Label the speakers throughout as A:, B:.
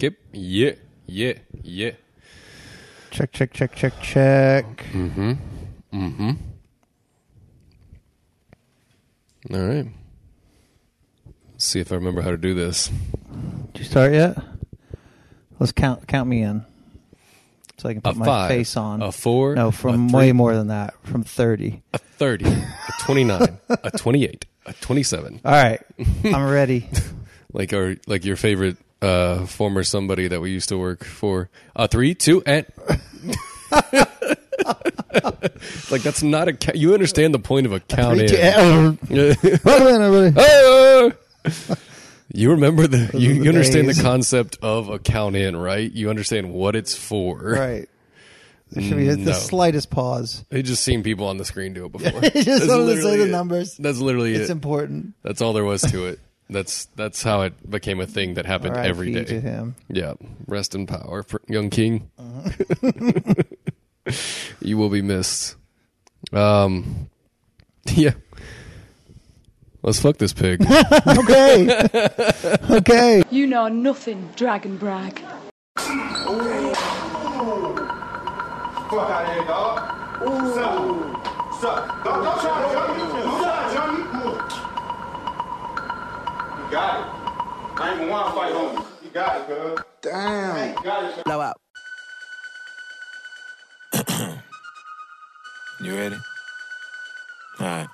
A: Yep. Yeah. Yeah. Yeah.
B: Check, check, check, check, check.
A: Mm. All right. Let's see if I remember how to do this.
B: Did you start yet? Let's count count me in. So I can put
A: A
B: my
A: five,
B: face on.
A: a four,
B: No,
A: a
B: from
A: three.
B: way more than that. From 30.
A: A 30, a 29, a 28, a 27.
B: All right. I'm ready.
A: Like our like your favorite uh former somebody that we used to work for. A 3, 2 and Like that's not a ca- you understand the point of a count in.
B: Welcome in, everybody.
A: Oh! You remember the you,
B: are the
A: you understand
B: days.
A: the concept of a count in, right? You understand what it's for.
B: Right. There should be
A: No.
B: the slightest pause.
A: They just seen people on the screen do it before.
B: They just
A: That's
B: wanted to say
A: literally
B: the
A: it.
B: numbers.
A: That's literally
B: It's
A: it.
B: important.
A: that's all there was to it. That's that's how it became a thing that happened
B: All right,
A: every
B: feed to
A: day.
B: him.
A: Yeah. Rest in power, pr- young king.
B: Uh-huh.
A: you will be missed. Um. Yeah. Let's fuck this pig.
B: Okay. okay.
C: You know nothing, Dragon Brag.
D: Fuck out of here, dog. Suck. Suck. Don't, don't try to jump me. Don't try to jump me. You got it. I ain't gonna wanna fight on you. You got it, girl. Damn. You got it, girl.
E: blow up.
F: You ready? Alright.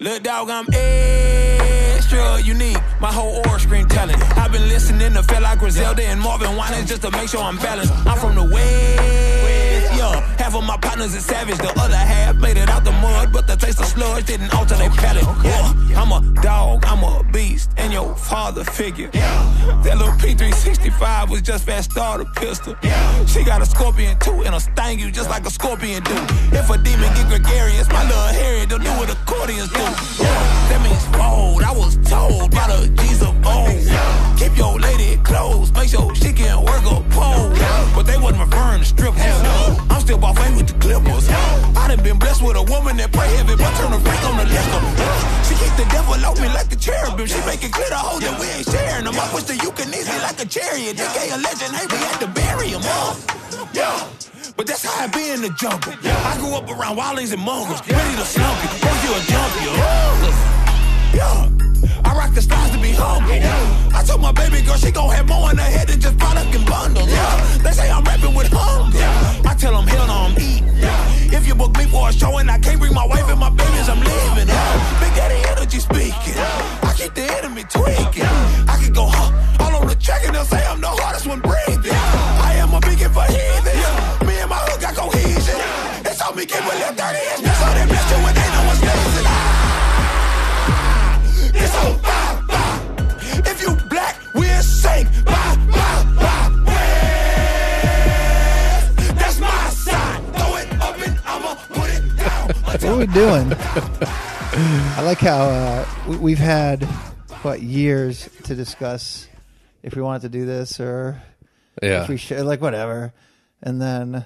F: Little dog, I'm extra unique. My whole aura scream talent. I've been listening to feel like Griselda and Marvin Winans just to make sure I'm balanced. I'm from the West, yeah. Half of my partners is savage, the other half made it out the mud, but the taste of sludge didn't alter their palate. Yeah. I'm a dog, I'm a beast, and your father figure. That little P365 was just that starter pistol. She got a scorpion too, and a sting you just like a scorpion do. If a demon get gregarious, my little Harry don't do what accordions do. That means bold. I was told by the G's of old. Keep your lady close, make sure she can work a pole. But they wasn't referring to strippers. I'm still by faith with the clippers. I done been blessed with a woman that pray heavy, but turn her back on the liquor. Uh, She keep the devil on me like the cherubim. She make it clear to hold that we ain't sharing them. I push the euthanasia like a chariot. This ain't a legend, hey, we had to bury him. Yeah. But that's how I be in the jungle. I grew up around wildlings and mongols. Ready to slump you. Boy, you a junkie. Yeah. I rock the stars to be humble. I told my baby girl she gon' have more in her head than just product and bundles. Yeah. They say I'm rapping with hunger. I tell them hell no, I'm eating. If you book me for a show and I can't bring my wife and my babies, I'm leaving. Yeah. Big daddy energy speaking. I keep the enemy tweaking. I can go huh, all on the track and they'll say I'm the hardest one breathing. I am a beacon for heathens. Me and my hood got cohesion. It's on me, give a little dirty ass. That's how they bless you when they know what's sneezing. Ah, it's on fire, fire. If you black, we'll sing. Bye, bye, bye. West. That's my side. Throw it up and I'ma put it down.
B: What are we doing? I like how uh, we- we've had, what, years to discuss if we wanted to do this or
A: Yeah.
B: if we should, like, whatever. And then,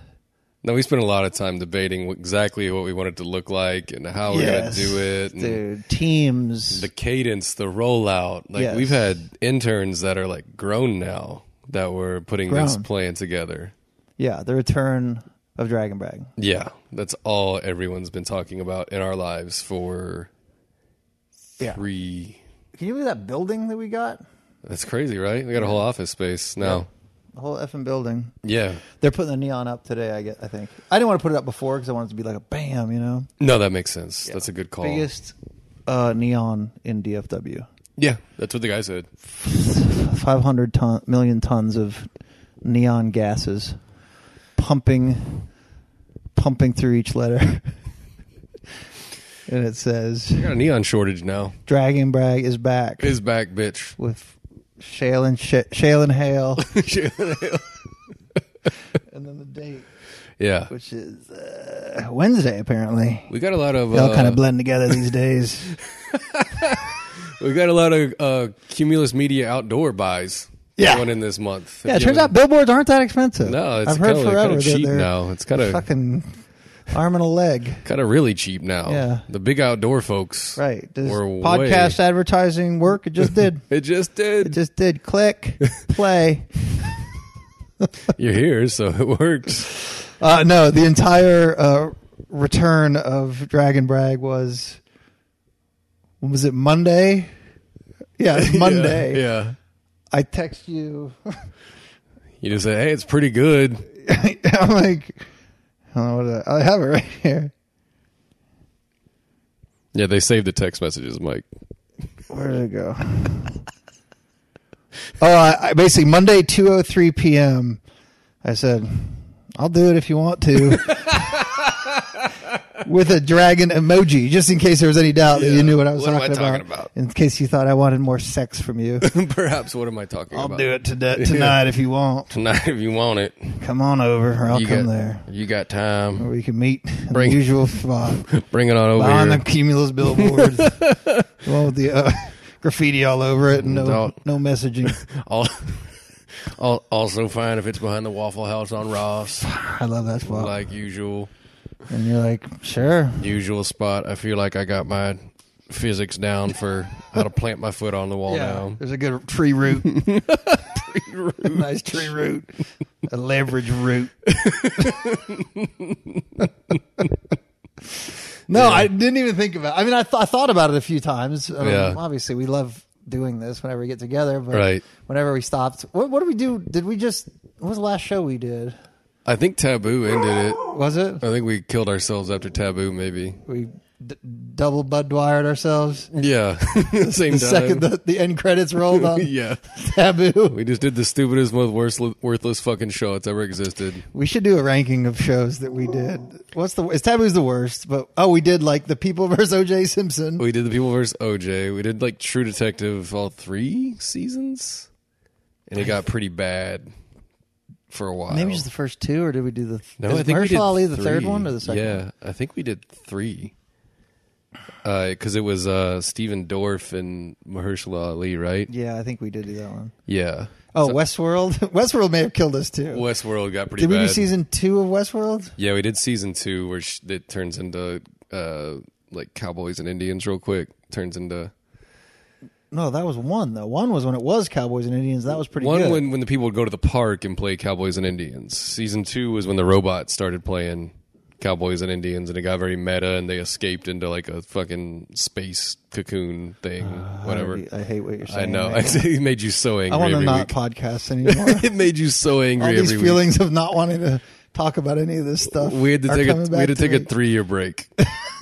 A: No, we spent a lot of time debating what- exactly what we want it to look like and how Oh, we're
B: yes,
A: going to do it. and
B: Dude, teams.
A: The cadence, the rollout. Like
B: Yes.
A: we've had interns that are like grown now that were putting this
B: Grown.
A: plan together.
B: yeah, the return of Dragon Brag.
A: Yeah, that's all everyone's been talking about in our lives for
B: Yeah.
A: three.
B: Can you believe that building that we got?
A: That's crazy, right? We got a whole office space now.
B: The whole effing building.
A: Yeah.
B: They're putting the neon up today, I get. I think. I didn't want to put it up before because I wanted it to be like a bam, you know?
A: No, that makes sense. That's a good call.
B: Biggest uh, neon in DFW.
A: Yeah, that's what the guy said.
B: 500 ton, million tons of neon gases pumping pumping through each letter and it says
A: Got a neon shortage now.
B: dragon brag is back
A: Is back, bitch.
B: with shale and Sh- shale and hale and then the date
A: yeah.
B: which is uh, wednesday apparently
A: We got a lot of
B: they all kind
A: uh,
B: of blend together these days
A: We got a lot of uh, Cumulus Media outdoor buys
B: Yeah.
A: going in this month.
B: yeah it turns out billboards aren't that expensive
A: No, it's
B: i've heard
A: kinda-
B: forever
A: kinda
B: that
A: cheap
B: they're
A: now. It's kinda-
B: fucking arm and a leg
A: kind of really cheap now.
B: Yeah.
A: the big outdoor folks.
B: Right. Does
A: were
B: podcast
A: Way,
B: advertising work? It just did.
A: it just did.
B: it just did. Click, play.
A: You're here, so it works.
B: Uh, no, the entire uh, return of Dragon Brag was when was it Monday? Yeah, it was Monday.
A: Yeah, yeah.
B: I text you.
A: You just say, hey, it's pretty good.
B: I'm like, I don't know what I, I have it right here.
A: Yeah, they saved the text messages, Mike.
B: Where did it go? oh, I, I basically Monday, two o three p.m. I said, "I'll do it if you want to," with a dragon emoji, just in case there was any doubt that
A: Yeah.
B: you knew what I was
A: What am I
B: talking,
A: talking
B: about,
A: about?
B: In case you thought I wanted more sex from you,
A: Perhaps what am I talking
B: I'll
A: about?
B: do it today, tonight if you want.
A: Tonight, if you want it,
B: Come on over, or I'll
A: you
B: come
A: got
B: there.
A: You got time.
B: Or we can meet in
A: Bring-
B: the usual spot
A: Bring it on over
B: behind
A: here.
B: the cumulus billboard, the one with the uh, graffiti all over it, and no,
A: Don't.
B: no messaging.
A: Al- al- also fine if it's behind the Waffle House on Ross,
B: I love that spot.
A: like usual.
B: And you're like, sure.
A: Usual spot. I feel like I got my physics down for how to plant my foot on the wall now.
B: There's a good tree root. nice tree root. A leverage root. no, I didn't even think about I mean, I, th- I thought about it a few times. I mean,
A: Yeah.
B: Obviously, we love doing this whenever we get together. But
A: Right.
B: whenever we stopped, what, what did we do? Did we just, what was the last show we did?
A: I think Taboo ended it.
B: Was it?
A: I think we killed ourselves after Taboo, maybe.
B: We d- double Bud Dwyer'd ourselves.
A: Yeah, same time.
B: The second the, the end credits rolled on
A: yeah,
B: Taboo.
A: we just did the stupidest, most worthless, worthless fucking show that's ever existed.
B: We should do a ranking of shows that we did. What's the is Taboo's the worst? But oh, we did like the People versus OJ Simpson.
A: We did the People versus OJ. We did like True Detective all three seasons, and it got pretty bad for a while.
B: Maybe just the first two, or did we do the?
A: no.
B: is
A: I think we did
B: Mahershala Ali the third
A: three.
B: one or the second?
A: Yeah, I think we did three. Because it was uh, Stephen Dorff and Mahershala Ali, right?
B: one? yeah, I think we did do that one.
A: Yeah.
B: Oh, Westworld. Westworld may have killed us too.
A: Westworld got pretty
B: did we
A: bad.
B: do season two of Westworld?
A: Yeah, we did season two where sh- it turns into uh, like cowboys and Indians real quick. Turns into
B: No, that was one though. One was when it was Cowboys and Indians. That was pretty
A: one
B: good.
A: when when the people would go to the park and play cowboys and Indians. Season two was when the robots started playing cowboys and Indians, and it got very meta, and they escaped into like a fucking space cocoon thing, whatever.
B: Uh, I hate what you're
A: I
B: saying.
A: know.
B: right now.
A: it made you so angry.
B: I want to
A: every
B: not
A: week.
B: podcast anymore.
A: it made you so angry
B: All these
A: every week.
B: feelings of not wanting to talk about any of this stuff.
A: We had to
B: are
A: take a
B: coming
A: we had to
B: back
A: take a
B: me.
A: three year break.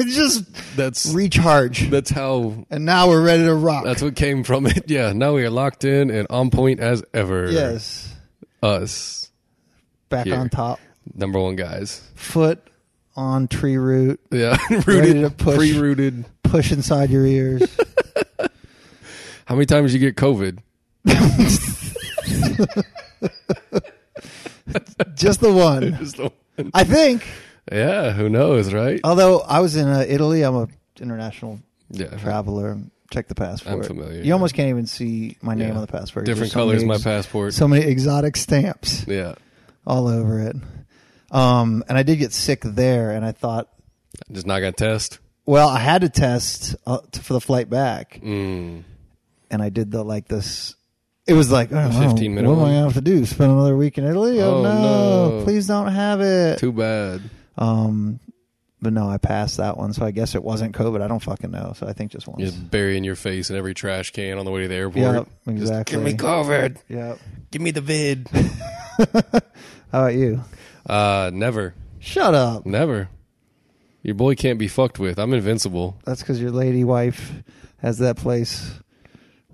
B: just
A: That's
B: recharge.
A: that's how
B: and now we're ready to rock.
A: That's what came from it. Yeah. Now we are locked in and on point as ever.
B: yes,
A: Us,
B: back
A: Here.
B: on top,
A: number one guys.
B: foot on tree root,
A: Yeah.
B: Ready to
A: Rooted,
B: push.
A: pre rooted.
B: push inside your ears.
A: How many times you get COVID?
B: just the one,
A: Just the one.
B: I think.
A: Yeah. Who knows, right?
B: Although I was in uh, Italy, I'm a international
A: yeah.
B: traveler. Check the passport.
A: I'm familiar,
B: You
A: yeah.
B: almost can't even see my name
A: Yeah.
B: on the passport.
A: Different
B: There's so
A: colors,
B: many
A: my
B: ex-
A: passport.
B: So many exotic stamps
A: yeah.
B: all over it. Um, and I did get sick there, and I thought
A: Just not got test.
B: Well, I had to test uh, t- for the flight back,
A: Mm.
B: and I did the like this. It was like oh, wow,
A: 15 minute
B: What am I
A: one?
B: gonna have to do? Spend another week in Italy? Oh,
A: Oh,
B: no.
A: no.
B: Please don't have it.
A: Too bad.
B: Um, but no, I passed that one, so I guess it wasn't COVID. I don't fucking know. So I think just once.
A: You're just burying your face in every trash can on the way to the airport.
B: Yep,
A: Just,
B: exactly.
A: Give me COVID.
B: Yep.
A: Give me the vid.
B: How about you?
A: Uh, never.
B: Shut up.
A: Never. Your boy can't be fucked with. I'm invincible.
B: That's because your lady wife has that place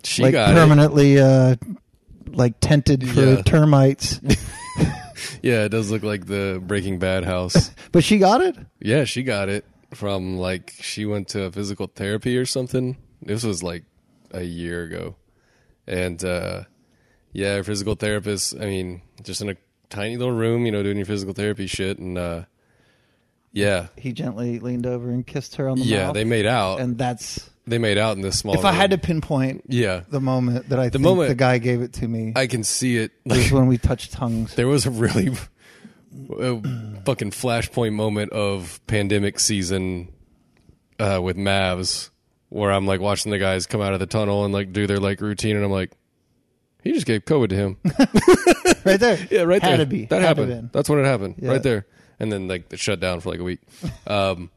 A: She
B: like
A: got it.
B: permanently, uh, like tented for
A: Yeah.
B: termites.
A: Yeah, it does look like the Breaking Bad house.
B: but she got it.
A: yeah, she got it from like she went to physical therapy or something. This was like a year ago. And uh yeah, her physical therapist, I mean, just in a tiny little room, you know, doing your physical therapy shit and uh yeah.
B: He gently leaned over and kissed her on the
A: Yeah,
B: mouth.
A: they made out.
B: and that's
A: they made out in this small
B: if I had to
A: room.
B: pinpoint
A: Yeah.
B: the moment that I think
A: moment-
B: the guy gave it to me
A: I can see it.
B: was when we touched tongues.
A: there was a really uh fucking flashpoint moment of pandemic season uh, with Mavs where I'm like watching the guys come out of the tunnel and like do their like routine, and I'm like, He just gave COVID to him.
B: right there.
A: Yeah, right
B: Had
A: there.
B: to be.
A: That
B: Had to
A: happened.
B: been.
A: That's when it happened.
B: Yeah.
A: Right there. And then like it shut down for like a week. Um,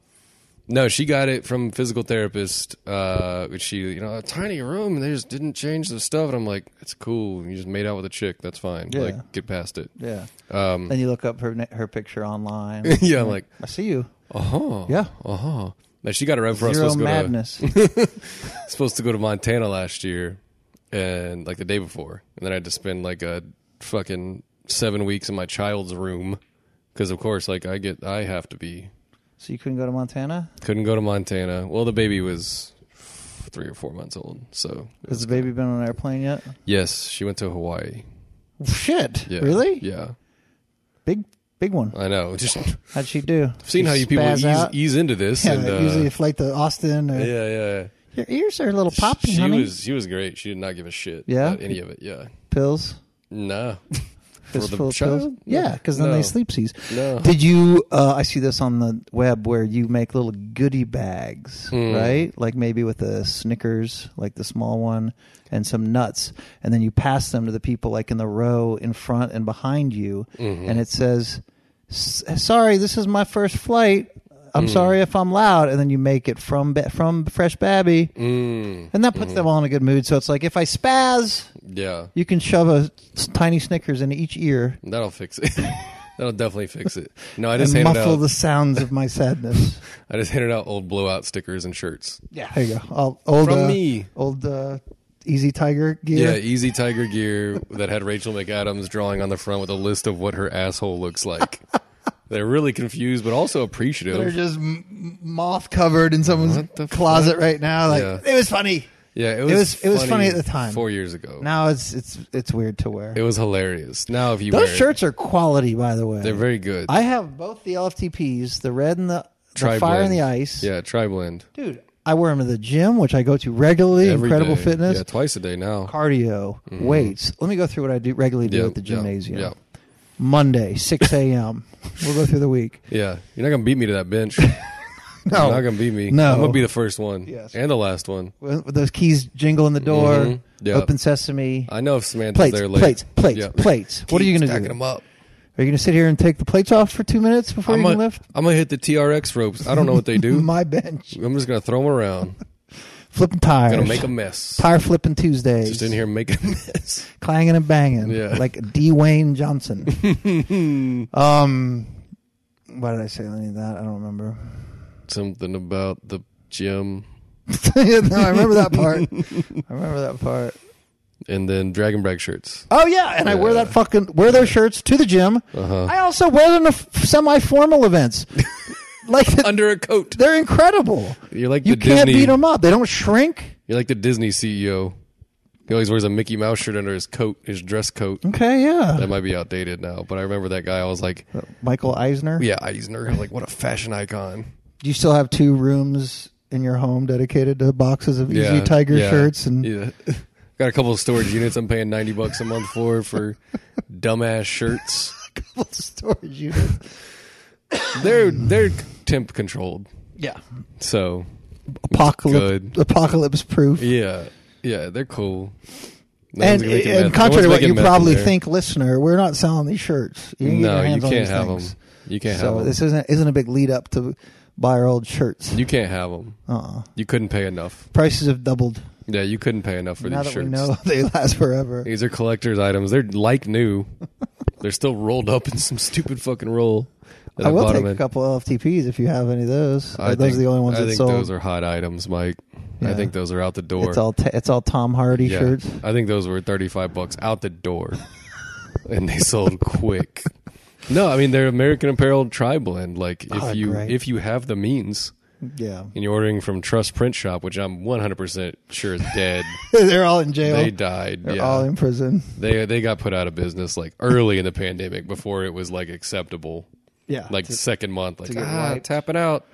A: no, she got it from physical therapist. Uh, which she you know a tiny room and they just didn't change the stuff. And I'm like, that's cool. You just made out with a chick. That's fine.
B: Yeah.
A: Like get past it.
B: Yeah.
A: Um,
B: Then you look up her na- her picture online.
A: yeah. I'm like,
B: I see you.
A: uh huh.
B: Yeah.
A: Uh huh. Now she got it right before I was
B: Zero
A: supposed to go to
B: madness.
A: supposed to go to Montana last year and like the day before. And then I had to spend like a fucking seven weeks in my child's room. Cause of course, like I get, I have to be,
B: so you couldn't go to Montana
A: couldn't go to Montana. Well, the baby was three or four months old. So
B: because the baby been on an airplane yet?
A: yes, she went to Hawaii.
B: Shit.
A: Yeah.
B: Really?
A: Yeah.
B: Big big one.
A: I know. Just I've
B: How'd she do?
A: seen
B: She
A: how you people
B: spaz
A: ease,
B: out?
A: ease into this.
B: Yeah,
A: and, uh,
B: usually you flight to Austin. Or,
A: yeah, yeah.
B: Your ears are a little popping,
A: She
B: honey.
A: was, she was great. She did not give a shit.
B: Yeah?
A: About any of it. Yeah.
B: pills.
A: No.
B: Fistful
A: the
B: of pills.
A: child?
B: Yeah, because then
A: No.
B: they sleep sees.
A: No.
B: Did you? Uh, I see this on the web where you make little goodie bags,
A: Hmm.
B: right? Like maybe with a Snickers, like the small one, and some nuts, and then you pass them to the people like in the row in front and behind you,
A: Mm-hmm.
B: and it says, "S- "Sorry, this is my first flight."
A: Hmm.
B: I'm sorry if I'm loud, and then you make it from ba- from Fresh Babby,
A: Mm.
B: and that puts
A: Mm-hmm.
B: them all in a good mood. So it's like if I spaz,
A: Yeah.
B: you can shove a s- tiny Snickers in each ear
A: That'll fix it. That'll definitely fix it. No, I just
B: and
A: handed
B: muffle
A: out.
B: the sounds of my sadness.
A: I just handed out old blowout stickers and shirts.
B: yeah, there you go. All, old,
A: From
B: uh,
A: me.
B: old uh, Easy Tiger
A: Yeah.
B: gear.
A: Easy Tiger gear that had Rachel McAdams drawing on the front with a list of what her asshole looks like. They're really confused, but also
B: They're
A: appreciative.
B: just m- moth covered in someone's
A: What the
B: closet
A: fuck?
B: right now. Like
A: Yeah.
B: it was funny.
A: Yeah, it
B: It
A: was.
B: was- it was funny at the time.
A: Four years ago.
B: Now it's it's it's weird to wear.
A: it was hilarious. Now if you
B: Those
A: wear it,
B: shirts are quality, by the way.
A: they're very good.
B: I have both the LFTPs, the red and the, the
A: Tri-blend.
B: fire and the ice.
A: Yeah, tri blend.
B: dude, I wear them to the gym, which I go to regularly. Incredible fitness.
A: Yeah, twice a day now.
B: cardio, weights. Let me go through what I do regularly do
A: Mm-hmm. Yeah,
B: at the
A: yeah,
B: gymnasium.
A: yeah.
B: Monday, six a.m. we'll go through the week.
A: yeah, you're not gonna beat me to that bench. no, you're not gonna beat me.
B: No.
A: I'm gonna be the first one.
B: Yes.
A: and the last one.
B: With with those keys jingle in the door.
A: Mhm. Yeah.
B: Open sesame.
A: I know if Samantha's
B: plates,
A: there late.
B: plates, plates,
A: Yeah.
B: plates. What are you
A: Keep
B: going to
A: stacking
B: do?
A: 'em
B: Are
A: up.
B: you going to sit here and take the plates off for two minutes before
A: I'm
B: you can
A: gonna,
B: lift?
A: I'm gonna hit the TRX ropes. I don't know what they do.
B: My bench,
A: I'm just gonna throw them around.
B: flipping tires.
A: Gonna make a mess.
B: tire flipping Tuesdays.
A: Just in here making a mess.
B: clanging and banging,
A: Yeah.
B: like D. Wayne Johnson. um, why did I say any of that? I don't remember.
A: Something about the gym,
B: Yeah, no, I remember that part. I remember that part.
A: and then Dragon Brag shirts.
B: Oh yeah, and I wear that fucking wear those shirts to the gym.
A: Uh-huh.
B: I also wear them to f- semi-formal events. like
A: Under a coat.
B: they're incredible.
A: You're like
B: You
A: the
B: can't
A: Disney.
B: beat them up. They don't shrink.
A: You're like the Disney CEO. He always wears a Mickey Mouse shirt under his coat, his dress coat.
B: Okay, yeah.
A: That might be outdated now, but I remember that guy. I was like,
B: Michael Eisner.
A: yeah, Eisner. I'm like, what a fashion icon.
B: Do you still have two rooms in your home dedicated to boxes of
A: Yeah,
B: Easy Tiger
A: yeah,
B: shirts and
A: yeah. Got a couple of storage units I'm paying 90 bucks a month for for dumbass shirts.
B: couple storage units?
A: They're they're temp controlled.
B: yeah,
A: So,
B: apocalypse
A: Good.
B: apocalypse proof.
A: yeah. Yeah, they're cool. No
B: and
A: one's making
B: and
A: meth- no
B: contrary to
A: one's
B: what
A: making
B: you
A: meth in
B: probably
A: there.
B: think, listener, we're not selling these shirts. You can get
A: no,
B: your
A: you
B: hands on
A: can't
B: these
A: have
B: things.
A: them. You can't
B: so
A: have them.
B: this isn't isn't a big lead up to buy our old shirts.
A: You can't have them.
B: Uh-uh.
A: You couldn't pay enough.
B: Prices have doubled
A: Yeah, you couldn't pay enough for
B: now
A: these
B: that
A: shirts.
B: we know they last forever.
A: These are collector's items. They're like new. they're still rolled up in some stupid fucking roll. that
B: I will
A: bought
B: take
A: 'em
B: a
A: in.
B: couple LFTPs if you have any of those.
A: I
B: Are those
A: think-
B: the only ones
A: I
B: that
A: think
B: sold.
A: those are hot items, Mike. I
B: Yeah.
A: think those are out the door.
B: it's all t- it's all Tom Hardy
A: Yeah.
B: shirts.
A: I think those were 35 bucks out the door. and they sold quick. No, I mean they're American Apparel tri-blend like if
B: Oh,
A: you
B: great.
A: if you have the means
B: Yeah,
A: and you're ordering from Trust Print Shop, which I'm 100% sure is dead.
B: they're all in jail.
A: they died.
B: are
A: yeah.
B: all in prison.
A: they they got put out of business like early in the pandemic before it was like acceptable.
B: Yeah,
A: Like
B: to-
A: second month like
B: get
A: ah,
B: wiped."
A: tapping out.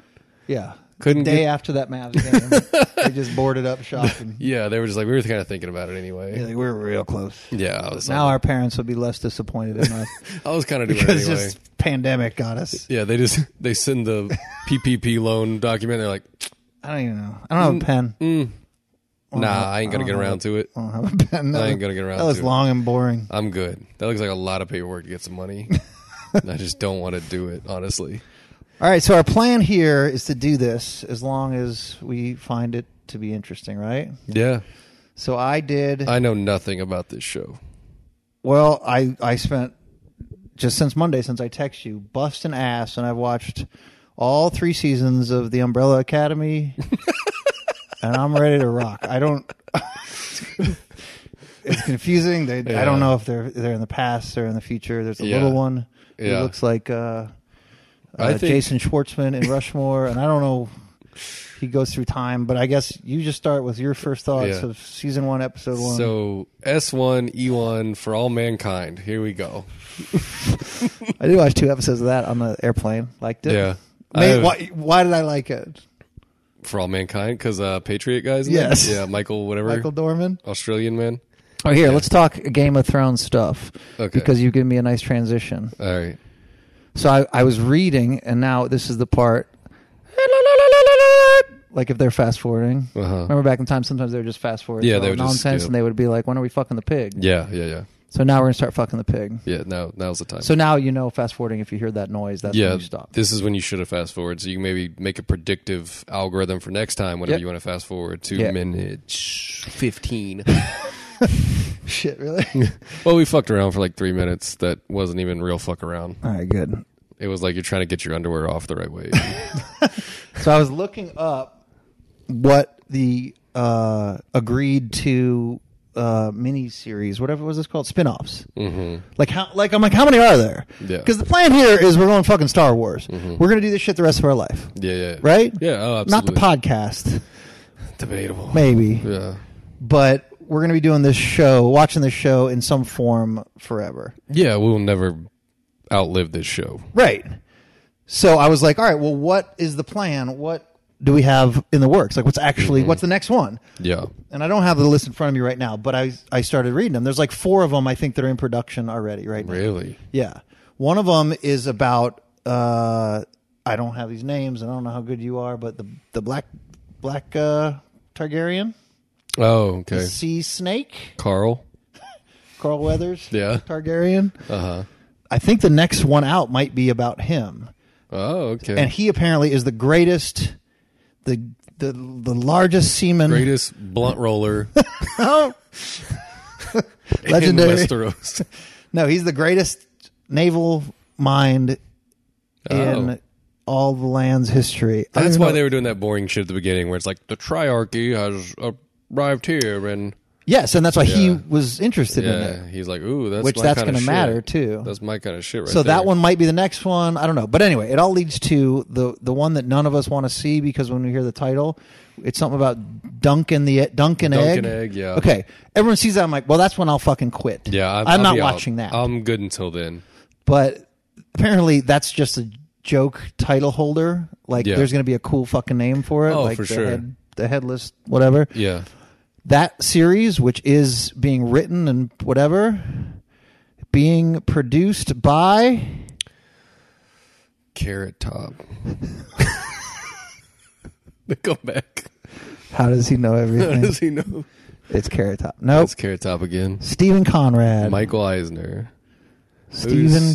B: yeah.
A: couldn't
B: the day
A: get-
B: after that Mavs game, they just boarded up shop. And,
A: Yeah, they were just like we were kind of thinking about it anyway.
B: yeah, they were real close.
A: Yeah, I was
B: Now
A: like,
B: our parents would be less disappointed in us
A: I was kind of doing it
B: because
A: anyway.
B: just pandemic got us.
A: Yeah, they just they send the PPP loan document. They're like, Mm,
B: I don't even know. I don't have a pen.
A: Nah, I ain't gonna get around to it.
B: I don't have a pen. That
A: I ain't
B: was-
A: gonna get around
B: That was
A: to it.
B: long and boring.
A: I'm good. That looks like a lot of paperwork to get some money. I just don't want to do it, honestly.
B: All right, so our plan here is to do this as long as we find it to be interesting, right?
A: Yeah.
B: So I did.
A: I know nothing about this show.
B: well, I I spent just since Monday, since I text you, busting ass, and I've watched all three seasons of The Umbrella Academy, and I'm ready to rock. I don't. it's confusing. They, I
A: Yeah.
B: don't know if they're they're in the past or in the future. There's a
A: Yeah.
B: little one. who
A: Yeah.
B: looks like. Uh,
A: I
B: uh,
A: think-
B: Jason Schwartzman in Rushmore, and I don't know. He goes through time, but I guess you just start with your first thoughts
A: Yeah.
B: of season one, episode one.
A: So S1, E1 for all mankind. Here we go.
B: I did watch two episodes of that on the airplane. Liked it.
A: Yeah.
B: May-
A: I-
B: why, why did I like it?
A: For all mankind, because uh, Patriot guys. in
B: Yes.
A: it? Yeah, Michael, whatever,
B: Michael Dorman.
A: Australian man.
B: Oh, here, let's talk Game of Thrones stuff
A: Okay.
B: because you give me a nice transition.
A: All right.
B: So I, I was reading, and now this is the part. Like if they're fast forwarding.
A: Uh-huh.
B: Remember back in time, sometimes they were just fast forwarding.
A: Yeah, they would just
B: nonsense,
A: skip.
B: and they would be like, "When are we fucking the pig?"
A: Yeah, yeah, yeah,
B: So now we're gonna start fucking the pig.
A: yeah. Now, now's the time.
B: So now you know fast forwarding if you hear that noise, that's
A: yeah,
B: when you stop.
A: this is when you should have fast forward. So you can maybe make a predictive algorithm for next time whenever
B: Yep.
A: you want to fast forward to
B: Yeah.
A: minutes fifteen.
B: Shit, really?
A: well, we fucked around for like three minutes. That wasn't even real fuck around.
B: All right, good.
A: It was like you're trying to get your underwear off the right way.
B: So I was looking up what the uh, agreed to uh, mini series, whatever was this called, spin-offs. Mm-hmm. Like how? Like I'm like, how many are there?
A: Yeah.
B: Because the plan here is we're going fucking Star Wars. We're gonna do this shit the rest of our life,
A: yeah, yeah.
B: right?
A: Yeah. Oh, absolutely.
B: Not the podcast,
A: Debatable.
B: maybe,
A: Yeah.
B: but we're gonna be doing this show, watching this show in some form forever.
A: Yeah, we will never outlive this show.
B: Right. So I was like, all right, well, what is the plan? What do we have in the works? Like, what's actually,
A: Mm-hmm.
B: what's the next one?
A: Yeah.
B: And I don't have the list in front of me right now, but I, I started reading them. There's like four of them, I think, that are in production already, right? now.
A: Really?
B: Yeah. One of them is about, uh, I don't have these names. and I don't know how good you are, but the, the black, black, uh, Targaryen,
A: Oh, okay.
B: sea snake,
A: Carl.
B: Carl Weathers,
A: Yeah. Uh-huh.
B: Targaryen. Uh huh. I think the next one out might be about him.
A: Oh, okay.
B: and he apparently is the greatest, the the the largest seaman,
A: Greatest blunt roller in
B: Oh. legendary.
A: Westeros.
B: No, he's the greatest naval mind
A: Oh.
B: in all the land's history. I don't
A: That's
B: even
A: why
B: know-
A: they were doing that boring shit at the beginning where it's like the triarchy has arrived here and
B: Yes, and that's why he
A: Yeah.
B: was interested in
A: yeah,
B: it.
A: he's like, ooh, that's
B: Which
A: my
B: that's
A: kind of
B: gonna
A: shit.
B: matter, too.
A: That's my kind of shit, right?
B: So that
A: there.
B: one might be the next one. I don't know, but anyway, it all leads to the the one that none of us want to see because when we hear the title, it's something about Dunkin' the Dunkin' Egg.
A: Dunkin' Egg, yeah.
B: Okay, everyone sees that. I'm like, well, that's when I'll fucking quit.
A: Yeah, I,
B: I'm
A: I'll
B: not
A: be out. Oh,
B: watching that.
A: I'm good until then.
B: but apparently that's just a joke title holder. Like
A: Yeah.
B: there's going to be a cool fucking name for it.
A: Oh,
B: like
A: for
B: the
A: sure.
B: the headless, whatever.
A: Yeah,
B: That series, which is being written and whatever, being produced by.
A: carrot top. they come back.
B: How does he know
A: How
B: everything?
A: does he know?
B: it's Carrot Top. Nope.
A: It's carrot top again.
B: Stephen Conrad.
A: Michael Eisner. Who's
B: Stephen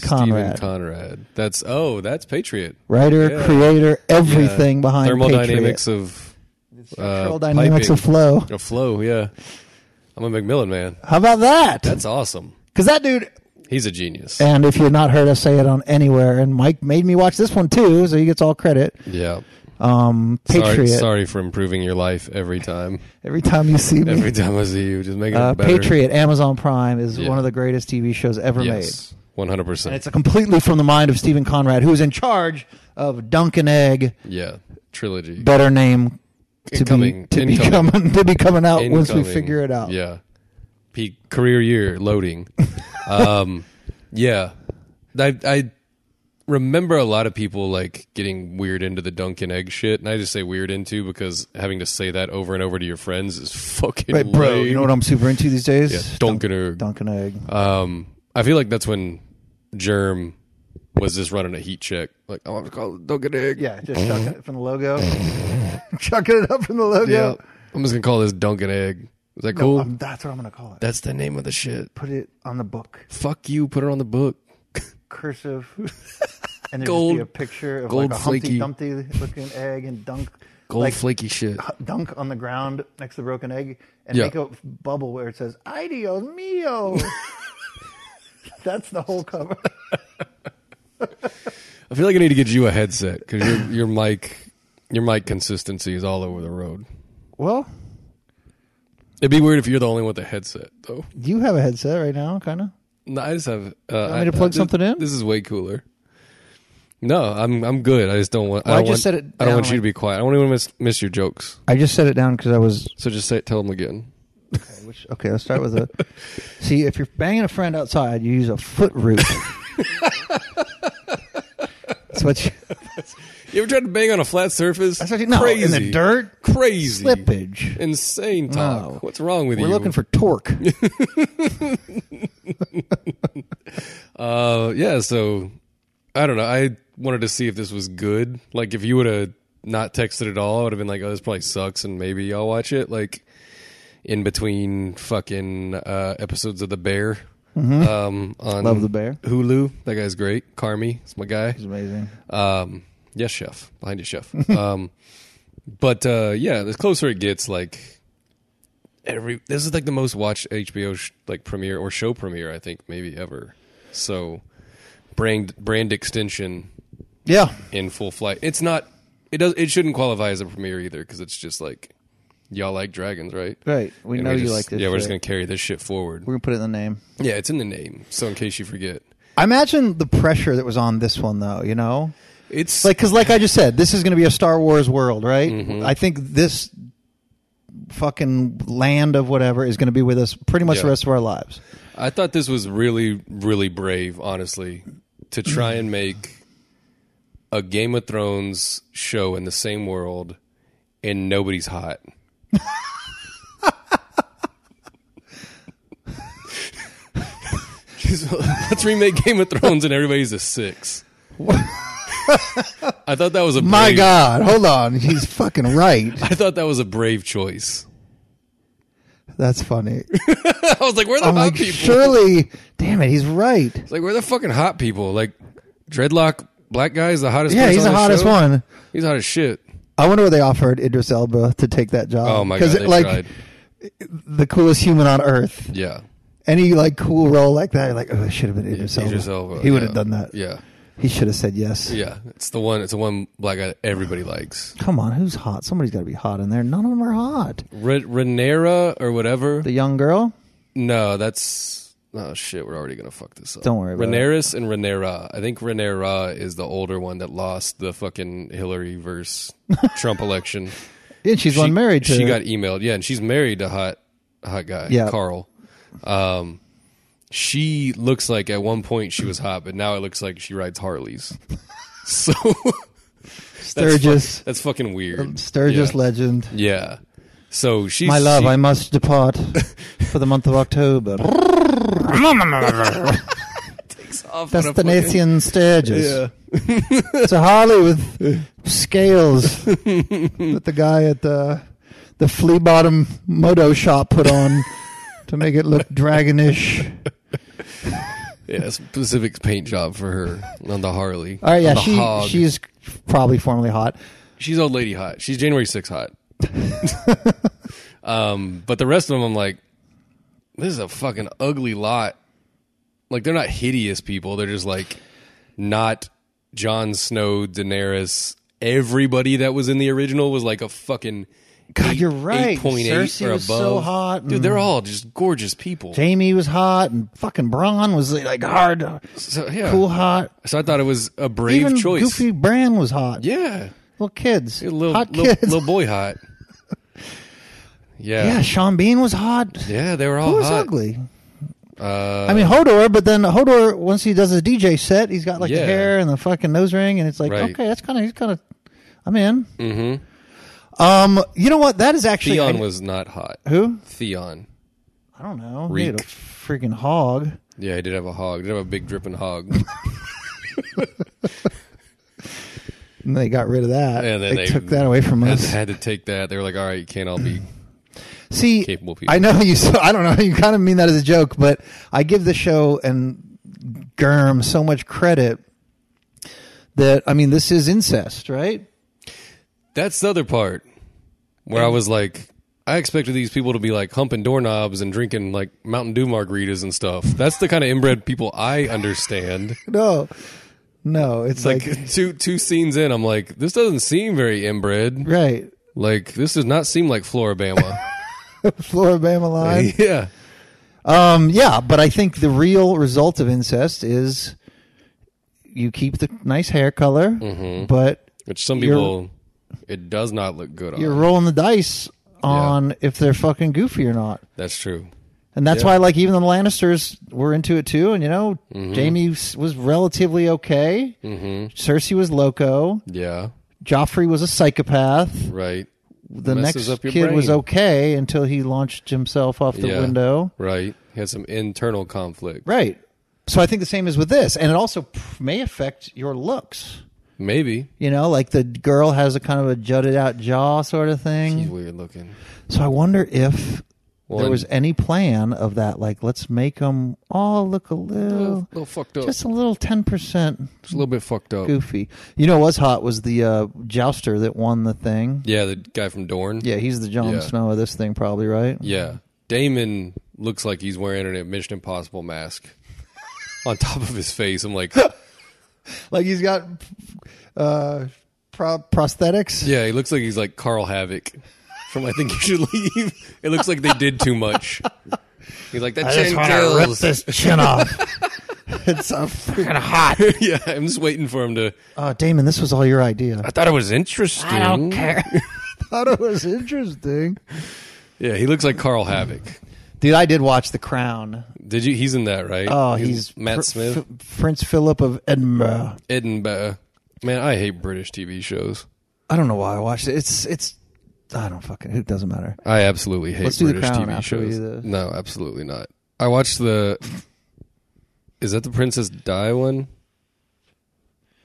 A: Stephen
B: Conrad.
A: Conrad. That's oh, that's Patriot.
B: Writer,
A: Yeah.
B: creator, everything
A: Yeah.
B: behind
A: thermodynamics
B: Patriot.
A: of uh,
B: Thermodynamics of
A: piping.
B: flow.
A: Of flow, yeah. I'm a McMillan man.
B: How about that?
A: That's awesome.
B: Because that dude
A: He's a genius.
B: And if you're not heard us say it on anywhere, and Mike made me watch this one too, so he gets all credit.
A: yeah.
B: Um,
A: Sorry,
B: Patriot.
A: sorry for improving your life every time.
B: Every time you see me,
A: Every time I see you, just making
B: uh,
A: it better.
B: Patriot, Amazon Prime is
A: Yeah.
B: one of the greatest TV shows ever made.
A: Yes, 100.
B: And it's
A: percent
B: a completely from the mind of Stephen Conrad, who's in charge of Dunkin' Egg.
A: Yeah, trilogy.
B: Better name to
A: Incoming.
B: be to be
A: Incoming.
B: coming to be coming out once we
A: Incoming.
B: figure it out.
A: Yeah, peak career year loading. um, yeah, I I remember a lot of people like getting weird into the Dunkin' Egg shit, and I just say weird into because having to say that over and over to your friends is fucking.
B: Right, bro.
A: lame.
B: You know what I'm super into these days?
A: Yeah, Dunkin' Egg.
B: Dunkin' Egg.
A: Um, I feel like that's when Germ was just running a heat check. Like, I want to call it Dunkin' Egg.
B: yeah, just chucking it from the logo. chucking it up from the logo.
A: Yeah. I'm just gonna call this Dunkin' Egg. Is that cool?
B: No, I'm, that's what I'm going to call it.
A: That's the name of the shit.
B: Put it on the book,
A: Fuck you. Put it on the book.
B: cursive, and there'd
A: Gold-
B: just be a picture of
A: gold
B: like a Humpty
A: flaky.
B: Dumpty looking egg and dunk.
A: Gold
B: like, uh,
A: flaky shit.
B: dunk on the ground next to the broken egg and
A: Yeah.
B: make a bubble where it says "Ay Dios mío." That's the whole cover.
A: I feel like I need to get you a headset because your your mic your mic consistency is all over the road.
B: Well,
A: It'd be weird if you're the only one with a headset though.
B: you have a headset right now, kind of.
A: No, I just have. Uh,
B: want me to plug
A: this-
B: something in?
A: This is way cooler. No, I'm I'm good. I just don't want.
B: Well,
A: I,
B: I
A: don't
B: just
A: want,
B: said it
A: I don't want
B: down,
A: you
B: like-
A: to be quiet. I don't even miss miss your jokes.
B: I just set it down because I was.
A: So just say tell them again.
B: Which, okay, let's start with a. see, if you're banging a friend outside, you use a foot root. that's what you.
A: You ever tried to bang on a flat surface?
B: That's what you. No,
A: crazy
B: in the dirt,
A: crazy
B: slippage.
A: insane talk.
B: No.
A: What's wrong with
B: We're
A: you?
B: looking for torque.
A: Uh, yeah, so I don't know. I wanted to see if this was good. Like, if you would have not texted at all, I would have been like, "Oh, this probably sucks," and maybe I'll watch it. Like in between fucking uh, episodes of The Bear. Um, on
B: Mm-hmm. Love The Bear.
A: Hulu. That guy's great. Carmi, it's my guy.
B: It's amazing.
A: Um, yes, chef. Behind you, chef. um, but uh, yeah, the closer it gets, like every this is like the most watched HBO sh- like premiere or show premiere I think maybe ever. So brand brand extension
B: Yeah,
A: in full flight. It's not. It does. It shouldn't qualify as a premiere either because it's just like y'all like dragons, right?
B: right. We
A: And
B: know you
A: just-
B: like this.
A: Yeah, we're just gonna
B: shit.
A: carry this shit forward.
B: We're gonna put it in the name.
A: Yeah, it's in the name. So in case you forget,
B: I imagine the pressure that was on this one, though. You know,
A: it's
B: like because, like I just said, this is going to be a Star Wars world, right?
A: Mm-hmm.
B: I think this fucking land of whatever is going to be with us pretty much the
A: Yeah.
B: rest of our lives.
A: I thought this was really, really brave, honestly, to try and make a Game of Thrones show in the same world and nobody's hot. Just- Let's remake Game of Thrones and everybody's a six. I thought that was a brave,
B: My God, hold on, he's fucking right.
A: I thought that was a brave choice.
B: That's funny.
A: I was like, where are the
B: I'm
A: hot
B: like,
A: people?
B: surely, damn it, he's right.
A: It's like, where are the fucking hot people? Like, dreadlock black guy is the hottest.
B: Yeah,
A: person
B: he's
A: on
B: the hottest
A: show?
B: one.
A: He's hot as shit.
B: I wonder what they offered Idris Elba to take that job.
A: Oh my
B: 'Cause
A: god,
B: it,
A: they
B: like
A: tried.
B: the coolest human on earth.
A: Yeah,
B: Any like cool role like that, you're like, oh, it should have been Idris Elba.
A: Idris Elba,
B: He would have
A: yeah.
B: done that.
A: Yeah,
B: He should have said yes.
A: yeah. It's the one. It's the one black guy that everybody likes.
B: Come on, who's hot? Somebody's got to be hot in there. None of them are hot.
A: Re- Renera or whatever.
B: The young girl?
A: no, that's oh shit. We're already gonna fuck this up.
B: Don't worry about it.
A: Rhaenyra's and Renera. I think Renera is the older one that lost the fucking Hillary verse Trump election.
B: Yeah, she's one married to.
A: She got emailed. Yeah, and she's married to hot hot guy,
B: Yeah.
A: Carl. Um she looks like at one point she was hot, but now it looks like she rides Harleys. So that's,
B: Sturgis. Um,
A: that's fucking weird.
B: Sturgis
A: yeah.
B: legend.
A: Yeah. So she's
B: My love,
A: she-
B: I must depart for the month of October.
A: off on a fucking-
B: Destination Sturgis. It's a Harley with scales that the guy at the the flea bottom moto shop put on to make it look dragonish.
A: Yeah, specific paint job for her on the Harley.
B: All right, yeah,
A: On the
B: she
A: hog.
B: she's probably formerly hot.
A: She's old lady hot. She's January 6 hot. um, but the rest of them, I'm like, this is a fucking ugly lot. Like they're not hideous people. They're just like not Jon Snow, Daenerys. Everybody that was in the original was like a fucking.
B: God,
A: eight-
B: you're right.
A: 8.8
B: Cersei
A: or above.
B: was so hot
A: dude.
B: and-
A: They're all just gorgeous people.
B: Jamie was hot, and fucking Braun was like hard,
A: So, yeah.
B: cool hot.
A: So I thought it was a brave
B: Even
A: choice.
B: Goofy Bran was hot.
A: Yeah,
B: Little kids.
A: Dude, little,
B: hot
A: little,
B: kids.
A: little boy hot.
B: yeah, Sean Bean was hot.
A: Yeah, they were all
B: Who was
A: hot.
B: ugly?
A: Uh,
B: I mean, Hodor, but then Hodor, once he does his DJ set, he's got like
A: Yeah.
B: the hair and the fucking nose ring, and it's like,
A: Right.
B: okay, that's kind of, he's kind of, I'm in. Mm-hmm. Um, you know what? That is actually.
A: Theon
B: I,
A: was not hot.
B: Who?
A: Theon.
B: I don't know. He had a
A: Reek.
B: freaking hog.
A: Yeah, he did have a hog. He did have a big dripping hog.
B: And they got rid of that.
A: And then they
B: they, took that away from
A: had,
B: us.
A: had to take that. They were like, all right, you can't all be
B: See,
A: capable people.
B: I know you. So I don't know. You kind of mean that as a joke, but I give the show and Germ so much credit that I mean this is incest, right?
A: That's the other part where I was like, I expected these people to be like humping doorknobs and drinking like Mountain Dew margaritas and stuff. That's the kind of inbred people I understand.
B: No, no, it's like,
A: Like, two two scenes in, I'm like, this doesn't seem very inbred.
B: right,
A: Like this does not seem like Floribama.
B: Floribama line.
A: yeah,
B: Um, yeah, but I think the real result of incest is you keep the nice hair color,
A: Mm-hmm.
B: but
A: which some
B: You're-
A: people it does not look good on.
B: you're rolling the dice on if they're fucking goofy or not.
A: That's true.
B: And that's
A: Yeah.
B: why, like, even the Lannisters were into it too. And, you know,
A: Mm-hmm.
B: Jamie was relatively okay. Mm-hmm. Cersei was loco.
A: Yeah,
B: Joffrey was a psychopath.
A: right.
B: The
A: Messes
B: next
A: up your
B: kid was
A: brain.
B: okay until he launched himself off the
A: yeah.
B: window.
A: Right. He had some internal conflict.
B: Right. So I think the same is with this. And it also p- may affect your looks.
A: Maybe.
B: You know, like the girl has a kind of a jutted out jaw sort of thing.
A: He's weird looking.
B: So I wonder if there
A: and-
B: was any plan of that, like let's make them all look a
A: little,
B: little,
A: little fucked up.
B: Oh. just
A: Just
B: a little ten percent
A: a little bit fucked up.
B: goofy. You know, what was hot was the uh, jouster that won the thing.
A: Yeah, the guy from Dorn.
B: Yeah, he's the Jon
A: Yeah.
B: Snow of this thing, probably right.
A: Yeah. Damon looks like he's wearing an Mission Impossible mask on top of his face. I'm like,
B: Like he's got uh, pro- prosthetics.
A: yeah, he looks like he's like Carl Havoc from I Think You Should Leave. It looks like they did too much. He's like, that chin kills.
B: chin off. it's so freaking hot.
A: yeah, I'm just waiting for him to.
B: Oh, Damon, this was all your idea.
A: I thought it was interesting.
B: care. thought it was interesting.
A: Yeah, he looks like Carl Havoc.
B: Dude, I did watch The Crown.
A: Did you? He's in that, right?
B: Oh, he's, Fr-
A: Matt Smith.
B: F- Prince Philip of Edinburgh.
A: Edinburgh. Man, I hate British TV shows.
B: I don't know why I watched it. It's it's I don't fucking it doesn't matter.
A: I absolutely hate
B: Let's do The
A: British
B: Crown
A: TV
B: after we
A: shows.
B: do this.
A: No, absolutely not. I watched the. Is that the Princess Di one?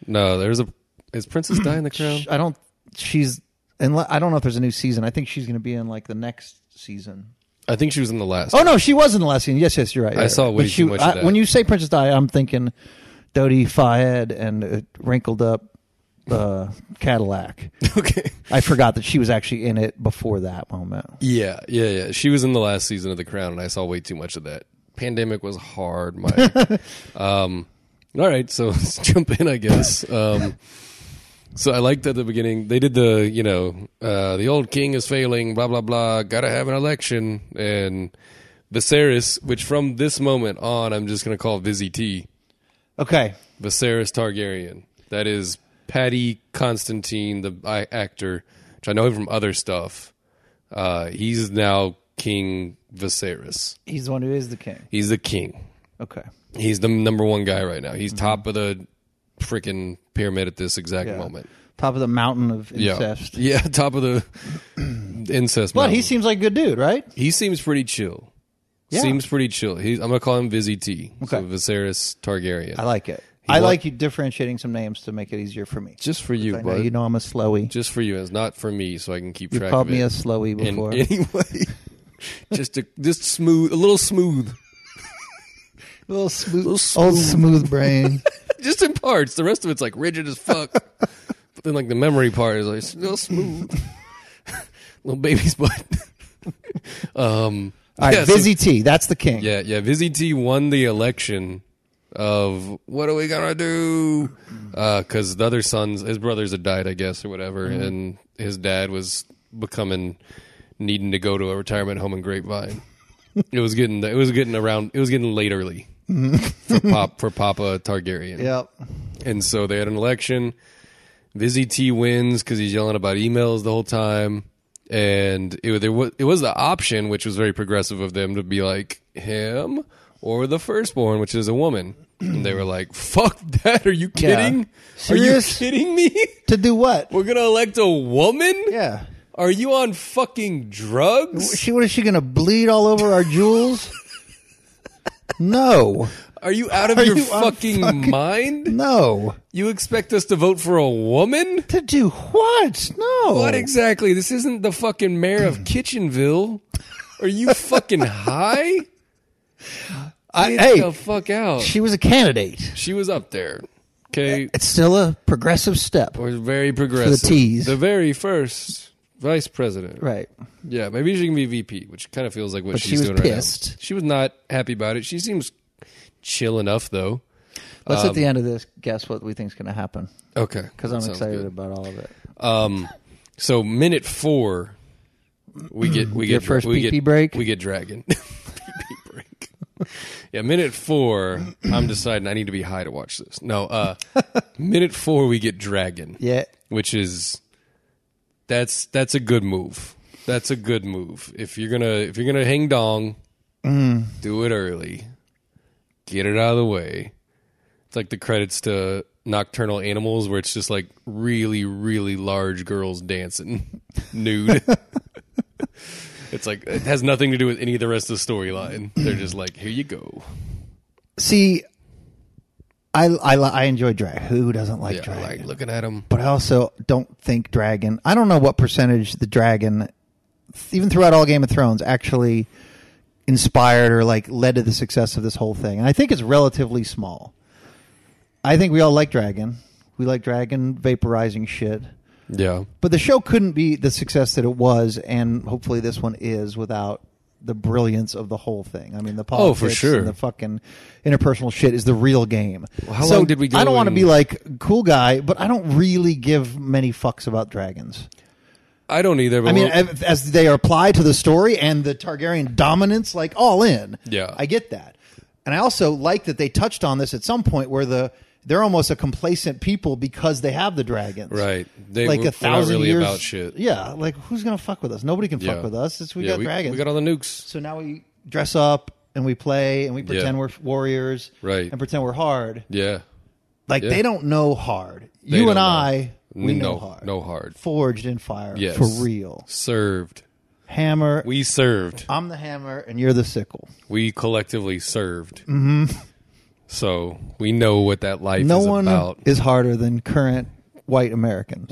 A: No, there's a. Is Princess Di in the Crown?
B: I don't. She's and I don't know if there's a new season. I think she's going to be in like the next season.
A: I think she was in the last.
B: Oh no, she was in the last season. Yes, yes, you're right.
A: I
B: you're
A: saw
B: right.
A: way
B: But
A: too
B: she-
A: much of
B: I-
A: that.
B: When you say Princess Di, I'm thinking Dodie Fayed and uh, wrinkled up uh, Cadillac.
A: Okay.
B: I forgot that she was actually in it before that moment.
A: Yeah, yeah, yeah. She was in the last season of The Crown, and I saw way too much of that. Pandemic was hard, Mike. um, all right, so let's jump in, I guess. Um, so I liked at the beginning they did the you know uh, the old king is failing, blah blah blah. Got to have an election, and Viserys, which from this moment on I'm just gonna call Vizzy T.
B: Okay,
A: Viserys Targaryen. That is Patty Constantine, the I, actor, which I know him from other stuff. Uh, he's now King Viserys.
B: he's the one who is the king.
A: He's the king.
B: Okay,
A: He's the number one guy right now. He's top of the freaking pyramid at this exact
B: Mm-hmm. Yeah.
A: moment.
B: top of the mountain of incest.
A: Yeah, yeah, top of the incest.
B: But
A: mountain.
B: he seems like a good dude, right?
A: he seems pretty chill.
B: Yeah.
A: Seems pretty chill. He's, I'm gonna call him Vizzy T. So
B: Okay.
A: Viserys Targaryen.
B: I like it. I
A: wa-
B: like you differentiating some names to make it easier for me.
A: just for you,
B: I know
A: bud.
B: you know I'm a slowy.
A: just for you. It's not for me, so I can keep
B: You
A: track.
B: called
A: of
B: me
A: it.
B: a slowy
A: in
B: before.
A: any way. just a just smooth, a little smooth,
B: little smooth, Oh.
A: little
B: old smooth brain.
A: just in parts. The rest of it's like rigid as fuck. but then like the memory part is like it's a little smooth, little baby's butt. um,
B: All right,
A: yeah, so-
B: Busy T. That's the king.
A: yeah, yeah. Vizzy T won the election of what are we gonna do? Because the other sons, his brothers had died, I guess, or whatever, and his dad was becoming needing to go to a retirement home in Grapevine. it was getting it was getting around it was getting late early for pop for Papa Targaryen.
B: Yep.
A: And so they had an election. Vizzy T wins because he's yelling about emails the whole time. And it, wa- there was, it was the option, which was very progressive of them, to be like him or the firstborn, which is a woman. And they were like, fuck that. Are you
B: Yeah.
A: kidding?
B: Serious?
A: Are you kidding me?
B: To do what?
A: We're going to elect a woman?
B: Yeah.
A: Are you on fucking drugs?
B: She. What is she going to bleed all over our jewels? no.
A: Are you out of
B: Are
A: your
B: you on
A: fucking,
B: fucking-
A: mind?
B: No.
A: You expect us to vote for a woman?
B: To do what? No. Oh.
A: What exactly? This isn't the fucking mayor of Kitchenville. Are you fucking high?
B: I,
A: Get the
B: hey,
A: fuck out.
B: she was a candidate.
A: She was up there. Okay.
B: It's still a progressive step.
A: We're very progressive.
B: Ts.
A: The very first vice president.
B: Right.
A: Yeah, maybe she can be VP, which kind of feels like what
B: But she
A: she's
B: was
A: doing right
B: pissed.
A: now. She was not happy about it. She seems chill enough though.
B: Let's at the end of this guess what we think's going to happen
A: Okay.
B: because
A: Um, that
B: I'm
A: sounds
B: excited
A: good.
B: about all of it.
A: So minute four, we get we
B: Your
A: get
B: first
A: we
B: PP
A: get,
B: break?
A: We get dragon. PP break. Yeah, minute four. I'm deciding I need to be high to watch this. No, uh, minute four we get dragon.
B: Yeah.
A: which is that's that's a good move. That's a good move. If you're gonna if you're gonna hang dong,
B: Mm.
A: do it early. Get it out of the way. It's like the credits to Nocturnal Animals, where it's just like really, really large girls dancing nude. it's like it has nothing to do with any of the rest of the storyline. They're just like, here you go.
B: See, I I, li- I enjoy drag. Who doesn't like
A: Yeah,
B: dragon?
A: like looking at them.
B: but I also don't think dragon. I don't know what percentage the dragon, even throughout all Game of Thrones, actually inspired or like led to the success of this whole thing. And I think it's relatively small. I think we all like dragon. We like dragon vaporizing shit.
A: Yeah,
B: But the show couldn't be the success that it was, and hopefully this one is without the brilliance of the whole thing. I mean, the
A: Oh,
B: politics
A: for sure.
B: and the fucking interpersonal shit is the real game.
A: how long did we go
B: I don't want to
A: in-
B: be like cool guy, but I don't really give many fucks about dragons.
A: I don't either. But
B: I mean,
A: we'll-
B: as as they apply to the story and the Targaryen dominance, like all in.
A: Yeah.
B: I get that, and I also like that they touched on this at some point where the they're almost a complacent people because they have the dragons,
A: Right. They were-
B: like a
A: we're not
B: thousand
A: really
B: years
A: about shit.
B: Yeah, like who's gonna fuck with us? Nobody can fuck
A: yeah.
B: with us. It's we
A: Yeah,
B: got dragons.
A: We got all the nukes.
B: so now we dress up and we play and we pretend we're warriors,
A: Right.
B: And pretend we're hard.
A: Yeah.
B: Like
A: Yeah.
B: they don't know hard.
A: They
B: you and
A: don't know.
B: I, we know
A: No-
B: hard.
A: no hard.
B: Forged in fire.
A: Yes.
B: For real.
A: Served.
B: Hammer
A: We served.
B: I'm the hammer and you're the sickle.
A: We collectively served. Mm-hmm. So we know what that life
B: No
A: is
B: one
A: about.
B: is harder than current white Americans.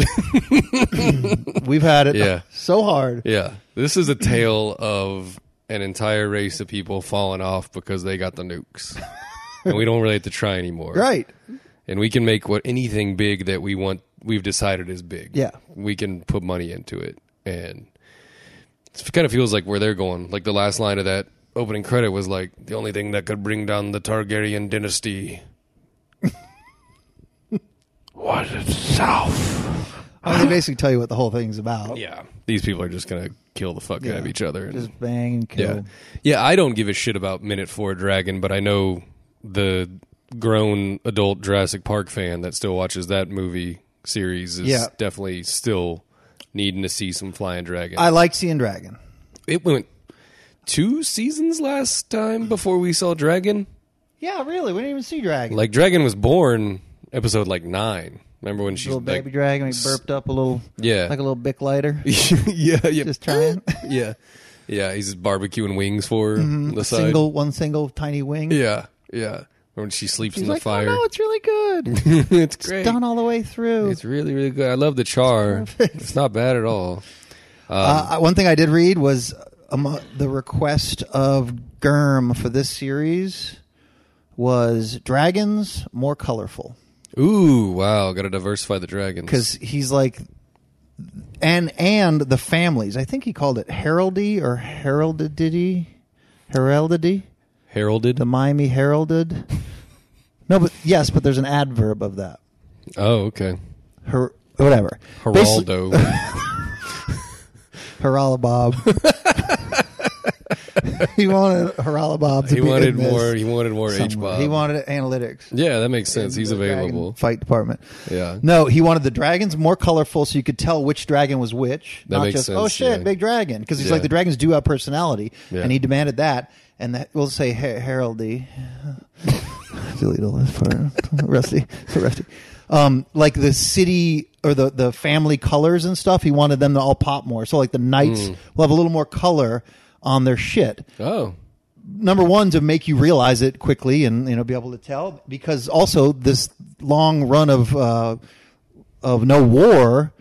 B: We've had it
A: Yeah.
B: so hard.
A: yeah. This is a tale of an entire race of people falling off because they got the nukes. and we don't really have to try anymore.
B: Right.
A: And we can make what anything big that we want we've decided is big.
B: Yeah.
A: We can put money into it. And it kind of feels like where they're going. Like the last line of that opening credit was like the only thing that could bring down the Targaryen dynasty was itself.
B: I mean, they basically tell you what the whole thing's about.
A: Yeah, these people are just gonna kill the fuck out of each other. and-
B: Just bang and
A: yeah,
B: kill.
A: yeah. I don't give a shit about Minute Four Dragon, but I know the grown adult Jurassic Park fan that still watches that movie series is
B: Yeah.
A: definitely still needing to see some flying dragon.
B: I like seeing dragon.
A: it went two seasons last time before we saw dragon.
B: Yeah, really. We didn't even see dragon.
A: Like Dragon was born episode like nine. Remember when she
B: little
A: like,
B: baby dragon. He burped up a little,
A: Yeah.
B: like a little bic lighter.
A: yeah, yeah,
B: Just trying
A: yeah, yeah. He's just barbecuing wings for her on the side.
B: Mm-hmm. single, one single tiny wing.
A: Yeah, yeah. Or when she sleeps
B: He's
A: in the
B: like,
A: fire.
B: oh no, it's really good.
A: it's great.
B: Done all the way through.
A: It's really, really good. I love the char. it's not bad at all. um,
B: Uh, I- one thing I did read was um, the request of Germ for this series was dragons more colorful
A: Ooh, wow. Got to diversify the dragons.
B: because he's like, and and the families. I think he called it heraldy or heraldedity, heraldedy,
A: heralded.
B: the Miami heralded. No, but yes, but there's an adverb of that.
A: Oh, okay.
B: Her, whatever. Basically-
A: Heraldo.
B: Harala Bob. he wanted Harala Bob to
A: he
B: be
A: wanted
B: in this
A: more. He wanted more H
B: somewhere.
A: Bob.
B: He wanted analytics.
A: yeah, that makes sense.
B: in
A: He's
B: the dragon
A: available.
B: Fight department.
A: Yeah.
B: No, he wanted the dragons more colorful, so you could tell which dragon was which.
A: That
B: not
A: makes
B: just
A: sense,
B: oh shit,
A: yeah.
B: big dragon, because he's
A: Yeah.
B: like the dragons do have personality,
A: Yeah.
B: and he demanded that. And that, we'll say Her- Heraldy. Delete all this part, Rusty. So Rusty. Um, like the city or the the family colors and stuff. He wanted them to all pop more. So like the knights
A: Mm.
B: will have a little more color on their shit
A: Oh,
B: number one to make you realize it quickly and you know be able to tell because also this long run of uh, of no war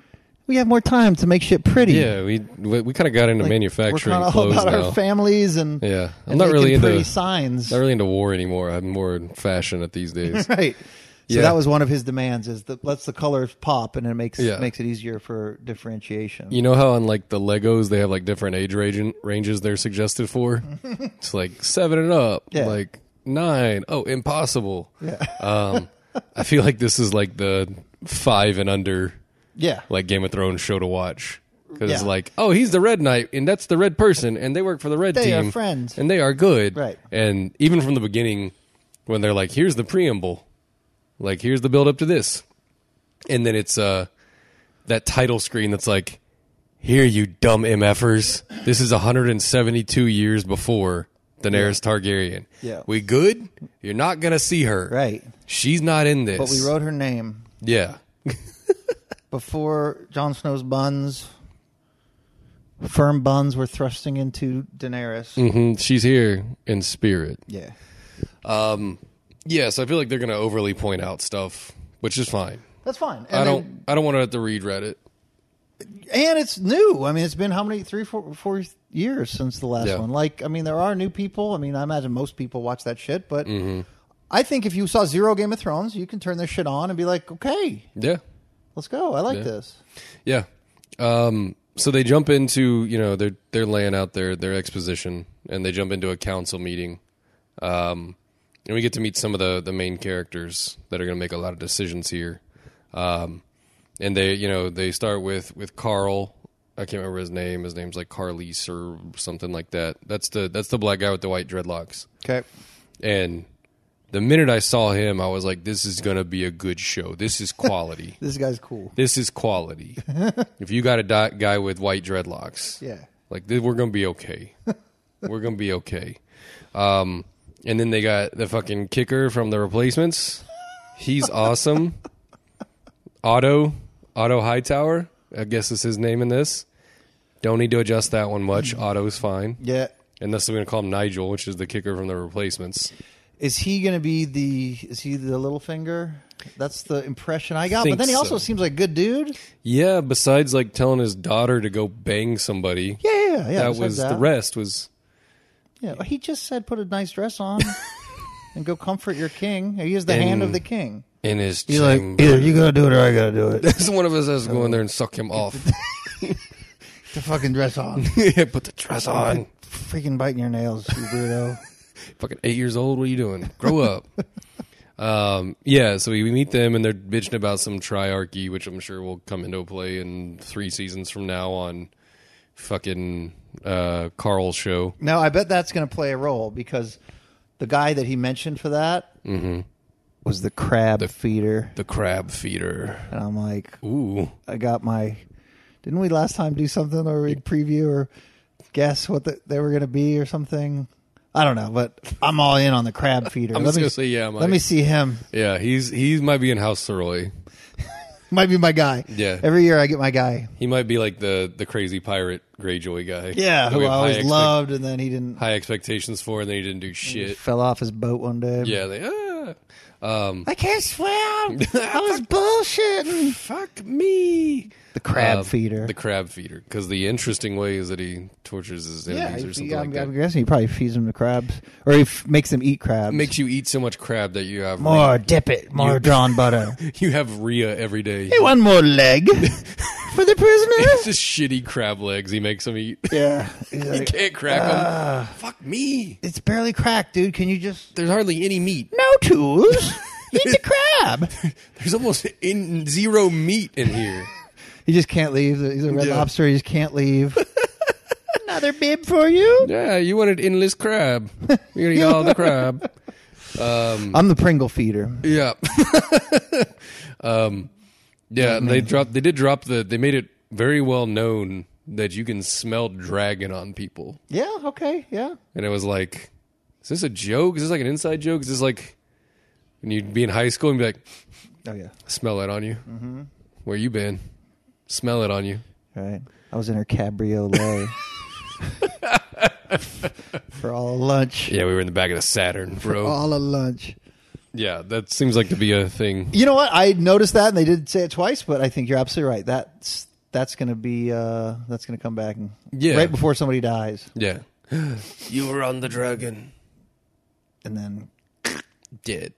B: we have more time to make shit pretty.
A: Yeah, we we, we kind of got into
B: Like,
A: manufacturing
B: We're kinda
A: clothes
B: all about
A: now.
B: our families and
A: yeah, I'm
B: and
A: not
B: making
A: really
B: pretty
A: into
B: signs.
A: not really into war anymore. I'm more in fashion at these days.
B: right. So
A: Yeah.
B: that was one of his demands: is that lets the colors pop, and it makes
A: Yeah.
B: makes it easier for differentiation.
A: You know how on like the Legos they have like different age range, ranges they're suggested for. it's like seven and up,
B: Yeah.
A: like nine. Oh, impossible.
B: Yeah,
A: Um, I feel like this is like the five and under
B: yeah,
A: like Game of Thrones show to watch because
B: Yeah.
A: like oh he's the red knight and that's the red person and they work for the red
B: They are
A: team
B: friends.
A: and they are good
B: Right.
A: and even from the beginning when they're like here's the preamble like here's the build up to this and then it's uh that title screen that's like here you dumb mfers this is 172 years before Daenerys Targaryen
B: Yeah.
A: we good you're not gonna see her
B: right.
A: she's not in this
B: But we wrote her name
A: yeah
B: before Jon Snow's buns, firm buns, were thrusting into Daenerys.
A: Mhm, she's here in spirit
B: Yeah,
A: Yeah, so I feel like they're gonna overly point out stuff, which is fine.
B: that's fine. And
A: I don't.
B: then-
A: I don't want to have to read Reddit.
B: and it's new. I mean, it's been how many three, four, four years since the last
A: Yeah.
B: one. Like, I mean, there are new people. I mean, I imagine most people watch that shit, but
A: Mm-hmm.
B: I think if you saw zero Game of Thrones, you can turn this shit on and be like, okay,
A: Yeah,
B: let's go. I like this.
A: yeah. Um, so they jump into you know they're they're laying out their their exposition, and they jump into a council meeting, um, and we get to meet some of the the main characters that are gonna make a lot of decisions here. Um, and they you know they start with with Carl. I can't remember his name. His name's like Carlise or something like that. That's the that's the black guy with the white dreadlocks.
B: Okay.
A: And the minute I saw him, I was like, this is going to be a good show. This is quality.
B: This guy's cool.
A: this is quality. if you got a di- guy with white dreadlocks,
B: Yeah.
A: like th- we're going to be okay. we're going to be okay. Um, and then they got the fucking kicker from the replacements. He's awesome. Otto, Otto Hightower, I guess is his name in this. Don't need to adjust that one much. Otto's fine.
B: Yeah.
A: Unless we're going to call him Nigel, which is the kicker from the replacements.
B: Is he going to be the? Is he the little finger? That's the impression I got.
A: Think
B: But then he also
A: so.
B: seems like a good dude.
A: Yeah, besides like telling his daughter to go bang somebody.
B: Yeah, yeah, yeah. yeah.
A: that
B: Besides
A: was the rest was
B: Yeah, he just said put a nice dress on and go comfort your king. He is the hand of the king.
A: in his
B: He's like,
A: chamber.
B: either you gotta do it or I gotta do it.
A: That's one of us has to go in there and suck him off.
B: the fucking dress on.
A: yeah, put the dress on.
B: Freaking biting your nails, you weirdo.
A: Fucking eight years old. What are you doing? Grow up. um, yeah. So we, we meet them and they're bitching about some triarchy, which I'm sure will come into play in three seasons from now on. Fucking uh, Carl's show.
B: now I bet that's gonna play a role because the guy that he mentioned for that was the crab feeder.
A: Mm-hmm. The crab feeder.
B: And I'm like,
A: Ooh.
B: I got my didn't we last time do something or we preview or guess what the, they were gonna be or something? I don't know, but I'm all in on the crab feeder.
A: I'm
B: Let
A: just
B: me-
A: gonna say yeah, Mike.
B: Let me see him.
A: Yeah, he's he might be in House Thoroughly.
B: might be my guy.
A: Yeah.
B: Every year I get my guy.
A: He might be like the the crazy pirate Greyjoy guy.
B: Yeah,
A: That
B: who
A: we
B: I
A: have high
B: always
A: expec-
B: loved, Mm. and then he didn't.
A: high expectations for, and then he didn't do shit.
B: Fell off his boat one day.
A: Yeah, they ah,
B: I can't swim. I was bullshitting.
A: fuck me.
B: The crab
A: Uh,
B: feeder.
A: The crab feeder, because the interesting way is that he tortures his
B: yeah,
A: enemies
B: he-
A: or something
B: I'm,
A: like
B: I'm
A: that.
B: guessing he probably feeds them to crabs, or he f- makes them eat crabs.
A: Makes you eat so much crab that you have
B: more dip it, more drawn butter.
A: you have Rhea every day.
B: hey, one more leg for the
A: It's
B: prisoner.
A: just shitty crab legs he makes him eat.
B: yeah, He's
A: he
B: like, ah.
A: can't crack them. Fuck me.
B: it's barely cracked, dude. Can you just
A: There's hardly any meat.
B: no tools? Eat the crab.
A: There's almost in zero meat in here.
B: He just can't leave. He's a red
A: Yeah.
B: lobster. He just can't leave. Another bib for you.
A: Yeah, you wanted endless crab. You're gonna eat all the crab.
B: I'm the Pringle feeder.
A: Yeah. um, yeah, and they dropped. They did drop the. They made it very well known that you can smell dragon on people,
B: Yeah. Okay. Yeah.
A: and it was like, is this a joke? Is this like an inside joke? Is this like, and you'd be in high school and be like,
B: Oh yeah.
A: smell it on you. Where you been? Smell it on you.
B: Right. I was in her cabriolet for all of lunch.
A: Yeah, we were in the back of the Saturn, bro.
B: All of lunch.
A: Yeah, that seems like to be a thing.
B: You know what? I noticed that, and they did say it twice. But I think you're absolutely right. That's that's going to be uh, that's going to come back and,
A: Yeah.
B: right before somebody dies,
A: Yeah. you were on the dragon.
B: and then
A: Dead.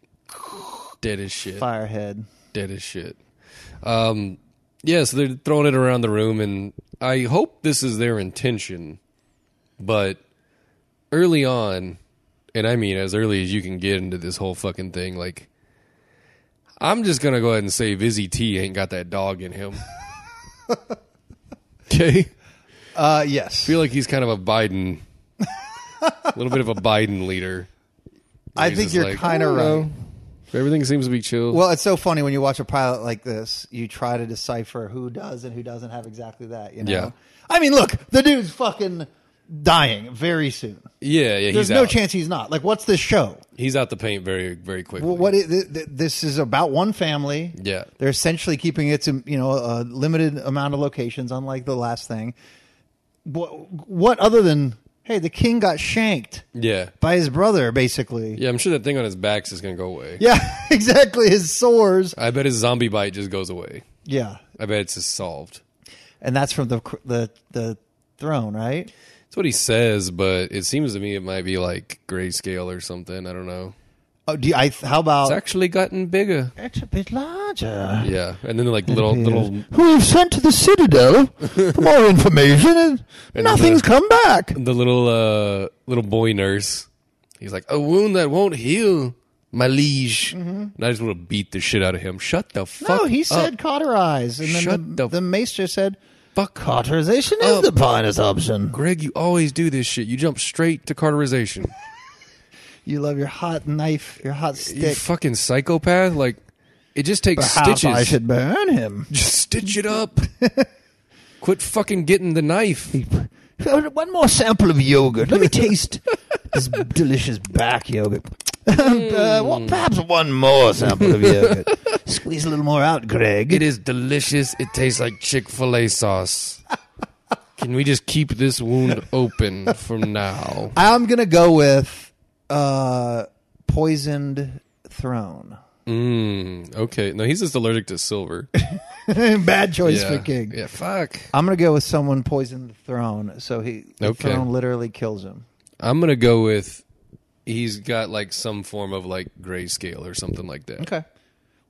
A: Dead as shit.
B: firehead.
A: Dead as shit. Um, yeah, so they're throwing it around the room, and I hope this is their intention. But early on, and I mean as early as you can get into this whole fucking thing, like, I'm just going to go ahead and say Vizzy T ain't got that dog in him. Okay?
B: Uh, yes,
A: feel like he's kind of a Biden, a little bit of a Biden leader.
B: I
A: He's
B: think
A: just
B: you're
A: like,
B: kind
A: "I don't
B: of right.
A: know. Everything seems to be chill.
B: Well, it's so funny when you watch a pilot like this, you try to decipher who does and who doesn't have exactly that. You know,
A: Yeah.
B: I mean, look, the dude's fucking dying very soon.
A: yeah, yeah,
B: There's
A: he's
B: no
A: out.
B: chance he's not. Like, what's this show?
A: He's out the paint very, very quickly.
B: Well, what it, th- th- this is about one family.
A: Yeah.
B: they're essentially keeping it to you know a limited amount of locations, unlike the last thing. What, what other than hey, the king got shanked
A: yeah,
B: by his brother, basically.
A: yeah. I'm sure that thing on his back's is gonna go away.
B: yeah exactly. His sores.
A: I bet his zombie bite just goes away.
B: Yeah,
A: I bet it's just solved.
B: and that's from the cr- the the throne, right?
A: That's what he says, but it seems to me it might be like grayscale or something. I don't know.
B: Oh, do you, I? How about
A: It's actually gotten bigger.
B: it's a bit larger?
A: Yeah, and then like little little
B: Who we've sent to the citadel for more information, and, nothing's come back.
A: the little uh little boy nurse. He's like, a wound that won't heal, my liege. And I just want to beat the shit out of him. Shut the fuck.
B: Mm-hmm. No, he
A: up.
B: said cauterize, and then
A: Shut
B: the,
A: the-
B: the maester said
A: fuck
B: cauterization is
A: Up.
B: the finest option.
A: Greg, you always do this shit. You jump straight to carterization.
B: You love your hot knife, your hot
A: you
B: stick.
A: fucking psychopath. Like, it just takes
B: Perhaps
A: stitches.
B: I should burn him.
A: Just stitch it up. Quit fucking getting the knife.
B: One more sample of yogurt. Let me taste this delicious back yogurt. uh, well, perhaps one more sample of yogurt. Squeeze a little more out, Greg.
A: It is delicious. It tastes like Chick fil A sauce. Can we just keep this wound open from now?
B: I'm gonna go with uh, poisoned throne.
A: Mm, okay. No, he's just allergic to silver.
B: Bad choice
A: yeah.
B: for king.
A: Yeah, fuck.
B: I'm gonna go with someone poisoned the throne, so he the
A: Okay.
B: throne literally kills him.
A: I'm gonna go with he's got like some form of like grayscale or something like that.
B: Okay.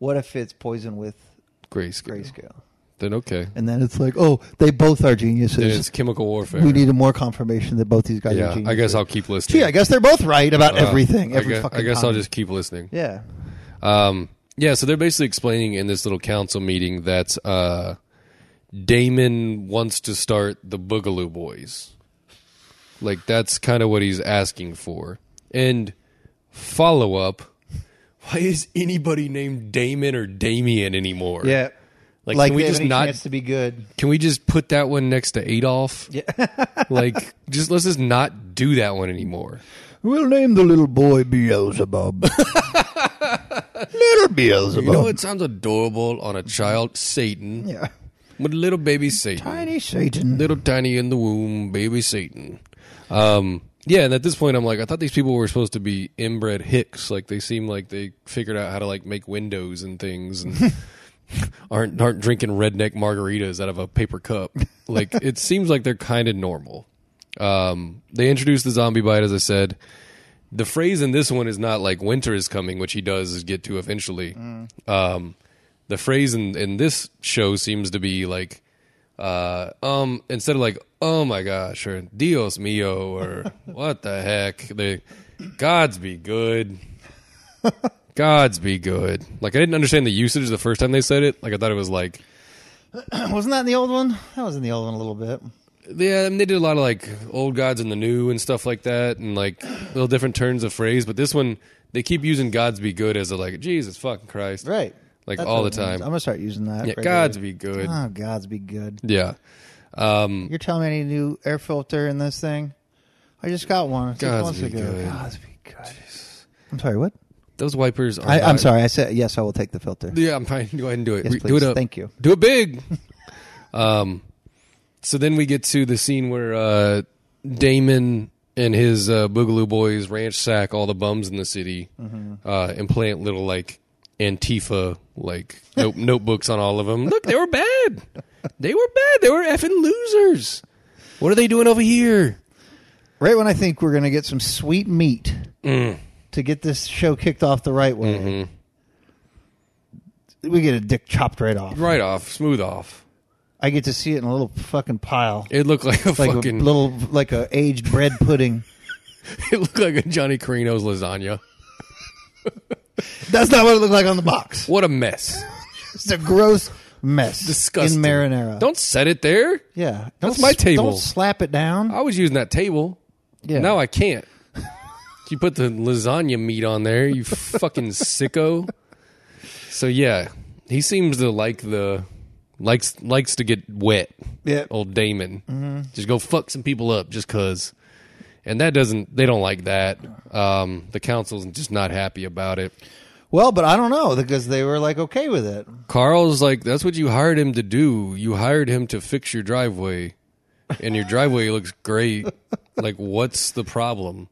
B: What if it's poisoned with
A: Grayscale.
B: grayscale?
A: Then okay.
B: And then it's like, oh, they both are
A: Then
B: geniuses.
A: it's chemical warfare.
B: We needed more confirmation that both these guys are
A: yeah,
B: geniuses.
A: I guess I'll keep listening.
B: Gee, I guess they're both right about
A: Uh,
B: everything.
A: I
B: Every
A: guess,
B: fucking
A: I guess
B: time.
A: I'll just keep listening.
B: yeah.
A: Um, yeah, so they're basically explaining in this little council meeting that uh, Damon wants to start the Boogaloo Boys. Like, that's kind of what he's asking for. And follow up why is anybody named Damon or Damien anymore?
B: Yeah.
A: Like,
B: Like
A: can we
B: they have
A: just
B: any
A: not.
B: chance to be good.
A: Can we just put that one next to Adolf? Yeah. like, just let's just not do that one anymore.
B: We'll name the little boy Beelzebub. little Beelzebub.
A: You know what sounds adorable on a child? Satan.
B: Yeah.
A: With little baby Satan.
B: Tiny Satan.
A: little tiny in the womb, baby Satan. Um, yeah, and at this point, I'm like, I thought these people were supposed to be inbred hicks. Like they seem like they figured out how to like make windows and things, and aren't aren't drinking redneck margaritas out of a paper cup. Like it seems like they're kind of normal. Um, they introduced the zombie bite, as I said. The phrase in this one is not like winter is coming, which he does get to eventually. Um, the phrase in, in this show seems to be like, uh, um, instead of like, oh my gosh, or Dios mio, or what the heck, they, God's be good. God's be good. Like, I didn't understand the usage the first time they said it. Like, I thought it was like,
B: Wasn't that in the old one? That was in the old one a little bit.
A: yeah, I mean, they did a lot of like old gods and the new and stuff like that, and like little different turns of phrase. But this one, they keep using God's be good as a like, Jesus fucking Christ.
B: Right.
A: Like,
B: That's
A: all
B: what
A: the
B: it means.
A: time.
B: I'm gonna start using that.
A: Yeah,
B: regularly.
A: God's be good. Mm.
B: Oh, God's be good.
A: Yeah.
B: You're telling me I need a new air filter in this thing? I just got one six
A: God's
B: months
A: be
B: ago.
A: good.
B: God's be good. I'm sorry. What?
A: Those wipers are.
B: I, I'm
A: not-
B: sorry. I said yes. I will take the filter.
A: Yeah, I'm fine. Go ahead and do it.
B: Yes,
A: Re- do it
B: please.
A: up.
B: Thank you.
A: Do it big. um, so then we get to the scene where uh, Damon and his uh, Boogaloo boys ranch sack all the bums in the city
B: Mm-hmm.
A: uh, and plant little like Antifa like note- notebooks on all of them. Look, they were bad. They were bad. They were effing losers. What are they doing over here?
B: Right when I think we're going to get some sweet meat
A: Mm.
B: to get this show kicked off the right way,
A: Mm-hmm.
B: we get a dick chopped right off.
A: Right off, smooth off.
B: I get to see it in a little fucking pile,
A: It looked like a
B: like
A: fucking.
B: a little like a aged bread pudding.
A: it looked like a Johnny Carino's lasagna.
B: That's not what it looked like on the box.
A: What a mess!
B: It's a gross mess.
A: Disgusting.
B: In marinara.
A: Don't set it there.
B: Yeah. Don't
A: That's my
B: s-
A: table.
B: Don't slap it down.
A: I was using that table.
B: yeah.
A: Now I can't. you put the lasagna meat on there, you fucking sicko. So yeah, he seems to like the likes likes to get wet.
B: Yeah. Mm-hmm.
A: Old Damon. Just go fuck some people up just cuz. And that doesn't they don't like that. Um the council's just not happy about it.
B: Well, but I don't know because they were like okay with it.
A: Carl's like that's what you hired him to do. You hired him to fix your driveway. And your driveway looks great. Like what's the problem?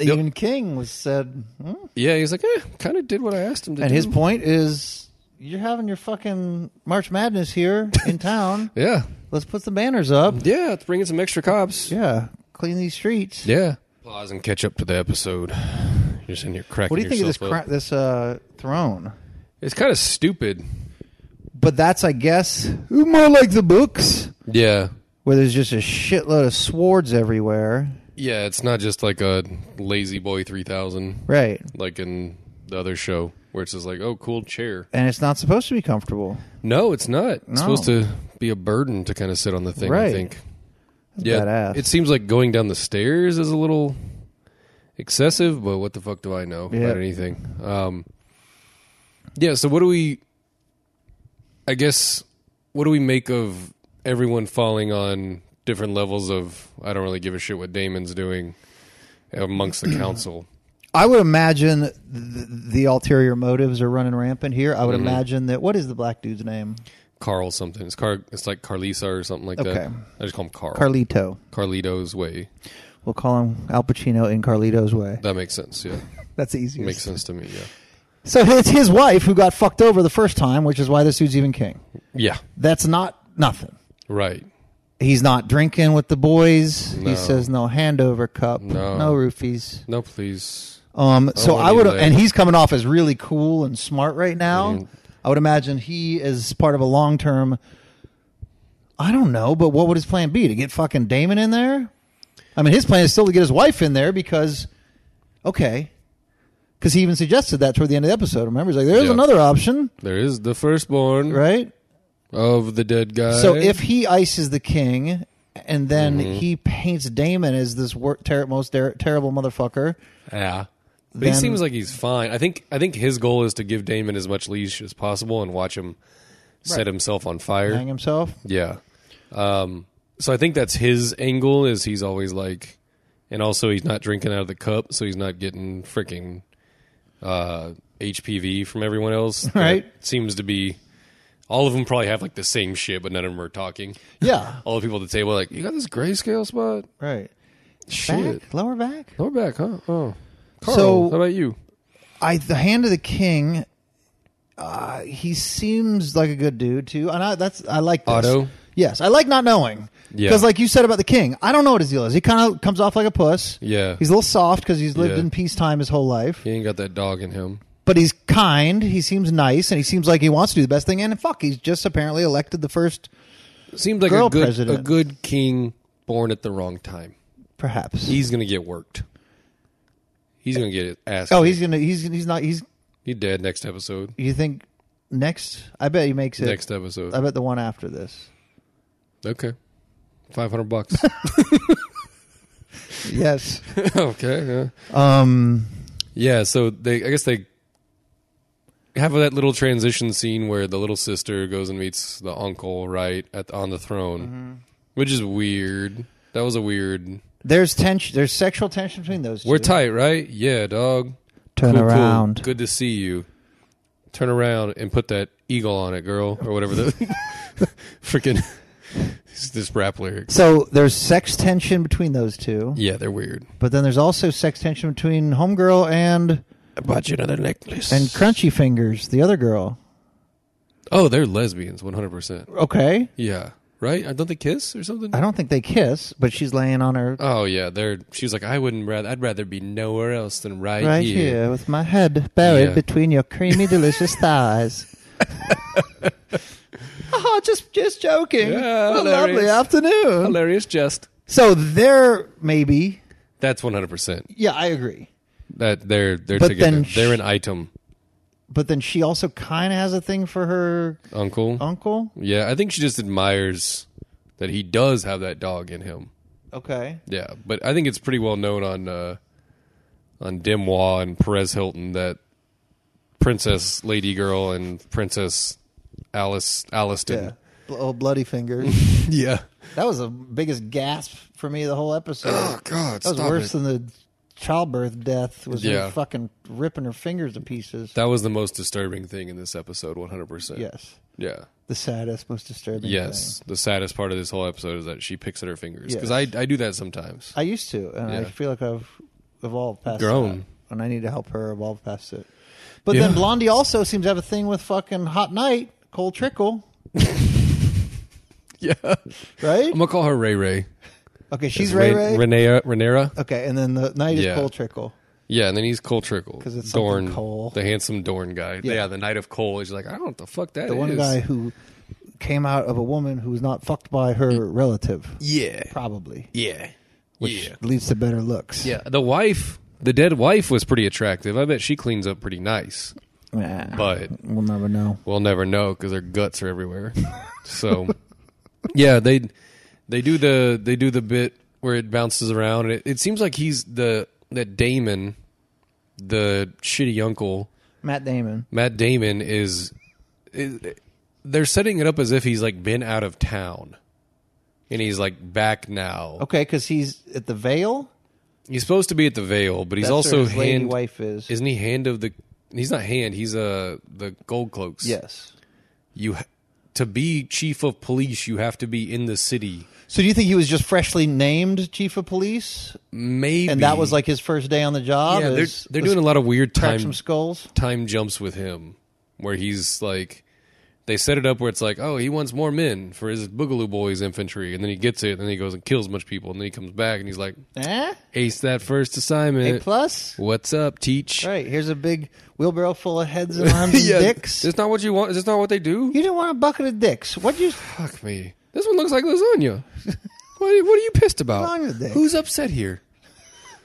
B: Even King was said, "Hmm."
A: Yeah, he's like, eh, kind of did what I asked him to
B: and
A: do.
B: his point is, you're having your fucking March Madness here in town.
A: Yeah.
B: Let's put the banners up.
A: Yeah, let's bring in some extra cops.
B: Yeah, clean these streets.
A: Yeah. Pause and catch up to the episode. You're just in here cracking
B: What do you think of this
A: yourself
B: cra-
A: up.
B: this uh, throne?
A: It's kind of stupid.
B: But that's, I guess, more like the books,
A: Yeah.
B: where there's just a shitload of swords everywhere.
A: Yeah, it's not just like a Lazy Boy 3000
B: Right.
A: like in the other show where it's just like, oh, cool chair.
B: And it's not supposed to be comfortable.
A: No, it's not. It's
B: No.
A: supposed to be a burden to kind of sit on the thing, I
B: Right.
A: think. Yeah.
B: badass.
A: It seems like going down the stairs is a little excessive, but what the fuck do I know
B: Yeah.
A: about anything? Um, yeah, so what do we I guess what do we make of everyone falling on different levels of I don't really give a shit what Damon's doing amongst the council.
B: I would imagine th- the ulterior motives are running rampant here. I would
A: Mm-hmm.
B: imagine that. What is the black dude's name?
A: Carl something. It's Car it's like Carlisa or something like that.
B: Okay.
A: I just call him Carl.
B: Carlito.
A: Carlito's way.
B: We'll call him Al Pacino in Carlito's way.
A: That makes sense, yeah.
B: That's the easiest.
A: Makes sense to me, yeah.
B: So it's his wife who got fucked over the first time, which is why this dude's even king.
A: Yeah.
B: That's not nothing.
A: Right.
B: He's not drinking with the boys.
A: No.
B: He says no handover cup,
A: No.
B: no, roofies.
A: No, please.
B: Um, so
A: want
B: I would,
A: any of that.
B: and he's coming off as really cool and smart right now. I would imagine he is part of a long term. I don't know, but what would his plan be to get fucking Damon in there? I mean, his plan is still to get his wife in there because, okay, because he even suggested that toward the end of the episode. Remember, he's like, "There's
A: Yeah.
B: another option,
A: There is the firstborn
B: right?"
A: of the dead guy.
B: So if he ices the king, and then
A: Mm-hmm.
B: he paints Damon as this wor- ter- most ter- terrible motherfucker,
A: yeah, but he
B: then-
A: seems like he's fine. I think I think his goal is to give Damon as much leash as possible and watch him set himself on fire.
B: hang himself.
A: Yeah. Um. So I think that's his angle. Is he's always like, and also he's not drinking out of the cup, so he's not getting freaking uh, HPV from everyone else. That
B: Right.
A: seems to be. All of them probably have like the same shit, but none of them are talking.
B: Yeah,
A: All the people at the table are like, you got this grayscale spot?
B: right.
A: Shit.
B: Back, lower back.
A: Lower back, huh? Oh. Carl,
B: So-
A: how about you?
B: I the hand of the king. Uh, he seems like a good dude too, and I that's I like this.
A: Otto?
B: Yes, I like not knowing
A: Yeah.
B: because, like you said about the king, I don't know what his deal is. He kind of comes off like a puss.
A: Yeah.
B: he's a little soft because he's lived
A: Yeah.
B: in peacetime his whole life.
A: He ain't got that dog in him.
B: but he's kind. He seems nice, and he seems like he wants to do the best thing. And fuck, he's just apparently elected the first,
A: Seems like
B: Girl
A: a good
B: president.
A: a good king born at the wrong time.
B: perhaps.
A: He's gonna get worked. He's gonna get his ass.
B: oh,
A: kicked.
B: he's gonna. He's he's not. He's.
A: he dead next episode.
B: You think next? I bet he Uh, makes it.
A: Next episode.
B: I bet the one after this.
A: Okay. Five hundred bucks.
B: Yes.
A: okay. Yeah.
B: um.
A: Yeah, so they I guess they have that little transition scene where the little sister goes and meets the uncle right at on the throne,
B: Mm-hmm.
A: which is weird. That was a weird.
B: There's tension. There's sexual tension between those.
A: We're
B: two.
A: tight, right? Yeah, dog.
B: Turn
A: Cool, cool.
B: around.
A: Good to see you. Turn around and put that eagle on it, girl, or whatever the freaking it's this rap lyric.
B: So there's sex tension between those two,
A: Yeah, they're weird.
B: but then there's also sex tension between Homegirl and
A: I bought you another necklace.
B: and Crunchy Fingers, the other girl.
A: Oh, they're lesbians, one hundred percent.
B: Okay.
A: Yeah, right. Uh, Don't they kiss or something?
B: I don't think they kiss, but she's laying on her
A: Oh yeah, they're. She's like, I wouldn't rather. I'd rather be nowhere else than right,
B: right here. with my head buried
A: Yeah.
B: between your creamy, delicious thighs. oh, just just joking.
A: Yeah,
B: what a lovely
A: hilarious.
B: afternoon.
A: Hilarious, just.
B: So they're maybe.
A: That's one hundred percent.
B: Yeah, I agree.
A: That they're they're
B: But
A: together.
B: then sh-
A: they're an item,
B: But then she also kind of has a thing for her
A: uncle.
B: uncle.
A: yeah, I think she just admires that he does have that dog in him.
B: Okay.
A: Yeah, but I think it's pretty well known on uh, on Dimois and Perez Hilton that Princess Lady Girl and Princess Alice
B: Yeah.
A: Alliston.
B: Bl- Oh, bloody fingers.
A: Yeah.
B: that was the biggest gasp for me the whole episode.
A: Oh God,
B: that was
A: stop
B: worse
A: it.
B: than the childbirth death. Was
A: Yeah.
B: her fucking ripping her fingers to pieces.
A: that was the most disturbing thing in this episode, one hundred percent.
B: yes.
A: Yeah.
B: The saddest, most disturbing.
A: Yes, the saddest part of this whole episode is that she picks at her fingers because
B: Yes.
A: I I do that sometimes.
B: thing. I used to, and I
A: Yeah.
B: feel like I've evolved past
A: Grown.
B: that, and I need to help her evolve past it. But
A: Yeah.
B: then Blondie also seems to have a thing with fucking Hot Night Cole Trickle,
A: yeah, I'm
B: right?
A: gonna call her Ray Ray.
B: Okay, she's Ray Ray.
A: Renera. Renera.
B: okay, and then the night is
A: Yeah.
B: Cole Trickle.
A: Yeah, and then he's Cole Trickle
B: 'Cause it's
A: Dorn,
B: something Cole.
A: the handsome Dorn guy.
B: Yeah.
A: Yeah. the Knight of Cole. He's like, I don't know what the fuck that is.
B: The one guy who came out of a woman who was not fucked by her relative,
A: Yeah,
B: probably,
A: yeah,
B: which
A: yeah,
B: leads to better looks.
A: yeah. The wife, the dead wife, was pretty attractive. I bet she cleans up pretty nice,
B: Yeah.
A: but
B: we'll never know.
A: We'll never know because their guts are everywhere. so, yeah, they they do the they do the bit where it bounces around. And it, it seems like he's the that Damon, the shitty uncle
B: Matt Damon.
A: Matt Damon is, is. They're setting it up as if he's like been out of town, and he's like back now.
B: Okay, because he's at the Vale.
A: He's supposed to be at the Vale, but he's
B: That's
A: also
B: where his lady
A: hand.
B: wife is.
A: Isn't he hand of the? He's not hand. He's uh the gold cloaks.
B: yes.
A: you ha- to be chief of police you have to be in the city
B: So do you think he was just freshly named chief of police,
A: maybe
B: and that was like his first day on the job?
A: yeah they're,
B: is-
A: they're
B: let's
A: doing a lot of weird
B: crack
A: time
B: some skulls.
A: time jumps with him where he's like they set it up where it's like oh he wants more men for his boogaloo boys infantry and then he gets it and then he goes and kills a bunch of people and then he comes back and he's like
B: Eh?
A: ace that first assignment
B: A plus.
A: what's up teach
B: Right here's a big wheelbarrow full of heads and arms and dicks.
A: is not what you want is this not what they do
B: you didn't want a bucket of dicks. What you?
A: fuck me this one looks like lasagna what, are, what are you pissed about
B: wrong with that?
A: who's upset here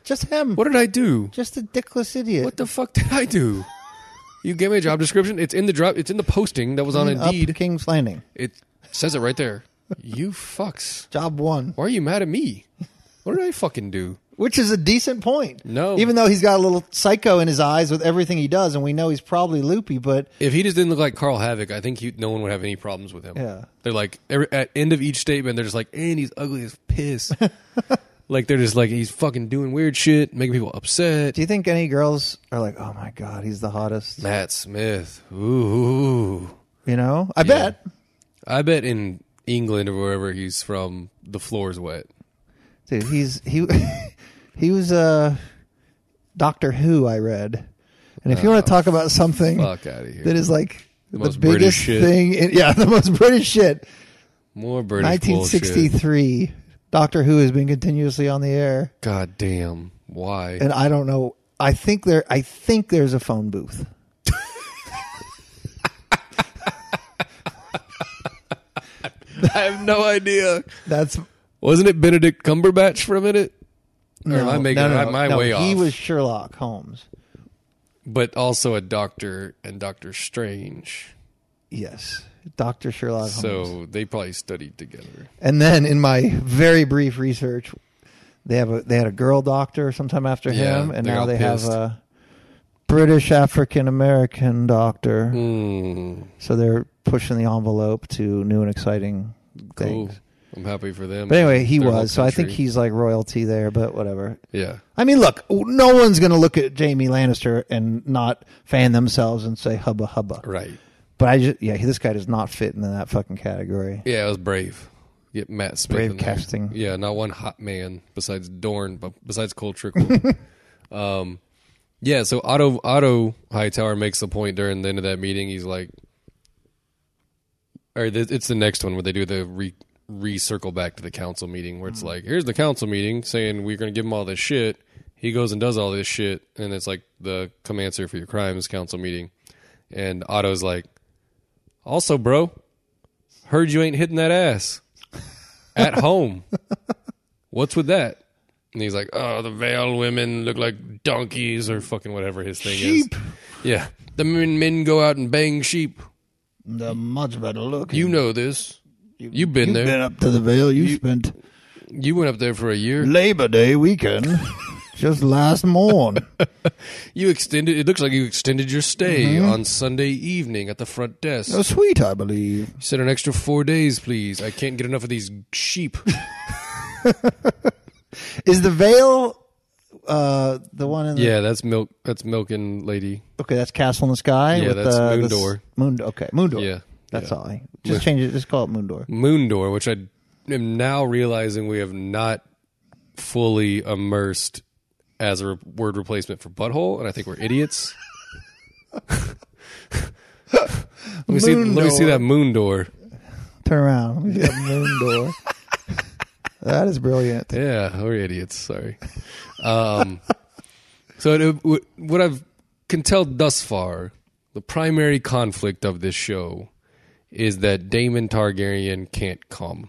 B: Just him.
A: what did i do
B: Just a dickless idiot.
A: What the fuck did I do? You gave me a job description. It's in the drop. It's in the posting that was on
B: Up
A: Indeed.
B: King's Landing.
A: It says it right there. You fucks.
B: Job one,
A: Why are you mad at me? What did I fucking do?
B: which is a decent point.
A: No.
B: even though he's got a little psycho in his eyes with everything he does, and we know he's probably loopy, but
A: If he just didn't look like Carl Havoc, I think he, no one would have any problems with him.
B: Yeah.
A: They're like every, at end of each statement, they're just like, and he's ugly as piss. like they're just like he's fucking doing weird shit, making people upset.
B: do you think any girls are like, "Oh my god, he's the hottest"?
A: Matt Smith. Ooh.
B: You know, I bet.
A: I bet in England or wherever he's from, the floor's wet.
B: Dude, he's he he was uh Doctor Who I read. And if you want to talk about something
A: Oh, Fuck out of here.
B: that is like the,
A: most British
B: biggest
A: shit.
B: thing in, yeah, the most British shit.
A: More British bullshit.
B: 1963 Doctor Who has been continuously on the air
A: God damn. Why?
B: and I don't know I think there I think there's a phone booth.
A: I have no idea.
B: That's
A: Wasn't it Benedict Cumberbatch for a minute? Or
B: no,
A: am I making
B: no, no,
A: am I
B: no,
A: way
B: He
A: off?
B: was Sherlock Holmes.
A: but also a doctor and Doctor Strange.
B: Yes. Dr. Sherlock Holmes.
A: So they probably studied together.
B: And then in my very brief research, they have a they had a girl doctor sometime after
A: Yeah,
B: him, and
A: they
B: now
A: got
B: they
A: pissed.
B: have a British African American doctor.
A: Hmm.
B: So they're pushing the envelope to new and exciting
A: Cool.
B: things.
A: I'm happy for them.
B: But anyway, he
A: Their whole
B: was. So I think
A: country.
B: he's like royalty there, but whatever.
A: Yeah.
B: I mean, look, no one's going to look at Jamie Lannister and not fan themselves and say hubba hubba.
A: Right.
B: But I just, yeah, this guy does not fit into that fucking category.
A: Yeah, it was brave. Get Matt Smith.
B: Brave
A: in there.
B: casting.
A: Yeah, not one hot man besides Dorn, but besides Cole Trickle. um, yeah, so Otto Otto Hightower makes the point during the end of that meeting. He's like, or th- it's the next one where they do the re recircle back to the council meeting
B: Mm.
A: where it's like, here's the council meeting saying we're going to give him all this shit. He goes and does all this shit, and it's like the come answer for your crimes council meeting, and Otto's like, also, bro, heard you ain't hitting that ass at home. What's with that? And he's like, oh, the veil women look like donkeys or fucking whatever his thing
B: Sheep.
A: is. Yeah, the men, men go out and bang sheep.
B: The much better look.
A: You know this. You've been there.
B: up to the Vale. You, spent
A: You went up there for a year.
B: Labor Day weekend just last morn.
A: You extended. It looks like you extended your stay on Sunday evening at the front desk.
B: A sweet, I believe.
A: You said an extra four days, please. I can't get enough of these sheep.
B: Is the Vale uh, the one in the.
A: yeah, that's milk. That's milking lady.
B: Okay, that's Castle in the Sky.
A: Yeah,
B: with,
A: that's
B: uh, the s-
A: Moondor.
B: Moon, okay, Moondor.
A: Yeah,
B: That's
A: yeah.
B: all. I, just change it. Just call it Moondor.
A: Moondor, which I am now realizing we have not fully immersed as a re- word replacement for butthole, and I think we're idiots. let me see. Let me see
B: Moondor.
A: that Moondor.
B: Turn around. Let me see that Moondor. that is brilliant.
A: Yeah, we're idiots. Sorry. Um, so it, w- what I've can tell thus far, the primary conflict of this show is that Damon Targaryen can't come.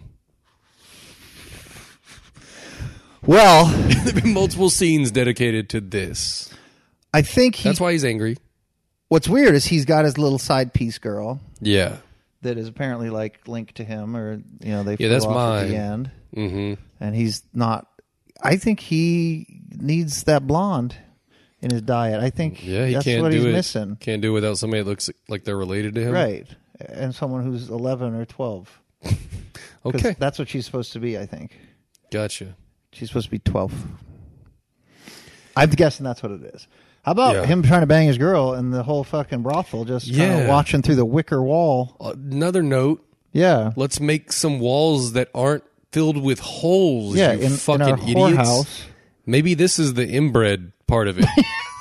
B: Well,
A: There've been multiple scenes dedicated to this.
B: I think he,
A: That's why he's angry.
B: what's weird is he's got his little side piece girl
A: Yeah.
B: that is apparently like linked to him, or you know they
A: Yeah,
B: flew
A: that's
B: off at
A: mine.
B: the end,
A: hmm
B: and he's not. I think he needs that blonde in his diet. I think
A: Yeah, he
B: that's
A: can't
B: what
A: do
B: he's
A: it.
B: missing,
A: Can't do it without somebody that looks like they're related to him.
B: right? And someone who's eleven or twelve. Because
A: Okay.
B: that's what she's supposed to be, I think.
A: Gotcha.
B: She's supposed to be 12. I'm guessing that's what it is. How about
A: Yeah.
B: him trying to bang his girl and the whole fucking brothel just kind
A: Yeah.
B: of watching through the wicker wall?
A: Another note.
B: Yeah.
A: Let's make some walls that aren't filled with holes.
B: Yeah,
A: you
B: in, in
A: fucking
B: our
A: idiots.
B: whorehouse.
A: Maybe this is the inbred part of it.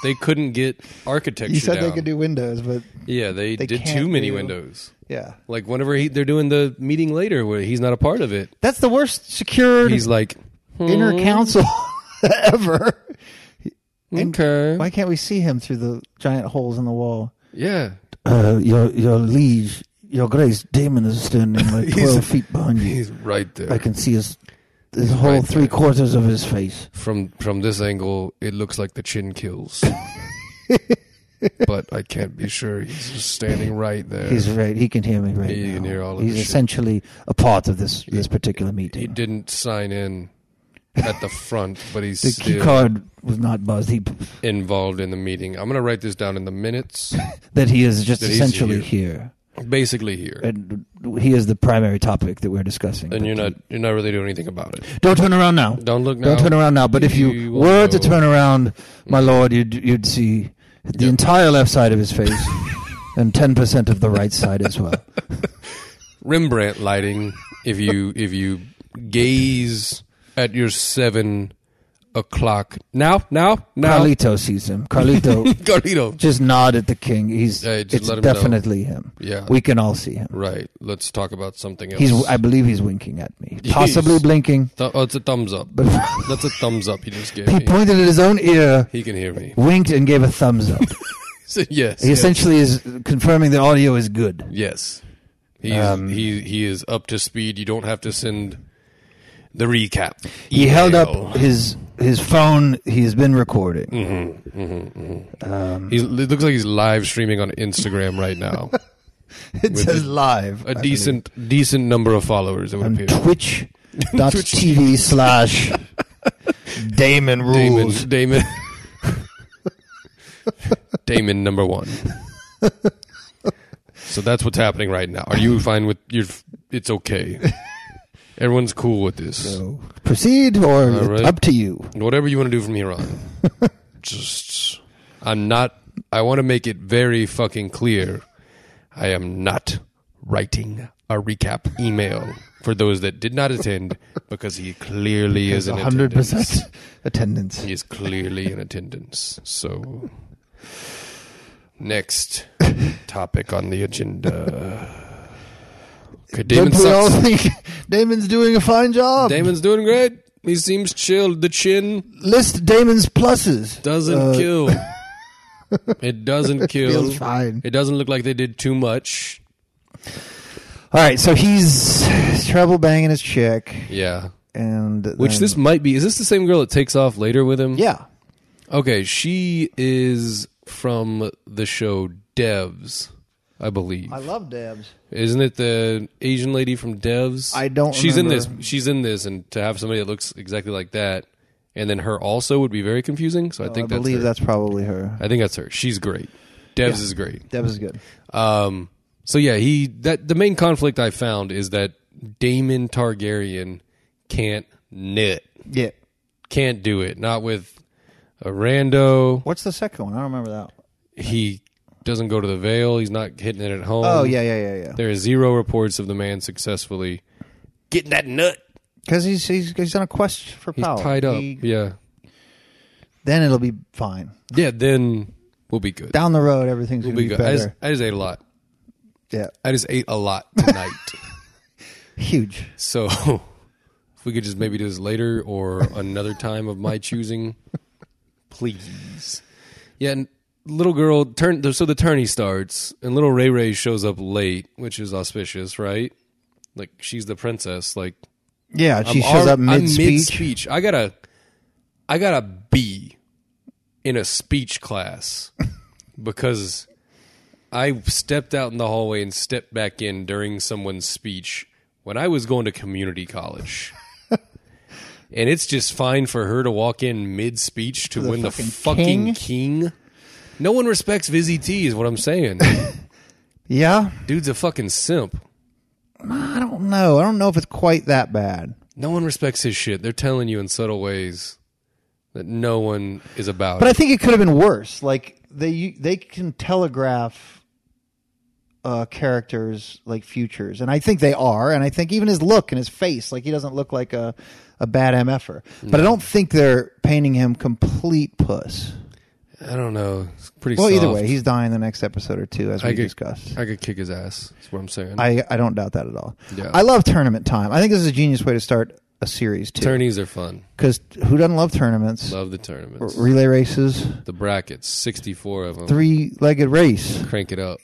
A: they couldn't get architecture.
B: You said they
A: down.
B: could do windows, but
A: Yeah, they,
B: they
A: did
B: can't
A: too many
B: do-
A: windows.
B: yeah.
A: Like whenever he, they're doing the meeting later, where he's not a part of it.
B: That's the worst secured
A: He's like, "Mm."
B: inner council ever.
A: okay,
B: Why can't we see him through the giant holes in the wall?
A: yeah,
E: Uh, your your liege, your grace, Damon is standing like twelve feet behind you.
A: he's right there.
E: I can see his his whole
A: right
E: three
A: there.
E: quarters of his face.
A: from from this angle, it looks like the chin kills. but I can't be sure. He's just standing right there.
E: He's right. He can hear me right
A: He
E: now.
A: can hear all of
E: He's
A: this shit.
E: essentially a part of this this particular meeting.
A: he didn't sign in at the front, but he's
E: the key
A: still
E: card was not buzzed. He
A: involved in the meeting. I'm gonna write this down in the minutes.
E: that he is just
A: That he's
E: essentially here.
A: Basically here.
E: and he is the primary topic that we're discussing.
A: and
E: But
A: you're not
E: he-
A: you're not really doing anything about it.
E: Don't turn around now.
A: Don't look now.
E: Don't turn around now. But if you,
A: You Mm. will
E: were to
A: know.
E: turn around, my lord, you'd you'd see the entire left side of his face and ten percent of the right side as well.
A: Rembrandt lighting. If you if you gaze at your seven o'clock now now now
E: Carlito sees him. Carlito,
A: Carlito.
E: just nod at the king. He's
A: Hey, just
E: it's
A: let him know.
E: definitely him.
A: Yeah.
E: we can all see him.
A: Right. Let's talk about something else.
E: He's I believe he's winking at me, possibly
A: Jeez.
E: blinking.
A: Th- oh, it's a thumbs up.
E: But
A: That's a thumbs up he just gave
E: he
A: me.
E: pointed at his own ear,
A: He can hear me.
E: winked, and gave a thumbs up.
A: So, yes.
E: he
A: yes.
E: essentially is confirming the audio is good.
A: Yes. He's,
E: Um,
A: he he is up to speed. You don't have to send the recap.
E: He held
A: Email.
E: up his his phone. He has been recording.
A: Mm. He's, it looks like he's live streaming on Instagram right now.
E: It says
A: a-
E: live. I
A: A
E: believe.
A: decent decent number of followers. It would
E: on
A: appear.
E: Twitch dot TV slash Damon
A: Damon.
E: rules.
A: Damon. Damon number one. So that's what's happening right now. Are you fine with your? It's okay. Everyone's cool with this.
E: So proceed or
A: All right.
E: up to you.
A: Whatever you want to do from here on. Just, I'm not. I want to make it very fucking clear. I am not writing a recap email for those that did not attend because he clearly is in
B: hundred
A: attendance.
B: percent attendance.
A: He is clearly in attendance. So, next topic on the agenda. Okay, Damon
B: Don't we all
A: sucks.
B: think Damon's doing a fine job?
A: Damon's doing great. He seems chilled. The chin
B: List Damon's pluses.
A: doesn't
B: Uh,
A: kill. It doesn't kill.
B: Feels fine.
A: It doesn't look like they did too much.
B: All right, so he's treble banging his chick,
A: Yeah.
B: and
A: Which
B: then-
A: this might be. Is this the same girl that takes off later with him?
B: Um, yeah,
A: Okay, she is from the show Devs, I believe.
B: I love Debs.
A: Isn't it the Asian lady from Devs?
B: I don't
A: She's in
B: remember.
A: this. She's in this, and to have somebody that looks exactly like that, and then her also would be very confusing. So I
B: Oh, I,
A: think that's
B: believe
A: her.
B: that's probably her.
A: I think that's her. She's great. Devs is great.
B: Debs is good.
A: Um, so yeah, he that the main conflict I found is that Damon Targaryen can't knit,
B: Yeah.
A: can't do it. Not with a rando.
B: What's the second one? I don't remember
A: Um,
B: that.
A: He doesn't go to the Vale. He's not hitting it at home.
B: Oh yeah, yeah, yeah, yeah.
A: There are zero reports of the man successfully getting that nut.
B: Because he's, he's he's on a quest for
A: He's
B: power.
A: tied up.
B: He-
A: yeah.
B: Then it'll be fine.
A: Yeah, then we'll be good.
B: Down the road, everything's
A: We'll
B: gonna
A: be
B: be,
A: good. I just,
B: better.
A: I just ate a lot.
B: yeah,
A: I just ate a lot tonight.
B: huge.
A: so if we could just maybe do this later or another time of my choosing, please. Yeah, and little girl turn so the tourney starts and little Ray Ray shows up late, which is auspicious, right? Like she's the princess, like
B: Yeah,
A: I'm
B: she shows
A: alre-
B: up
A: I'm
B: mid speech.
A: mid-speech. I got a, I got a B in a speech class because I stepped out in the hallway and stepped back in during someone's speech when I was going to community college. And it's just fine for her to walk in mid speech to win the fucking king. No one respects Vizzy T, is what I'm saying.
B: Yeah,
A: Dude's a fucking simp.
B: I don't know. I don't know if it's quite that bad.
A: No one respects his shit. They're telling you in subtle ways that no one is about.
B: But I
A: it.
B: think it could have been worse. Like they they can telegraph uh, characters like futures, and I think they are. And I think even his look and his face, like he doesn't look like a a bad mf'er. But I don't think they're painting him complete puss.
A: I, don't know. It's pretty.
B: Well, either
A: soft.
B: way, he's dying the next episode or two, as
A: I
B: we
A: could,
B: discussed.
A: I could kick his ass. That's what I'm saying.
B: I, I don't doubt that at all.
A: Yeah.
B: I love tournament time. I think this is a genius way to start a series too.
A: Tourneys are fun.
B: Because who doesn't love tournaments?
A: Love the tournaments.
B: Relay races,
A: the brackets, 64 of them.
B: three-legged race.
A: Crank it up.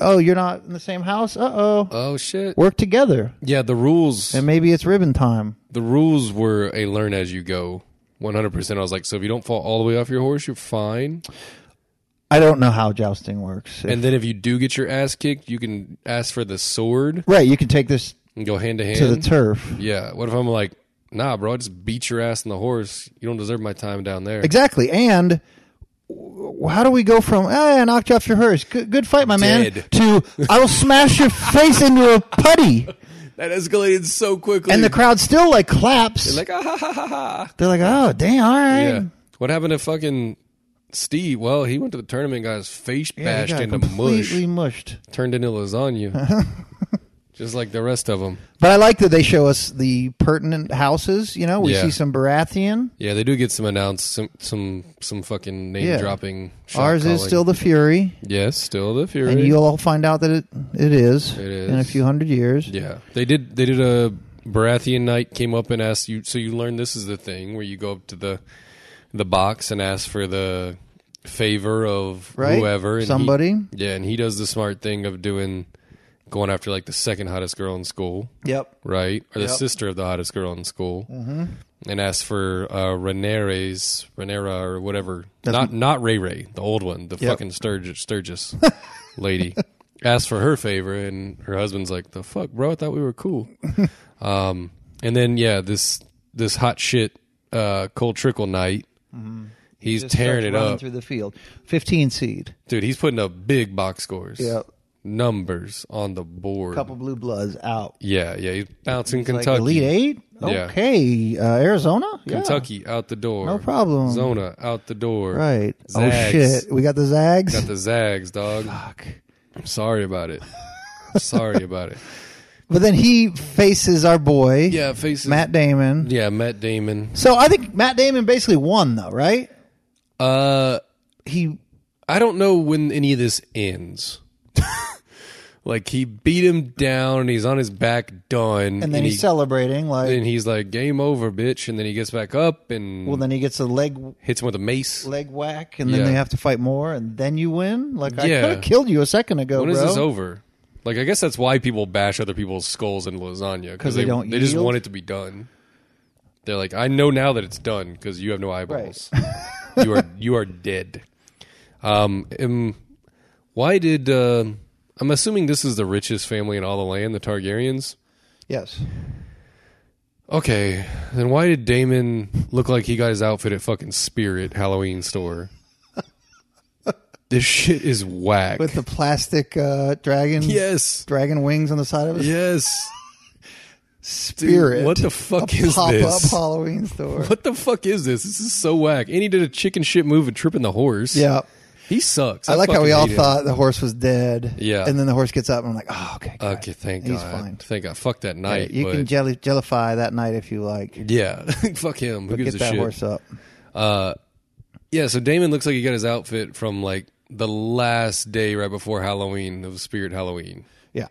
B: Oh, you're not in the same house. Uh oh.
A: Oh shit.
B: Work together,
A: Yeah, the rules.
B: and maybe it's ribbon time.
A: The rules were a learn as you go. 100%. I was like, so if you don't fall all the way off your horse, you're fine.
B: I don't know how jousting works. If-
A: And then if you do get your ass kicked, you can ask for the sword
B: right, you can take this
A: and go hand to hand
B: to the turf.
A: Yeah. What if I'm like, nah, bro, I just beat your ass on the horse. You don't deserve my time down there.
B: Exactly. And w- how do we go from "Ah, I knocked you off your horse, good, good fight, my man,"
A: Dead.
B: to "I'll smash your face into a putty,"
A: That escalated so quickly.
B: and the crowd still like claps. They're
A: like, ah, ha, ha, ha, ha.
B: They're like, "Oh, damn! All right."
A: Yeah. What happened to fucking Steve? Well, he went to the tournament and got his face
B: Yeah, he
A: bashed
B: got
A: into mush,
B: completely mushed.
A: turned into lasagna. just like the rest of them.
B: But I like that they show us the pertinent houses. You know, we
A: Yeah.
B: see some Baratheon.
A: Yeah, they do get some announced, some some, some fucking name
B: Yeah.
A: dropping. shot
B: Ours is
A: calling.
B: still the Fury.
A: yes, still the Fury.
B: and you'll all find out that it, it is
A: is.
B: in a few hundred years.
A: Yeah, they did. They did a Baratheon knight came up and asked you. So you learned this is the thing where you go up to the the box and ask for the favor of
B: Right?
A: whoever, and he-
B: Somebody.
A: yeah, and he does the smart thing of doing going after like the second hottest girl in school,
B: Yep.
A: right, or the
B: Yep.
A: sister of the hottest girl in school, mm-hmm. and ask for uh, Rhaenyra's Rhaenyra or whatever. not not Ray Ray, the old one, the
B: Yep.
A: fucking Sturgis Sturgis lady. Asked for her favor, and her husband's like, "The fuck, bro! I thought we were cool." um, and then yeah, this this hot shit uh, Cole Trickle Knight,
B: Mm-hmm.
A: he's tearing it up,
B: through the field. Fifteen seed,
A: dude. He's putting up big box scores,
B: Yep.
A: numbers on the board.
B: couple blue bloods out.
A: Yeah, yeah, he's bouncing
B: Like
A: Kentucky.
B: Elite eight,
A: Yeah.
B: okay. Uh, Arizona, Yeah.
A: Kentucky out the door.
B: No problem.
A: Zona out the door.
B: right?
A: Zags.
B: Oh shit, we got the Zags.
A: Got the Zags, dog. Fuck. I'm sorry about it. I'm sorry about it.
B: but then he faces our boy,
A: Yeah, faces.
B: Matt Damon.
A: Yeah, Matt Damon.
B: So I think Matt Damon basically won, though, right?
A: Uh,
B: He
A: I don't know when any of this ends. Like he beat him down and he's on his back, done.
B: And then he's celebrating like
A: And he's like, "Game over, bitch!" And then he gets back up and
B: well then he gets a leg
A: hits him with a mace.
B: leg whack and then
A: Yeah.
B: they have to fight more and then you win? Like I
A: Yeah.
B: could have killed you a second ago,
A: When is
B: bro.
A: this over? Like, I guess that's why people bash other people's skulls in lasagna
B: 'Cause they don't
A: They just
B: yield?
A: want it to be done. They're like, I know now that it's done because you have no eyeballs. you are you are dead. Um, um, why did uh, I'm assuming this is the richest family in all the land, the Targaryens?
B: Yes.
A: Okay, then why did Damon look like he got his outfit at fucking Spirit Halloween store? this shit is whack.
B: With the plastic uh, dragon
A: yes,
B: dragon wings on the side of his
A: yes.
B: spirit.
A: what the fuck
B: a
A: is
B: pop
A: this?
B: up Halloween store.
A: What the fuck is this? This is so whack. And he did a chicken shit move of tripping the horse.
B: Yeah.
A: He sucks.
B: I like how
A: fucking
B: we all
A: hate him.
B: thought the horse was dead.
A: Yeah.
B: And then the horse gets up and I'm like, oh, okay. God.
A: Okay, thank
B: He's
A: God.
B: fine.
A: Thank God. Fuck that
B: All
A: night.
B: right, you
A: but
B: can jelly, jellify that night if you like.
A: yeah, fuck him. Who
B: But
A: gives
B: get
A: a
B: that
A: shit?
B: horse up.
A: Yeah, so Damon looks like he got his outfit from like the last day right before Halloween of Spirit Halloween
B: Yeah.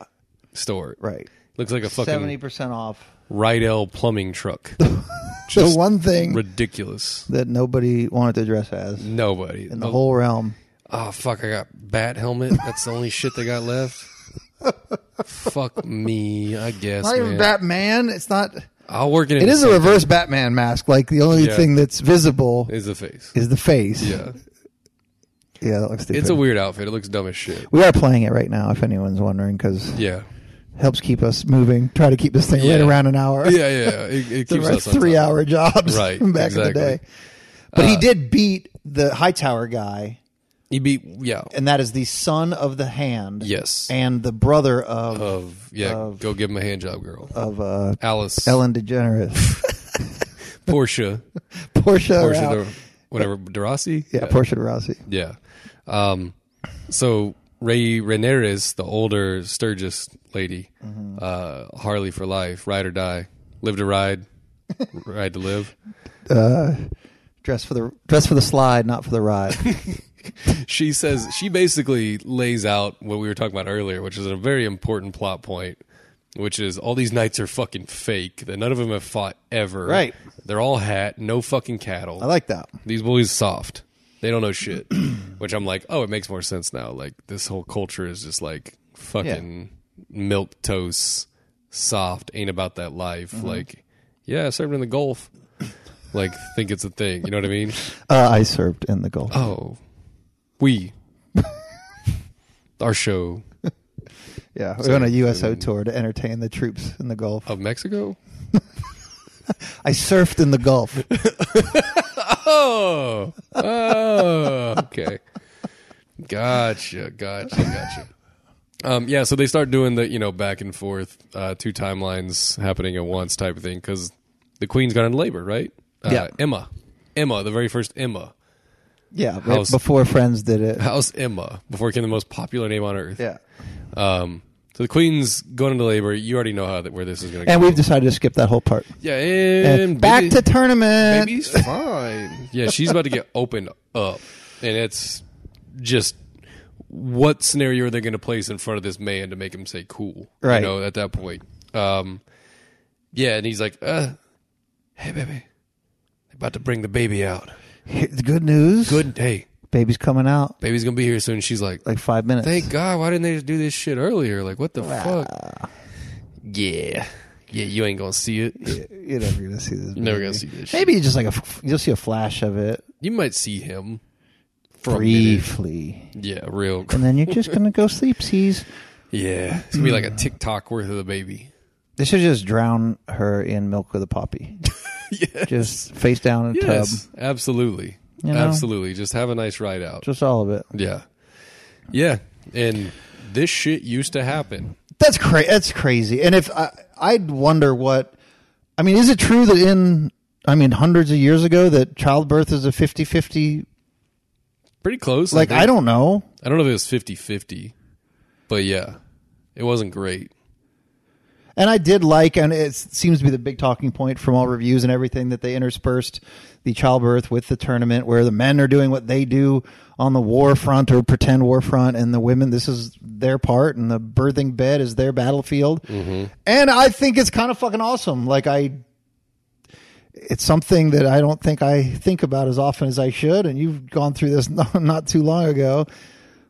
A: store.
B: Right.
A: Looks like a
B: Seventy
A: fucking
B: percent off.
A: Rydell plumbing truck.
B: The
A: Just
B: one thing
A: ridiculous.
B: that nobody wanted to dress as in
A: Nobody.
B: the whole realm.
A: Oh fuck! I got bat helmet. That's the only shit they got left. fuck me, I guess.
B: Not even
A: man.
B: Batman. It's not.
A: I'll work it.
B: It
A: into
B: is a
A: something.
B: reverse Batman mask. Like the only
A: Yeah.
B: thing that's visible
A: Is the face?
B: is the face.
A: Yeah,
B: Yeah. That looks stupid.
A: it's a weird outfit. It looks dumb as shit.
B: we are playing it right now, if anyone's wondering, because
A: Yeah,
B: helps keep us moving. Try to keep this thing right
A: Yeah.
B: around an hour.
A: yeah, yeah. yeah. It, it
B: They
A: keeps
B: were
A: us on
B: three
A: top.
B: hour jobs
A: Right,
B: from back in
A: exactly. Uh,
B: the day. But he did beat the Hightower guy,
A: He beat yeah
B: and that is the son of the hand.
A: Yes. Uh,
B: And the brother of
A: of yeah.
B: of-
A: go give him a hand job, girl.
B: of uh,
A: Alice,
B: Ellen DeGeneres.
A: Portia,
B: Portia.
A: Portia,
B: Rou-
A: the, whatever, Derossi.
B: yeah, Portia de Rossi.
A: Yeah. Um, so Ray Reneres, the older Sturgis lady,
B: Mm-hmm.
A: uh, Harley for life, ride or die, live to ride, ride to live.
B: Dress for the dress for the slide, not for the ride.
A: She says she basically lays out what we were talking about earlier, which is a very important plot point, which is all these knights are fucking fake. That none of them have fought ever.
B: Right.
A: They're all hat, no fucking cattle.
B: I like that.
A: these boys soft. They don't know shit. Which I'm like, oh, it makes more sense now. Like this whole culture is just like fucking milk toast, soft, ain't about that life. Like, yeah, I served in the Gulf. Like, think it's a thing. You know what I mean?
B: Uh, I served in the Gulf.
A: Oh, we, our show
B: yeah, we went on a USO tour to entertain the troops in the Gulf.
A: of Mexico.
B: I surfed in the Gulf.
A: Oh, oh, okay. Gotcha, gotcha, gotcha. Um, yeah, so they start doing the you know back and forth, uh, two timelines happening at once type of thing because the queen's gone into labor, right? Uh,
B: Yeah.
A: Emma, Emma, the very first Emma,
B: Yeah, right
A: House-
B: before Friends did it.
A: House Emma, before it became the most popular name on earth.
B: Yeah.
A: Um, so the queen's going into labor. You already know how that where this is going to
B: And
A: go.
B: we've decided to skip that whole part.
A: yeah, and,
B: And back
A: baby-
B: to tournament.
A: Baby's fine. Yeah, she's about to get opened up, and it's just what scenario are they going to place in front of this man to make him say cool?
B: Right.
A: You know, at that point. Um, yeah, and he's like, uh, "Hey, baby, they about to bring the baby out.
B: It's good news.
A: Good. Hey,
B: Baby's coming out
A: baby's gonna be here soon." She's like,
B: like five minutes.
A: Thank God. Why didn't they just do this shit earlier? Like, what the fuck? Yeah. Yeah, you ain't gonna see it.
B: You're never gonna see this.
A: You're never gonna see this. Shit.
B: Maybe just like a, f- you'll see a flash of it
A: You might see him. for a minute.
B: briefly,
A: Yeah, real.
B: and then you're just gonna go sleep. Sees
A: Yeah, it's gonna be like a TikTok worth of the baby.
B: they should just drown her in milk with a poppy.
A: Yes.
B: Just face down in a
A: Yes,
B: tub.
A: absolutely,
B: You know?
A: absolutely. Just have a nice ride out.
B: Just all of it.
A: yeah, yeah. And this shit used to happen.
B: That's crazy. That's crazy. And if I, I'd wonder what, I mean, is it true that in, I mean, hundreds of years ago that childbirth is a 50 50?
A: Pretty close.
B: Like,
A: think.
B: I don't know.
A: I don't know if it was 50-50, but yeah, it wasn't great.
B: And I did like, and it seems to be the big talking point from all reviews and everything that they interspersed the childbirth with the tournament, where the men are doing what they do on the war front or pretend war front, and the women this is their part, and the birthing bed is their battlefield.
A: Mm-hmm.
B: And I think it's kind of fucking awesome. Like I it's something that I don't think I think about as often as I should. And you've gone through this not, not too long ago.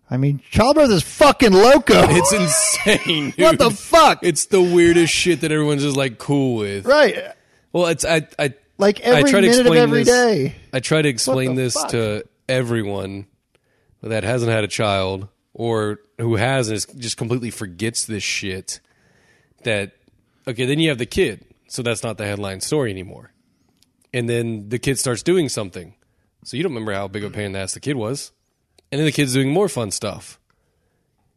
B: I mean, childbirth is fucking loco.
A: It's insane. Dude.
B: What the fuck?
A: It's the weirdest shit that everyone's just like cool with.
B: right.
A: Well, it's I I
B: Like
A: I
B: every
A: try to
B: minute of
A: explain
B: every
A: this-
B: day.
A: I try to explain
B: the
A: this
B: fuck?
A: to everyone that hasn't had a child or who has and is, just completely forgets this shit. That okay, then you have the kid, so that's not the headline story anymore. And then the kid starts doing something, so you don't remember how big of a pain in the ass the kid was. And then the kid's doing more fun stuff.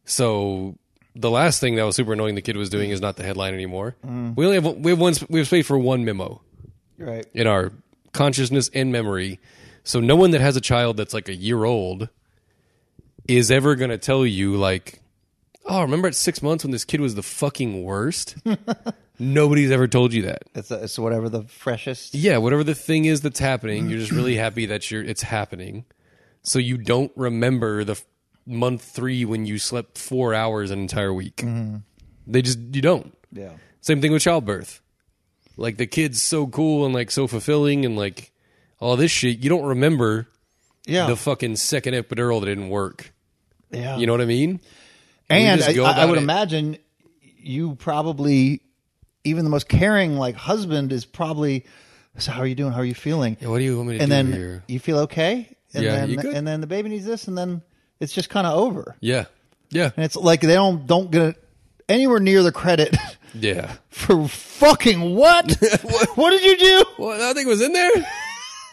A: So the last thing that was super annoying the kid was doing is not the headline anymore.
B: Mm.
A: We only have one- we have one sp- we have space for one memo
B: Right.
A: in our consciousness and memory. So no one that has a child that's like a year old is ever going to tell you like, "Oh, remember at 6 months when this kid was the fucking worst?" Nobody's ever told you that.
B: It's, it's whatever the freshest.
A: Yeah, whatever the thing is that's happening, you're just really happy that you're it's happening. So you don't remember the f- month 3 when you slept 4 hours an entire week. They just you don't.
B: Yeah.
A: Same thing with childbirth. Like the kid's so cool and like so fulfilling and like all this shit. You don't remember
B: Yeah.
A: the fucking second epidural that didn't work.
B: yeah.
A: You know what I mean?
B: and
A: just
B: I,
A: go
B: I- I
A: about
B: would
A: it.
B: imagine you probably, even the most caring like husband is probably, so how are you doing? How are you feeling?
A: Yeah, what do you want me to
B: and
A: do
B: then
A: here?
B: you feel okay. And
A: Yeah,
B: then,
A: you good?
B: and then the baby needs this. And then it's just kind of over.
A: Yeah. Yeah.
B: And it's like they don't don't get anywhere near the credit
A: Yeah.
B: for fucking what? what? did you do?
A: Well, that thing was in there?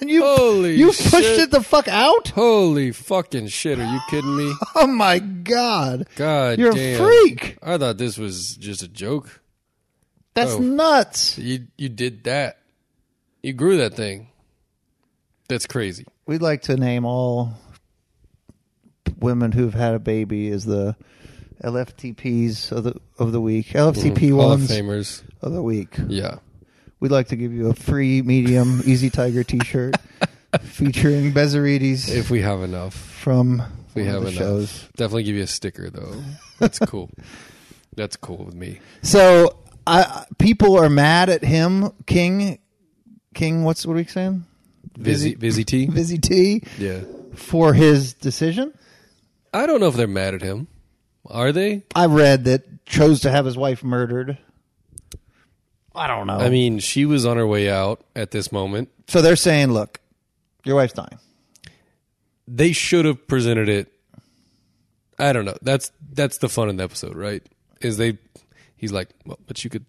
B: And you
A: Holy
B: you pushed
A: shit.
B: it the fuck out?
A: Holy fucking shit. Are you kidding me?
B: Oh my god!
A: God
B: you're
A: damn.
B: a freak.
A: I thought this was just a joke.
B: That's
A: Oh.
B: nuts.
A: You you did that. You grew that thing. That's crazy.
B: We'd like to name all women who've had a baby as the LFTPs of the of the week. LFTP
A: Hall of
B: ones
A: Famers.
B: of the week.
A: Yeah.
B: We'd like to give you a free medium Easy Tiger T-shirt featuring Bezerides.
A: If we have enough.
B: from
A: we
B: one
A: have
B: of the
A: enough.
B: shows.
A: Definitely give you a sticker though. That's cool. That's cool with me.
B: So I, people are mad at him, King. King, what's what are we saying?
A: Vizzy Vizzy T.
B: Vizzy T
A: Yeah.
B: for his decision.
A: I don't know if they're mad at him. Are they?
B: I read that chose to have his wife murdered. I don't know.
A: I mean, she was on her way out at this moment.
B: so they're saying, look, your wife's dying.
A: They should have presented it. I don't know. That's that's the fun of the episode, right? Is they he's like, Well, but you could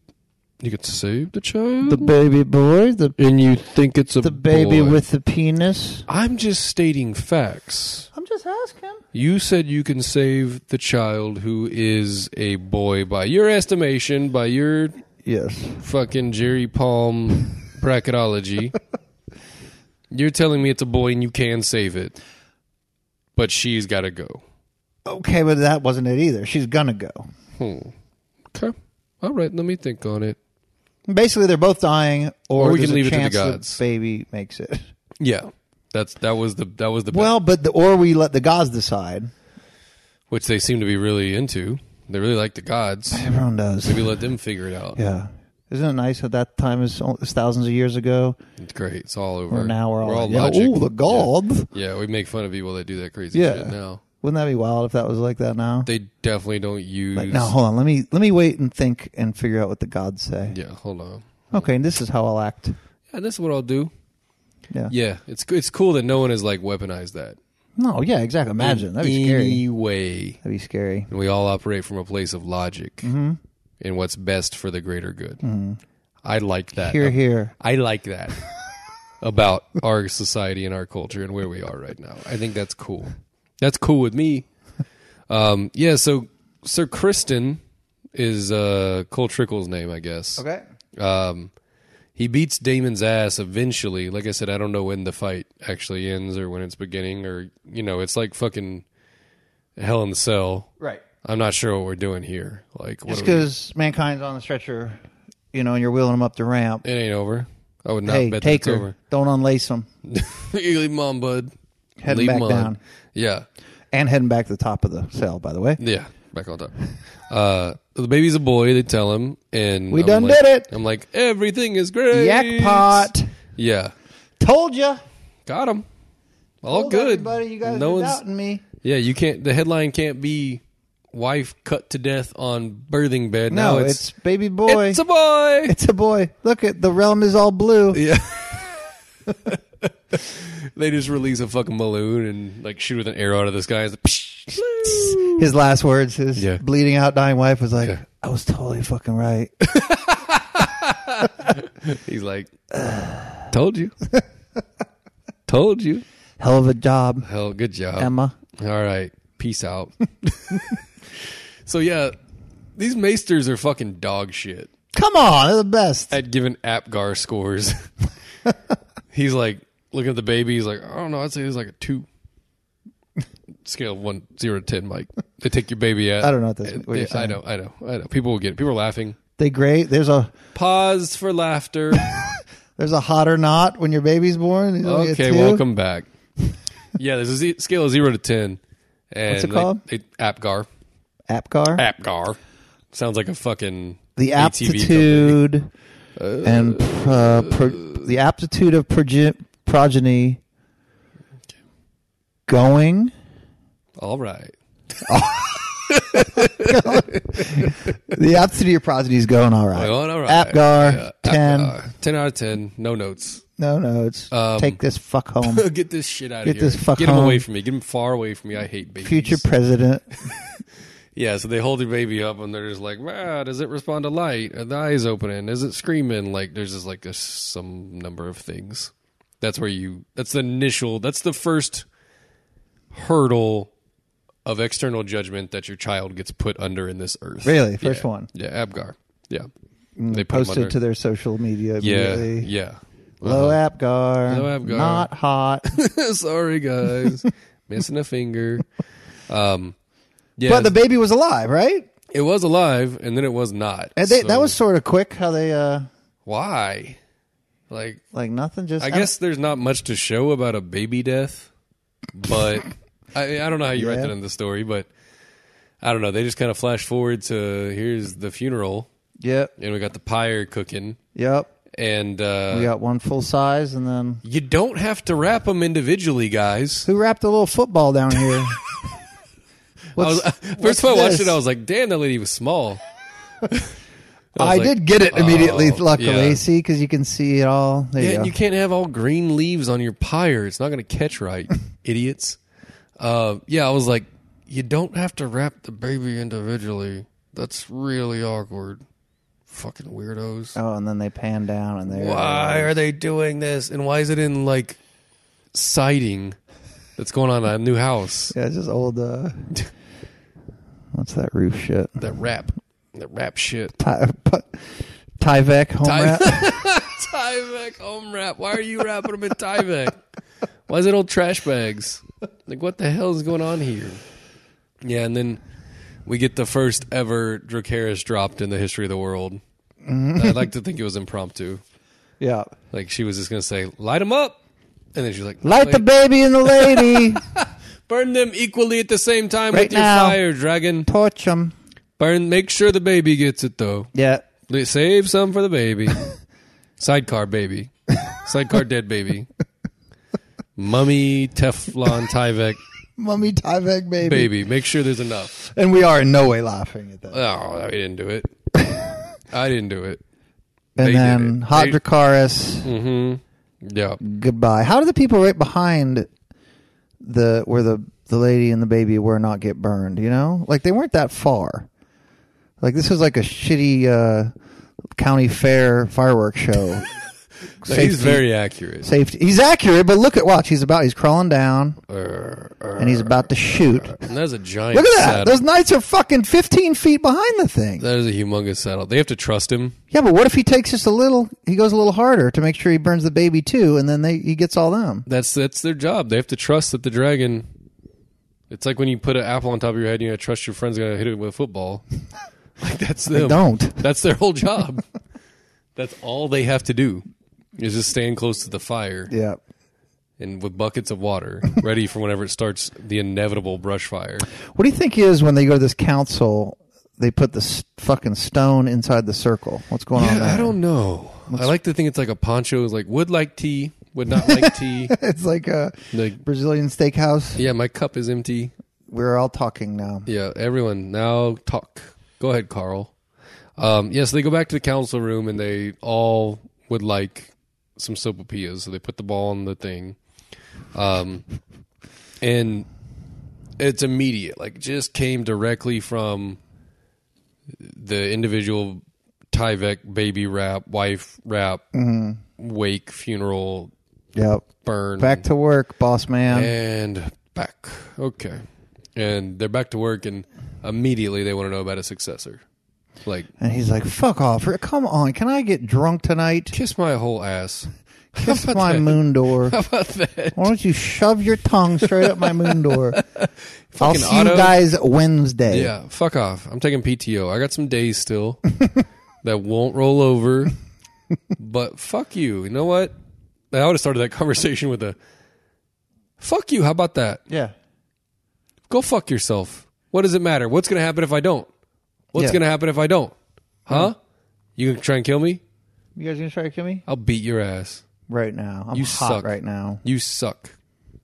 A: you could save the child
B: The baby boy, the
A: and you think it's a
B: the baby
A: boy.
B: with the penis.
A: I'm just stating facts.
B: I'm just asking.
A: You said you can save the child who is a boy by your estimation, by your
B: Yes.
A: fucking Jerry Palm bracketology. You're telling me it's a boy and you can save it, but she's got to go.
B: Okay, but that wasn't it either. She's gonna go.
A: Hmm. Okay. All right. Let me think on it.
B: Basically, they're both dying, or,
A: Or we
B: there's
A: can
B: a
A: leave it to the
B: chance that
A: gods.
B: baby makes it.
A: Yeah. That's that was the that was the bet,
B: Well, but the, or we let the gods decide.
A: which they seem to be really into. They really like the gods.
B: Everyone does.
A: Maybe let them figure it out.
B: Yeah. Isn't it nice that that time is al- is thousands of years ago?
A: It's great. It's all over.
B: Or now we're all, like, yeah,
A: logic.
B: ooh, the gods.
A: Yeah, we make fun of people that do that crazy
B: Yeah.
A: shit now.
B: Wouldn't that be wild if that was like that now?
A: They definitely don't use.
B: Like, no, hold on. Let me let me wait and think and figure out what the gods say.
A: Yeah, hold on.
B: Okay, and this is how I'll act.
A: Yeah, this is what I'll do.
B: Yeah.
A: Yeah, it's it's cool that no one has like weaponized that.
B: No, yeah, exactly. Imagine that'd be scary.
A: Anyway,
B: E That'd be scary.
A: and we all operate from a place of logic
B: Mm-hmm.
A: and what's best for the greater good. I like that.
B: Here, here.
A: I like that about our society and our culture and where we are right now. I think that's cool. That's cool with me. Um, yeah. So Sir Kristen is uh, Cole Trickle's name, I guess.
B: Okay.
A: Um, he beats Damon's ass eventually. Like I said, I don't know when the fight actually ends or when it's beginning, or you know, it's like fucking Hell in the Cell,
B: Right.
A: I'm not sure what we're doing here. Like, what
B: Just
A: are we-
B: because mankind's on the stretcher, you know, and you're wheeling him up the ramp.
A: it ain't over. I would not
B: hey,
A: bet
B: take
A: that's
B: her.
A: over.
B: Don't unlace him.
A: you leave 'em on, bud.
B: Head
A: Leave
B: back
A: 'em on.
B: down.
A: Yeah,
B: And heading back to the top of the cell, by the way.
A: yeah, back on top. Uh, the baby's a boy. They tell him, and
B: We
A: I'm
B: done
A: like-
B: did it.
A: I'm like, everything is great.
B: Jackpot.
A: Yeah,
B: Told ya.
A: got him. All
B: Told
A: good.
B: Everybody, you guys
A: no
B: are
A: one's.
B: doubting me.
A: Yeah, you can't. The headline can't be "Wife cut to death on birthing bed."
B: No,
A: Now
B: it's, baby boy.
A: it's a boy.
B: It's a boy. Look at the realm is all blue.
A: Yeah. they just release a fucking balloon and like shoot with an arrow out of the sky. It's like, "Psh."
B: His last words, his
A: Yeah.
B: bleeding out dying wife was like,
A: Yeah.
B: I was totally fucking right.
A: He's like, "Told you, told you."
B: Hell of a job,
A: Hell, good job,
B: Emma.
A: All right, peace out. so yeah, these maesters are fucking dog shit
B: Come on, they're the best.
A: at giving Apgar scores. he's like looking at the baby. He's like, I don't know. I'd say it was like a two. Scale of one zero to ten, Mike. They take your baby out.
B: I don't know what this- what you're
A: I
B: saying.
A: know, I know, I know. People will get it. People are laughing.
B: They great. There's a
A: Paused for laughter.
B: there's a hot or not when your baby's born. There's only a
A: okay,
B: two.
A: welcome back. Yeah, there's a z- scale of zero to ten. And
B: What's it called?
A: They, they, Apgar.
B: Apgar.
A: Apgar. Sounds like a fucking ATV
B: the aptitude and uh, pro- the aptitude of proge- progeny going
A: company. All right.
B: the aptitude of your progeny is going all right.
A: Going all right.
B: Apgar
A: Yeah,
B: ten.
A: Apgar. Uh, Ten out of ten. No notes.
B: No, no, it's
A: Um,
B: take this fuck home.
A: get this shit out of
B: Get
A: here.
B: this fuck
A: get him
B: home.
A: away from me. Get him far away from me. I hate babies.
B: Future president.
A: yeah, so they hold their baby up and they're just like, ah, does it respond to light? Are the eyes opening? Is it screaming? Like, there's just like a, some number of things. That's where you, that's the initial, that's the first hurdle of external judgment that your child gets put under in this earth.
B: Really? First
A: Yeah.
B: one?
A: Yeah, Abgar. Yeah.
B: They
A: put 'em
B: posted to their social media
A: Yeah.
B: immediately.
A: Yeah. Uh-huh.
B: Low Apgar.
A: Low Apgar.
B: Not hot.
A: Sorry, guys. Missing a finger. Um, yeah,
B: But the baby was alive, right?
A: it was alive, and then it was not.
B: And they,
A: So
B: that was sort of quick how they uh
A: why, like,
B: like nothing just
A: I guess there's not much to show about a baby death, but I, I don't know how you write
B: Yeah.
A: that in the story, but I don't know. They just kind of flash forward to here's the funeral,
B: Yep.
A: and we got the pyre cooking,
B: Yep.
A: and uh,
B: We got one full size, and then
A: you don't have to wrap them individually, guys.
B: who wrapped a little football down here?
A: I was, uh,
B: What's-
A: first
B: what's
A: time I watched
B: this?
A: it, I was like, damn, that lady was small.
B: I,
A: was like,
B: did get it immediately,
A: oh,
B: luckily.
A: yeah.
B: See, because you can see it all. There
A: Yeah,
B: you go.
A: and you can't have all green leaves on your pyre. It's not going to catch right, idiots. Uh, yeah, I was like, you don't have to wrap the baby individually. That's really awkward. Fucking weirdos.
B: oh, and then they pan down, and there.
A: Why are they doing this? And why is it in like siding that's going on in a new house?
B: Yeah, it's just old. Uh, what's that roof shit?
A: That rap, that rap shit.
B: Ty- pu- Tyvek home
A: Ty-
B: wrap.
A: Tyvek home wrap. Why are you wrapping them in Tyvek? Why is it old trash bags? Like, what the hell is going on here? Yeah, and then we get the first ever Dracaris dropped in the history of the world.
B: Mm-hmm.
A: I'd like to think it was impromptu.
B: yeah,
A: Like, she was just going to say, light them up. And then she's like,
B: light the
A: "Wait,
B: baby and the lady.
A: burn them equally at the same time
B: Right
A: with your
B: now.
A: fire, dragon.
B: Torch them.
A: Burn. Make sure the baby gets it, though.
B: Yeah,
A: They Save some for the baby. Sidecar baby. Sidecar dead baby. Mummy Teflon Tyvek
B: mummy Tyvek baby.
A: baby. Make sure there's enough.
B: And we are in no way laughing at that.
A: Oh, I didn't do it. I didn't do it. they
B: and
A: did
B: then
A: it. Hmm.
B: Hadricaris.
A: Yeah.
B: goodbye. How do the people right behind the where the the lady and the baby were not get burned? You know, like they weren't that far. Like this was like a shitty uh, county fair fireworks show.
A: He's very accurate.
B: safety. He's accurate, but look at watch. He's about. He's crawling down, and he's about to shoot.
A: And that's a giant
B: Look at that!
A: saddle.
B: Those knights are fucking fifteen feet behind the thing.
A: that is a humongous saddle. They have to trust him.
B: Yeah, but what if he takes just a little? He goes a little harder to make sure he burns the baby too, and then they he gets all them.
A: That's that's their job. They have to trust that the dragon It's like when you put an apple on top of your head and you gotta trust your friend's gonna hit it with a football. like that's them.
B: Don't.
A: That's their whole job. that's all they have to do is just stand close to the fire
B: Yeah.
A: and with buckets of water, ready for whenever it starts the inevitable brush fire.
B: What do you think is when they go to this council? They put the s- fucking stone inside the circle. What's going on?
A: Yeah, I
B: there?
A: don't know. I like to think it's like a poncho is like would like tea, would not like tea.
B: It's like a
A: Like
B: Brazilian steakhouse.
A: yeah, my cup is empty.
B: We're all talking now.
A: Yeah, everyone now talk. Go ahead, Carl. Um, yes, they go back to the council room and they all would like some sopapillas. So they put the ball on the thing. Um, and it's immediate. Like, it just came directly from the individual Tyvek baby rap, wife rap, wake, funeral,
B: Yep.
A: burn.
B: Back to work, boss man.
A: And back. Okay. And they're back to work, and immediately they want to know about a successor. Like,
B: And he's like, "Fuck off! Rick. Come on, can I get drunk tonight?
A: kiss my whole ass.
B: Kiss my moon door.
A: How about that?
B: Why don't you shove your tongue straight up my moon door? I'll
A: Fucking
B: see
A: auto-
B: you guys Wednesday.
A: Yeah, fuck off. I'm taking PTO. I got some days still that won't roll over. But fuck you. You know what? I would have started that conversation with a fuck you. How about that?
B: yeah,
A: Go fuck yourself. What does it matter? What's going to happen if I don't? What's
B: Yeah.
A: going to happen if I don't? Huh? You going to try and kill me?
B: You guys gonna try to kill me
A: I'll beat your ass.
B: right now? I'm
A: You
B: hot
A: suck.
B: right now.
A: You suck.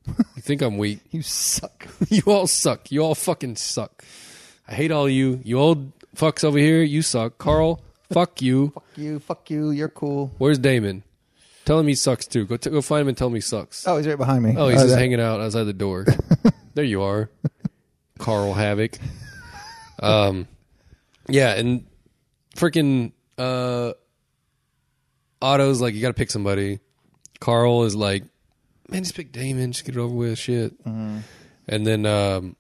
A: You think I'm weak?
B: You suck.
A: you all suck. You all fucking suck. I hate all you. You old fucks over here. You suck. Carl, fuck you.
B: you fuck you. You're cool.
A: Where's Damon? Tell him he sucks too. Go t- go find him and tell him he sucks.
B: Oh, he's right behind me.
A: Oh, he's just
B: that-
A: hanging out outside the door. there you are, Carl Havoc. Um, yeah, and freaking uh, Otto's like, you got to pick somebody. Carl is like, man, just pick Damon, just get it over with, shit. And then um,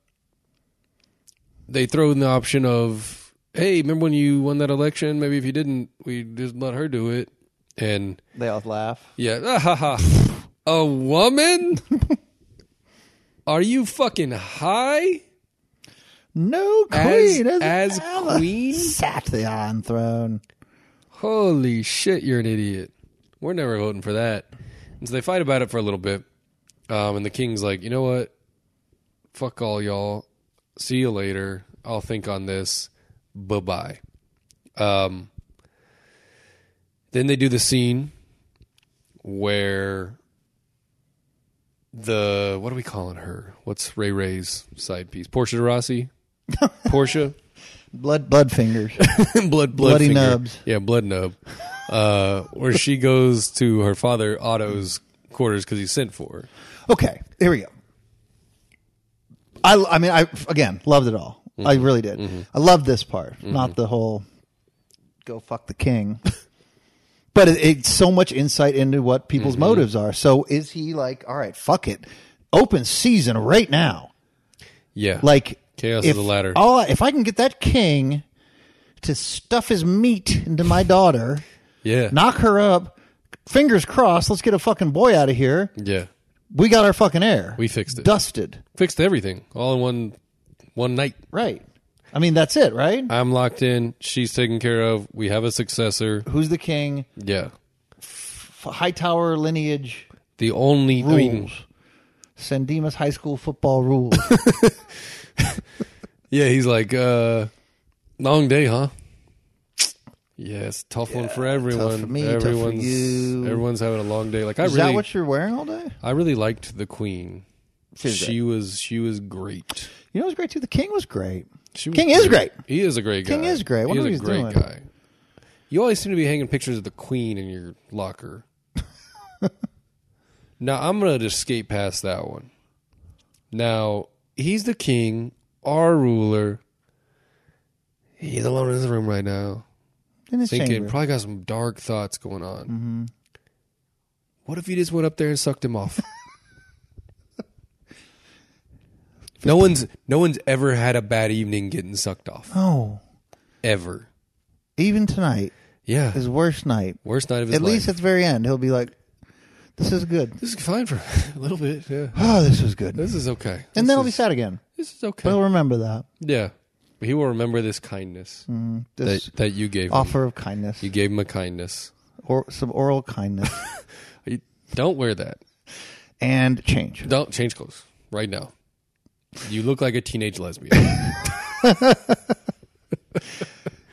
A: they throw in the option of, hey, remember when you won that election? Maybe if you didn't, we just let her do it. And
B: They all laugh.
A: yeah. Ah, ha, ha. A woman? Are you fucking high?
B: No
A: As,
B: queen
A: as
B: ever
A: queen?
B: sat the Iron Throne.
A: Holy shit, you're an idiot. We're never voting for that. And so they fight about it for a little bit. Um, and the king's like, you know what? Fuck all y'all. See you later. I'll think on this. Bye bye. Um, then they do the scene where the what are we calling her? What's Ray Ray's side piece? Portia de Rossi? Portia?
B: Blood, blood fingers.
A: blood, blood
B: Bloody
A: finger.
B: nubs.
A: Yeah, blood nub. Uh, where she goes to her father Otto's quarters because he sent for her.
B: Okay, here we go. I, I mean, I again loved it all. I
A: Mm-hmm.
B: really did. I loved this part, not the whole "go fuck the king," but it, it's so much insight into what people's
A: Mm-hmm.
B: motives are. So, is he like, all right, fuck it, open season right now?
A: Yeah,
B: Like
A: Chaos
B: if
A: is the ladder.
B: All I- if I can get that king to stuff his meat into my daughter,
A: yeah,
B: knock her up. Fingers crossed. Let's get a fucking boy out of here.
A: yeah.
B: We got our fucking air.
A: We fixed it.
B: Dusted.
A: Fixed everything all in one one night.
B: Right. I mean, that's it, right?
A: I'm locked in. She's taken care of. We have a successor.
B: Who's the king?
A: Yeah,
B: F- Hightower lineage
A: the only I
B: rules.
A: mean,
B: San Dimas High School football rules.
A: yeah, he's like uh, long day, huh? Yeah, it's a tough one for everyone.
B: tough for me, tough for
A: everyone's
B: you.
A: everyone's having a long day. Like I
B: Is
A: really,
B: that what you're wearing all day?
A: I really liked the Queen.
B: She's
A: she was she was great.
B: You know what's great too? The king was great.
A: She was
B: King is great.
A: He is a great guy.
B: King is great. Wonder
A: He
B: what
A: is
B: he's
A: a great
B: doing.
A: guy. You always seem to be hanging pictures of the Queen in your locker. now I'm gonna just skate past that one. Now he's the king, our ruler. He's alone in his room right now,
B: In his
A: thinking.
B: chamber. Mm-hmm.
A: Probably got some dark thoughts going on. What if you just went up there and sucked him off? no one's no one's ever had a bad evening getting sucked off
B: oh,
A: ever.
B: even tonight,
A: Yeah.
B: his worst night.
A: Worst night of his
B: At least at
A: life.
B: the very end, he'll be like, This is good.
A: This is fine for a little bit. Yeah,
B: Oh, this was good.
A: this is okay.
B: and then I'll be
A: This
B: sad again.
A: is- This is okay.
B: But I'll remember that.
A: yeah, he will remember this kindness
B: This
A: that that you gave him.
B: offer of kindness
A: You gave him a kindness.
B: or some oral kindness
A: You- Don't wear that.
B: and change.
A: Don't change clothes right now. You look like a teenage lesbian.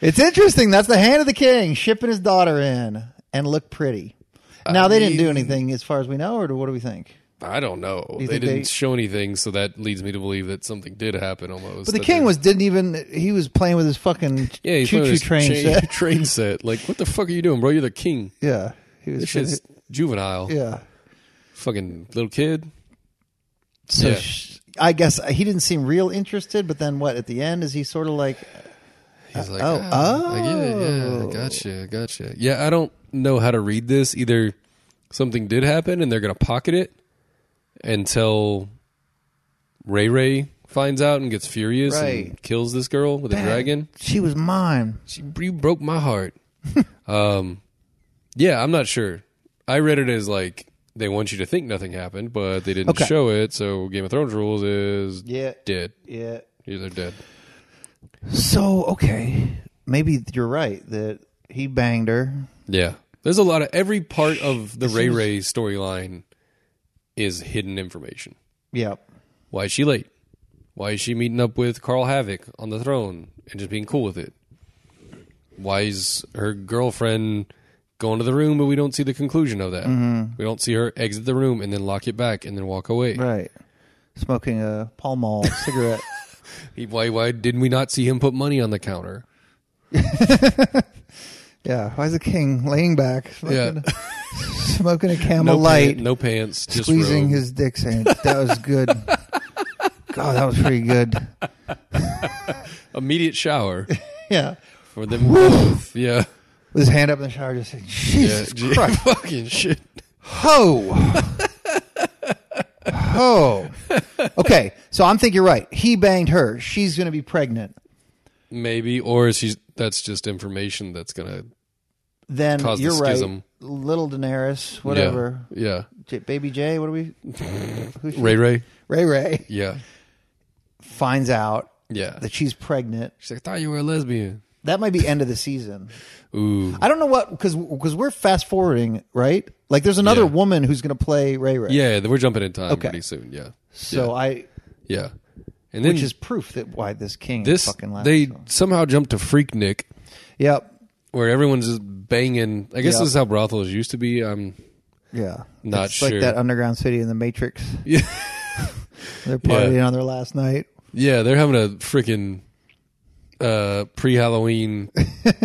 B: It's interesting. That's the hand of the king shipping his daughter in and look pretty. Now they didn't do anything as far as we know, or what do we think?
A: I don't know.
B: You
A: They
B: think
A: didn't
B: they-
A: show anything, so that leads me to believe that something did happen almost.
B: But the
A: that
B: king
A: they-
B: was didn't even he was playing with his fucking
A: yeah, he's
B: choo
A: playing
B: choo
A: with
B: train
A: his cha-
B: set.
A: train set. Like, what the fuck are you doing, bro? You're the king.
B: Yeah, he was.
A: This shit's juvenile.
B: yeah.
A: Fucking little kid.
B: So
A: Yeah.
B: sh I guess he didn't seem real interested. But then what? At the end, is he sort of like
A: He's like,
B: oh,
A: oh, I get it. Yeah, I gotcha, I gotcha. Yeah, I don't know how to read this. Either something did happen and they're gonna pocket it until Ray Ray finds out and gets furious
B: Right.
A: and kills this girl with a
B: "Man,
A: dragon.
B: She was mine.
A: She you broke my heart. um, yeah, I'm not sure. I read it as like they want you to think nothing happened, but they didn't
B: Okay.
A: show it. So Game of Thrones rules is
B: Yeah.
A: dead.
B: Yeah.
A: They're dead.
B: So okay, maybe you're right that he banged her.
A: Yeah. There's a lot of every part of the Ray Ray storyline is hidden information.
B: Yep.
A: Why is she late? Why is she meeting up with Carl Havoc on the throne and just being cool with it? Why is her girlfriend going to the room but we don't see the conclusion of that? We don't see her exit the room and then lock it back and then walk away.
B: Mm-hmm. Right. Smoking a Pall Mall cigarette.
A: He- Why why didn't we not see him put money on the counter?
B: Yeah. Why is the king laying back
A: Yeah.
B: smoking, smoking a camel
A: No
B: light,
A: pants, no pants, just
B: squeezing
A: robe.
B: his dick saying, That was good. God, that was pretty good.
A: immediate shower
B: Yeah.
A: for them both. Yeah.
B: With his hand up in the shower just saying,
A: Yeah.
B: Jesus
A: gee,
B: Christ.
A: Fucking shit.
B: Ho. Ho. Okay. So I'm thinking you're right. He banged her. She's gonna be pregnant.
A: Maybe, or is she's that's just information that's gonna
B: Then
A: Caused the
B: you're right.
A: schism.
B: Little Daenerys, whatever.
A: Yeah,
B: J- Baby J, what are we? Who's
A: yeah. Ray Ray.
B: Ray Ray
A: Yeah,
B: finds out
A: yeah.
B: that she's pregnant.
A: She's like, I thought you were a lesbian.
B: That might be end of the season.
A: Ooh,
B: I don't know what because because we're fast forwarding, right? Like there's another
A: Yeah.
B: woman who's going to play Ray Ray.
A: yeah. We're jumping in time
B: Okay.
A: pretty soon. Yeah,
B: So I,
A: yeah. And then
B: which is proof that why this king
A: this.
B: fucking lasts.
A: They
B: so-
A: somehow jumped to Freak Nick,
B: Yep.
A: where everyone's just banging. I guess
B: Yeah.
A: this is how brothels used to be. Um,
B: Yeah.
A: Not
B: it's Like
A: sure.
B: that underground city in the Matrix.
A: Yeah.
B: They're partying on their last night.
A: yeah, they're having a freaking uh pre-Halloween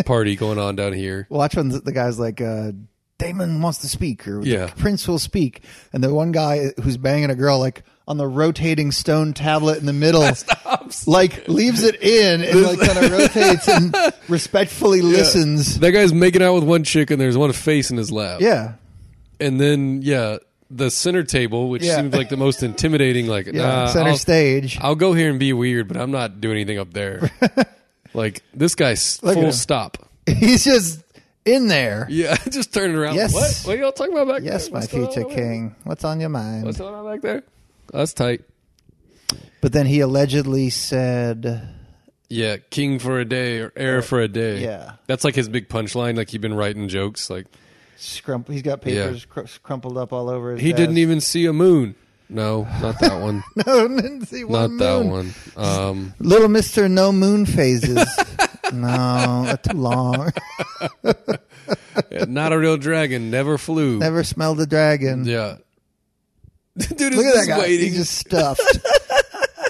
A: party going on down here.
B: Watch when the the guy's like, uh, Damon wants to speak, or the
A: Yeah.
B: Prince will speak, and the one guy who's banging a girl like on the rotating stone tablet in the middle, like leaves it in and like kind of rotates and respectfully listens.
A: That guy's making out with one chick, and there's one face in his lap.
B: Yeah,
A: and then yeah, the center table, which
B: Yeah.
A: seems like the most intimidating. Like,
B: yeah.
A: nah,
B: Center
A: Uh, I'll,
B: stage.
A: I'll go here and be weird, but I'm not doing anything up there. like this guy's
B: Look at him.
A: full stop.
B: He's just in there.
A: Yeah, just turning around.
B: Yes.
A: Like, what? What are y'all talking about back
B: Yes,
A: there?
B: my
A: What's going
B: future
A: on?
B: king. What's on your mind?
A: What's going on back there? That's tight.
B: But then he allegedly said,
A: Yeah, king for a day or heir for a day.
B: Yeah.
A: that's like his big punchline. Like he'd been writing jokes. Like
B: "Scrump." He's got
A: Yeah.
B: papers cr- crumpled up all over. His
A: he didn't
B: desk.
A: even see a moon. No, not that one.
B: didn't see
A: not
B: one
A: that
B: moon.
A: one. Um,
B: Little Mister No Moon Phases. no, that's too long.
A: not a real dragon. Never flew.
B: Never smelled a dragon.
A: Yeah. Dude
B: Look
A: is
B: at that
A: just
B: guy.
A: waiting.
B: He's just stuffed,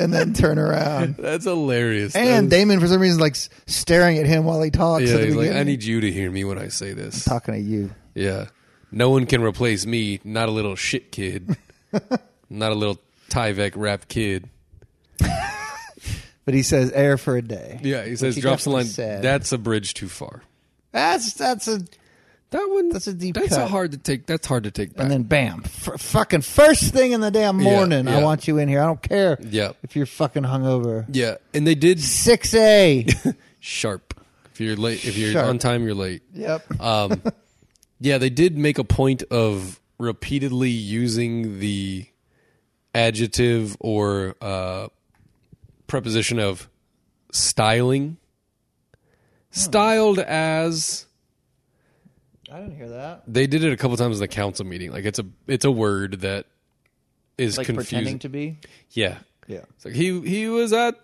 B: and then turn around.
A: That's hilarious.
B: And
A: That is-
B: Damon, for some reason, like s- staring at him while he talks. at
A: yeah,
B: the
A: he's like, I
B: beginning.
A: need you to hear me when I say this.
B: talking to you.
A: Yeah. No one can replace me. Not a little shit kid. not a little Tyvek rap kid.
B: But he says air for a day.
A: Yeah, he says,
B: he
A: drops the line.
B: definitely said.
A: That's a bridge too far.
B: That's that's a
A: That one.
B: That's a deep
A: That's
B: cut.
A: a hard to take. That's hard to take back.
B: and then bam, f- fucking first thing in the damn
A: Yeah,
B: morning. I
A: yeah.
B: want you in here. I don't care
A: Yeah.
B: if you're fucking hungover.
A: yeah, and they did
B: Six A.
A: sharp. If you're late, if you're
B: Sharp.
A: Uh, on time, you're late.
B: yep.
A: Um, yeah, they did make a point of repeatedly using the adjective or uh, preposition of styling,
B: Hmm.
A: styled as
B: I didn't hear that.
A: they did it a couple times in the council meeting. Like it's a it's a word that is
B: Like
A: confusing.
B: pretending to be.
A: yeah,
B: Yeah.
A: it's like he he was at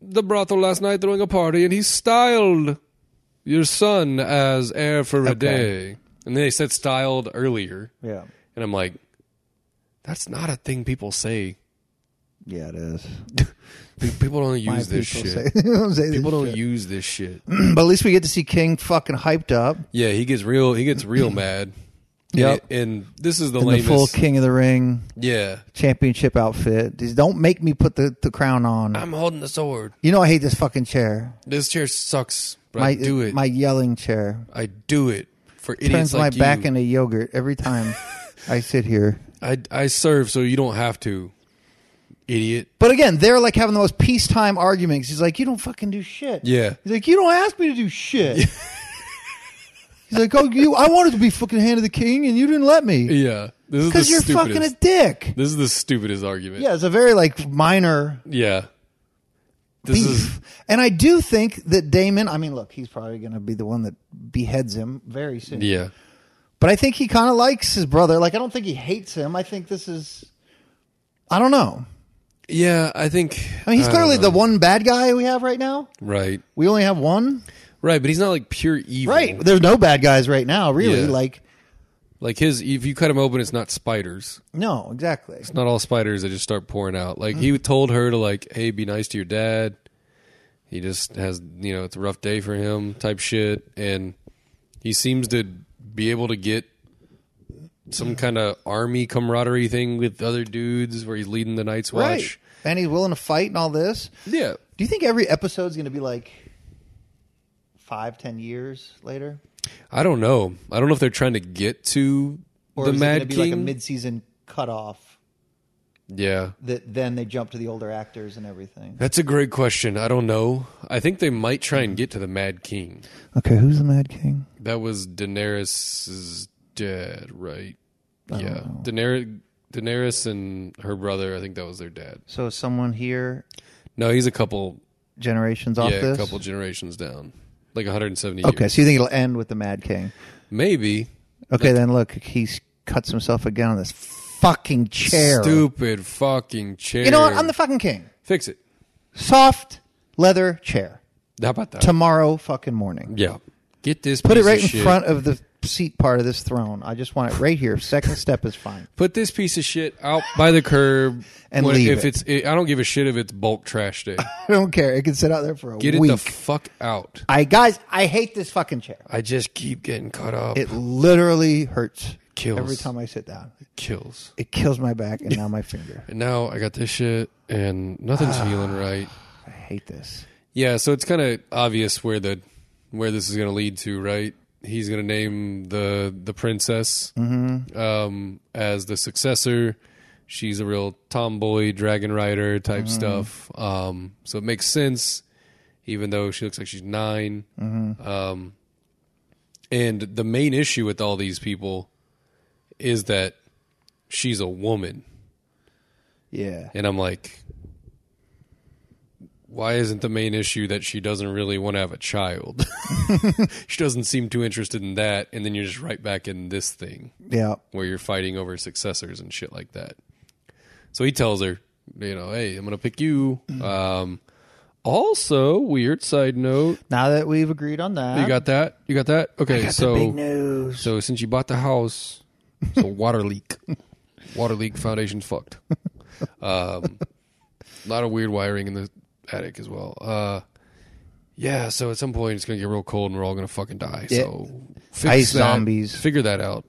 A: the brothel last night throwing a party, and he styled your son as heir for a day. And then they said styled earlier,
B: Yeah.
A: and I'm like, that's not a thing people say.
B: Yeah, it is.
A: Pe- People don't use
B: My
A: this
B: people
A: shit.
B: say- say this
A: people don't
B: shit.
A: use this shit.
B: but at least we get to see King fucking hyped up.
A: yeah, he gets real. He gets real mad.
B: Yep.
A: And, and this is the
B: In the
A: lamest.
B: full King of the Ring
A: yeah.
B: championship outfit. These- Don't make me put the, the crown on.
A: I'm holding the sword.
B: you know I hate this fucking chair.
A: This chair sucks, but
B: my
A: I do it.
B: my yelling chair.
A: I do it for idiots
B: Turns my
A: like you.
B: back into yogurt every time I sit here.
A: I I serve so you don't have to, idiot.
B: But again, they're like having the most peacetime arguments. He's like, "You don't fucking do shit."
A: Yeah.
B: He's like, "You don't ask me to do shit." He's like, "Oh, you! I wanted to be fucking hand of the king, and you didn't let me
A: Yeah, this is the
B: because you're
A: stupidest.
B: fucking a dick."
A: this is the stupidest argument.
B: Yeah, it's a very like minor
A: Yeah. This
B: beef.
A: is
B: and I do think that Damon. I mean, look, he's probably going to be the one that beheads him very soon.
A: yeah.
B: But I think he kind of likes his brother. Like, I don't think he hates him. I think this is. I don't know.
A: Yeah, I think.
B: I mean, he's
A: don't
B: clearly
A: know.
B: the one bad guy we have right now.
A: right,
B: We only have one.
A: right, but he's not like pure evil.
B: Right. There's no bad guys right now, really.
A: Yeah.
B: Like,
A: like his. If you cut him open, it's not spiders.
B: no, exactly.
A: It's not all spiders that just start pouring out. Like he told her to like, hey, be nice to your dad. He just has you know it's a rough day for him type shit, and he seems to be able to get some kind of army camaraderie thing with other dudes where he's leading the Night's
B: Right.
A: Watch.
B: And he's willing to fight and all this.
A: Yeah,
B: Do you think every episode's going to be like five, ten years later?
A: I don't know. I don't know if they're trying to get to
B: Or
A: the
B: is it
A: Mad
B: going to be
A: King.
B: like a mid season cutoff
A: yeah,
B: that then they jump to the older actors and everything?
A: that's a great question. I don't know. I think they might try and get to the Mad King.
B: Okay, who's the Mad King?
A: That was Daenerys' dad, right? yeah, Daenerys, Daenerys and her brother. I think that was their dad.
B: So is someone here
A: No, he's a couple,
B: generations off
A: yeah,
B: this?
A: a couple generations down, like 170.
B: okay,
A: years.
B: so you think it'll end with the Mad King?
A: maybe
B: Okay, then look, he cuts himself again on this fucking chair.
A: stupid fucking chair.
B: You know what? I'm the fucking king.
A: fix it.
B: Soft leather chair.
A: How about that?
B: Tomorrow fucking morning.
A: yeah, get this.
B: Put
A: piece
B: it
A: of
B: right in
A: shit-
B: front of the seat part of this throne. I just want it right here. Second step is fine.
A: Put this piece of shit out by the curb
B: And
A: when-
B: leave
A: if
B: it.
A: it's. I don't give a shit if it's bulk trash day.
B: I don't care. It can sit out there for a
A: Get
B: week.
A: it the fuck out.
B: I guys, I hate this fucking chair.
A: I just keep getting cut up.
B: It literally hurts.
A: Kills.
B: every time I sit down.
A: kills.
B: It kills my back and now my finger.
A: And now I got this shit, and nothing's feeling right.
B: I hate this.
A: Yeah, so it's kind of obvious where the where this is going to lead to, right? He's going to name the the princess um, as the successor. She's a real tomboy, dragon rider type stuff. Um, so it makes sense, even though she looks like she's 9 Um, and the main issue with all these people is that she's a woman.
B: Yeah.
A: And I'm like, why isn't the main issue that she doesn't really want to have a child? she doesn't seem too interested in that. And then you're just right back in this thing
B: Yeah.
A: where you're fighting over successors and shit like that. So he tells her, you know, hey, I'm going to pick you.
B: Mm-hmm.
A: Um, also, weird side note.
B: Now that we've agreed on that,
A: You got that? You got that? Okay, so
B: big news.
A: so since you bought the house, it's a water leak. Water leak foundation's fucked. Um, a lot of weird wiring in the attic as well. Uh, yeah, so at some point it's gonna get real cold and we're all gonna fucking die. So fix
B: Ice
A: that.
B: zombies.
A: Figure that out.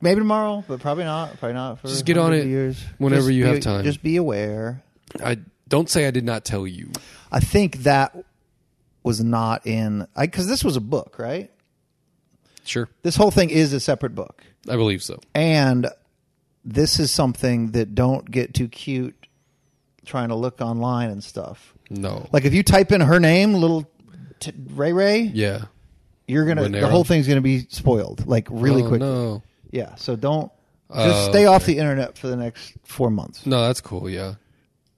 B: Maybe tomorrow, but probably not. Probably not for
A: Just get on
B: 100
A: it
B: years.
A: whenever
B: Just
A: you
B: be-
A: have time.
B: Just be aware.
A: I don't say I did not tell you.
B: I think that was not in I because this was a book, right?
A: Sure,
B: This whole thing is a separate book,
A: I believe so.
B: and this is something that don't get too cute trying to look online and stuff.
A: No,
B: Like if you type in her name, little t- Ray Ray,
A: yeah,
B: you're gonna the
A: Renera.
B: whole thing's gonna be spoiled like really
A: oh,
B: quick.
A: No, Oh,
B: Yeah. So don't just stay off the internet for the next four months.
A: No, that's cool. Yeah,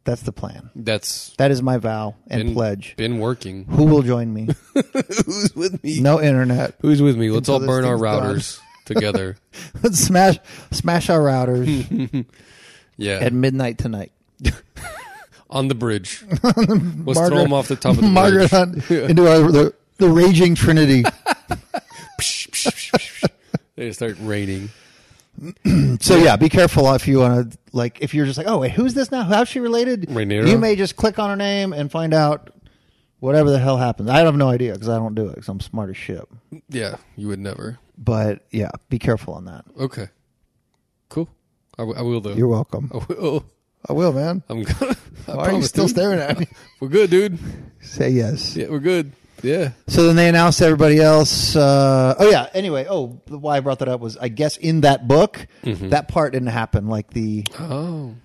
B: That's the plan.
A: that's
B: That is my vow and
A: been,
B: pledge.
A: Been working.
B: Who will join me?
A: Who's with me?
B: No internet.
A: Who's with me? Let's
B: Until
A: all
B: this
A: burn our
B: thing's gone.
A: routers together.
B: Let's smash smash our routers
A: Yeah,
B: at midnight tonight.
A: on the bridge. Let's throw them off the top of the bridge.
B: Margaret Hunt into our, the, the raging trinity.
A: They start raining.
B: So yeah, be careful if you want to like if you're just like, oh wait, who's this now? How's she related?
A: Rhaenyra?
B: You may just click on her name and find out whatever the hell happens. I have no idea because I don't do it because I'm smart as shit.
A: Yeah, you would never.
B: But yeah, be careful on that.
A: Okay, cool. I, w- I will though.
B: You're welcome.
A: I will.
B: I will, man.
A: I'm good.
B: Why Oh. are you still staring at me?
A: We're good, dude.
B: Say yes.
A: Yeah, we're good. Yeah.
B: So then they announced everybody else. Uh, oh yeah. Anyway, oh, the- why I brought that up was I guess in that book that part didn't happen. Like the
A: Oh,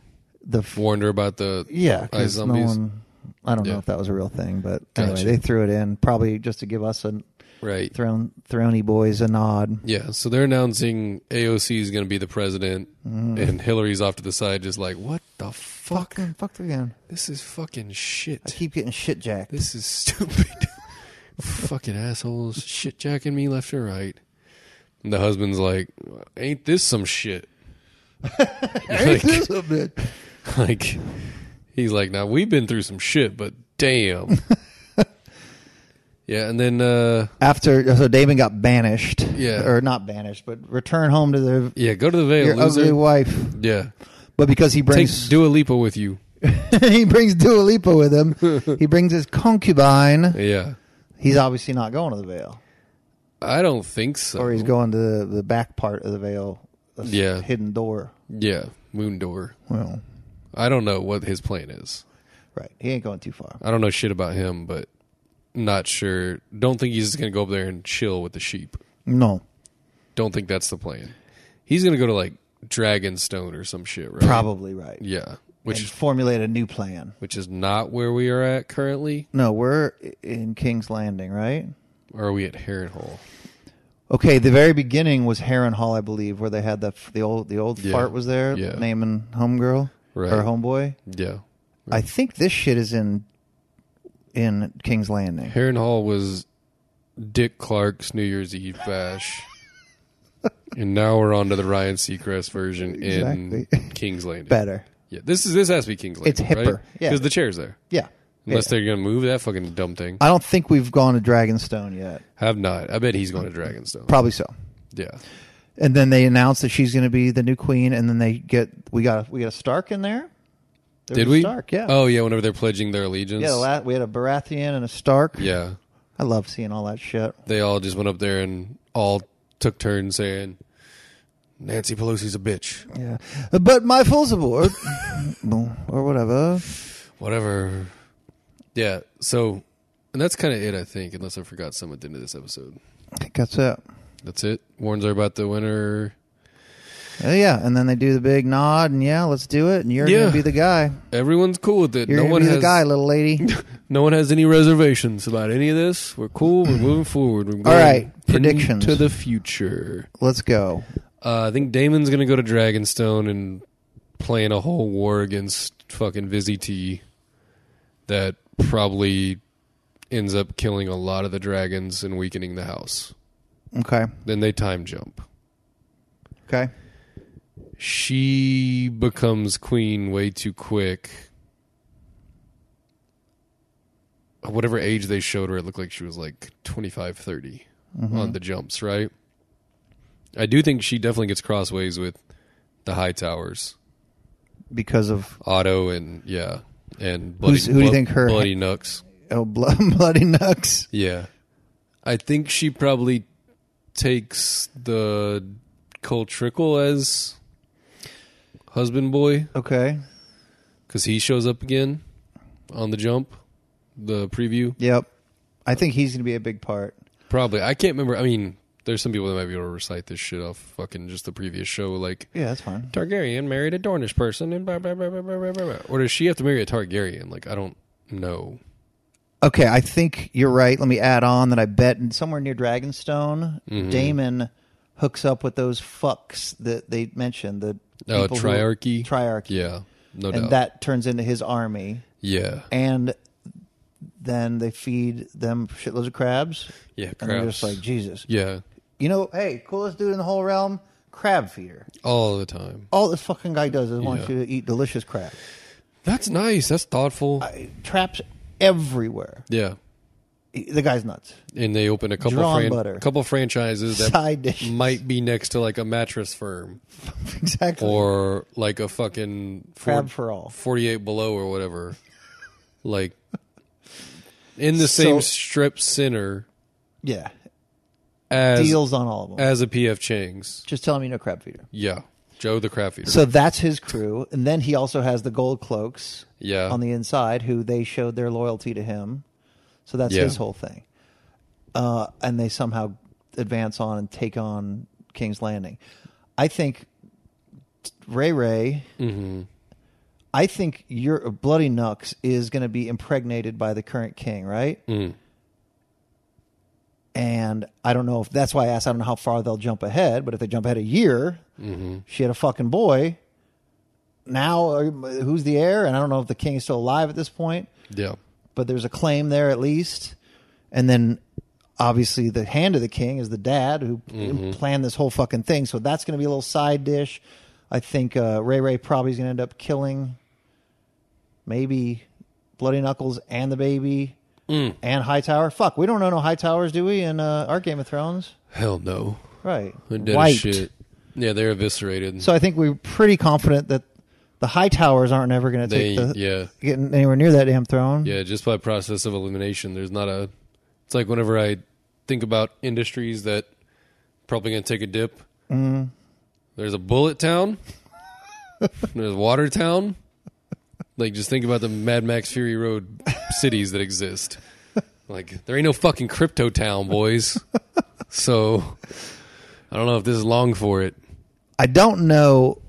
B: the f-
A: warned her about the eye
B: Yeah, because no
A: zombies.
B: one. I don't
A: Yeah.
B: know if that was a real thing, but
A: Gotcha.
B: anyway, they threw it in probably just to give us a
A: right.
B: throne throny boys a nod.
A: Yeah, so they're announcing AOC is going to be the president, and Hillary's off to the side, just like, what the fuck?
B: Fucking fuck again.
A: This is fucking
B: I
A: shit.
B: keep getting shit jacked.
A: This is stupid. fucking assholes shit jacking me left and right. And the husband's like, ain't this some shit? like, like, he's like, now we've been through some shit, but damn. yeah, and then, uh,
B: After so Damon got banished.
A: Yeah.
B: or not banished, but return home to the
A: yeah, go to the veil,
B: your
A: loser.
B: ugly wife.
A: Yeah.
B: But because he
A: Take
B: brings
A: Dua Lipa with you.
B: he brings Dua Lipa with him, he brings his concubine.
A: Yeah.
B: He's obviously not going to the Vale,
A: I don't think so.
B: or he's going to the, the back part of the Vale, a
A: Yeah.
B: hidden door.
A: Yeah, moon door.
B: Well,
A: I don't know what his plan is.
B: right, he ain't going too far.
A: I don't know shit about him, but not sure. Don't think he's just gonna go up there and chill with the sheep.
B: No,
A: Don't think that's the plan. He's gonna go to like Dragonstone or some shit, right?
B: probably right.
A: Yeah, which
B: and
A: is
B: formulate a new plan.
A: which is not where we are at currently.
B: No, we're i- in King's Landing, right?
A: Or are we at Harrenhal?
B: Okay, the very beginning was Heron Hall, I believe, where they had the f- the old the old
A: Yeah.
B: fart was there,
A: Yeah.
B: naming homegirl
A: Right.
B: or homeboy.
A: Yeah,
B: I think this shit is in in King's Landing.
A: Harrenhal was Dick Clark's New Year's Eve bash. And now we're on to the Ryan Seacrest version in
B: Exactly.
A: King's Landing.
B: Better,
A: Yeah, this is this has to be King's Landing.
B: It's hipper.
A: right?
B: Yeah.
A: because the chair's there.
B: yeah.
A: Unless
B: Yeah.
A: they're gonna move that fucking dumb thing.
B: I don't think we've gone to Dragonstone yet.
A: Have not. I bet he's going to Dragonstone.
B: Probably so.
A: yeah,
B: And then they announced that she's going to be the new queen, and then they get we got a, we got a Stark in there. There
A: did
B: was a
A: we?
B: Stark, yeah.
A: Oh yeah. Whenever they're pledging their allegiance.
B: yeah. the la- we had a Baratheon and a Stark.
A: Yeah.
B: I love seeing all that shit.
A: They all just went up there and all took turns saying, "Nancy Pelosi's a bitch."
B: Yeah. But my full support, Boom, or whatever.
A: Whatever. Yeah. So, and that's kind of it, I think. Unless I forgot some at the end of this episode.
B: I think that's it.
A: That's it. Warns her about the winner.
B: Oh, yeah. And then they do the big nod, and yeah, let's do it. And you're
A: Yeah.
B: going to be the guy.
A: Everyone's cool with it.
B: You're
A: no
B: going
A: one
B: to be
A: has
B: the guy, little lady.
A: No one has any reservations about any of this. We're cool. We're moving forward. We're going
B: right, predictions.
A: to the future.
B: let's go.
A: Uh, I think Damon's going to go to Dragonstone and plan a whole war against fucking Vizzy T. That probably ends up killing a lot of the dragons and weakening the house.
B: Okay.
A: Then they time jump.
B: Okay.
A: She becomes queen way too quick. Whatever age they showed her, it looked like she was like 25, 30 on the jumps, right? I do think she definitely gets crossways with the high towers,
B: Because of
A: Otto, and yeah, and bloody,
B: Who's- who do you think her-
A: bloody nooks?
B: oh, blood, bloody nucks.
A: Yeah, I think she probably takes the Cole Trickle as husband boy.
B: Okay.
A: because he shows up again on the jump, the preview.
B: Yep. I think he's going to be a big part.
A: Probably. I can't remember. I mean, there's some people that might be able to recite this shit off fucking just the previous show. Like
B: Yeah, that's fine.
A: Targaryen married a Dornish person, and blah, blah, blah, blah, blah, blah, blah, blah. or does she have to marry a Targaryen? Like I don't know.
B: Okay, I
A: Mm-hmm.
B: think you're right. Let me add on that I bet in somewhere near Dragonstone, Damon hooks up with those fucks that they mentioned. The
A: Oh,
B: people who-
A: triarchy?
B: triarchy,
A: Yeah, no
B: and
A: doubt.
B: that turns into his army,
A: yeah,
B: and then they feed them shitloads of crabs.
A: Yeah,
B: and they're just
A: crabs.
B: like Jesus.
A: yeah,
B: You know, hey, coolest dude in the whole realm, crab feeder.
A: all the time.
B: All this fucking guy does is wants
A: Yeah.
B: you to eat delicious crab.
A: That's nice. That's thoughtful.
B: Traps everywhere.
A: yeah,
B: The guy's nuts.
A: and they open a couple
B: Drawn
A: fran-
B: butter.
A: couple franchises that
B: Side dishes.
A: might be next to like a mattress firm
B: Exactly.
A: or like a fucking
B: Crab for all.
A: forty eight below or whatever. Like in the
B: So-
A: same strip center
B: yeah.
A: as
B: Deals on all of them.
A: as a PF Chang's.
B: Just tell him you know crab feeder.
A: Yeah, Joe the crab feeder.
B: So that's his crew, and then he also has the gold cloaks.
A: Yeah.
B: On the inside, who they showed their loyalty to him. So that's
A: Yeah.
B: his whole thing. Uh, and they somehow advance on and take on King's Landing. I think Ray Ray. I think your Bloody Nux is going to be impregnated by the current king, right? And I don't know if that's why I asked. I don't know how far they'll jump ahead, but if they jump ahead a year, she had a fucking boy. Now, uh, who's the heir? And I don't know if the king is still alive at this point,
A: yeah,
B: but there's a claim there at least. And then, obviously, the hand of the king is the dad who
A: Mm-hmm.
B: planned this whole fucking thing. So that's going to be a little side dish. I think uh, Ray Ray probably is going to end up killing maybe Bloody Knuckles and the baby
A: Mm.
B: and Hightower. Fuck, we don't know no Hightowers, do we, in uh, our Game of Thrones?
A: hell no.
B: Right.
A: They're dead as
B: Wiped.
A: shit. Yeah, they're eviscerated.
B: So I think we're pretty confident that the high towers aren't ever going to
A: they,
B: take the
A: yeah,
B: getting anywhere near that damn throne.
A: yeah, just by process of elimination, there's not a. It's like whenever I think about industries that probably gonna take a dip. There's a bullet town. there's water town. Like just think about the Mad Max Fury Road cities that exist. Like there ain't no fucking crypto town, boys. so I don't know if this is long for it.
B: I don't know.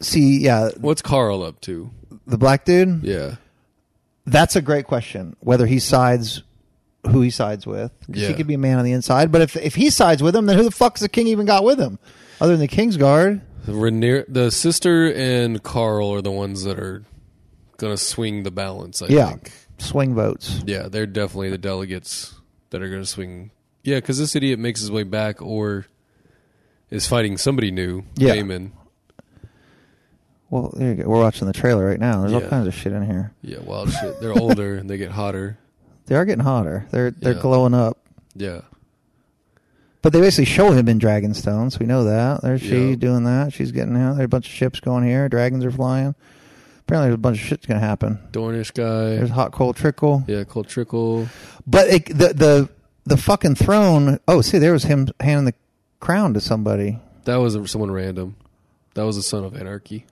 B: See, yeah,
A: What's Carl up to?
B: the black dude.
A: Yeah,
B: That's a great question. Whether he sides, who he sides with, 'Cause
A: Yeah.
B: he could be a man on the inside. But if if he sides with him, then who the fuck's the king even got with him, other than the king's guard?
A: Rainier, the sister and Carl are the ones that are gonna swing the balance. I
B: Yeah,
A: think.
B: swing votes.
A: Yeah, they're definitely the delegates that are gonna swing. Yeah, because this idiot makes his way back or is fighting somebody new.
B: Yeah.
A: Damon.
B: Well, there you go. We're watching the trailer right now. There's all
A: Yeah.
B: kinds of shit in here.
A: Yeah, wild shit. They're older and they get hotter.
B: They are getting hotter. They're they're
A: Yeah.
B: glowing up.
A: Yeah,
B: But they basically show him in Dragonstone, so we know that. There's she
A: Yeah.
B: doing that. She's getting out. There's a bunch of ships going here. Dragons are flying. Apparently, there's a bunch of shit's going to happen.
A: Dornish
B: There's
A: guy.
B: hot cold trickle.
A: Yeah, Colt Trickle.
B: But it, the the the fucking throne. Oh, see, there was him handing the crown to somebody.
A: That was someone random. That was the son of anarchy.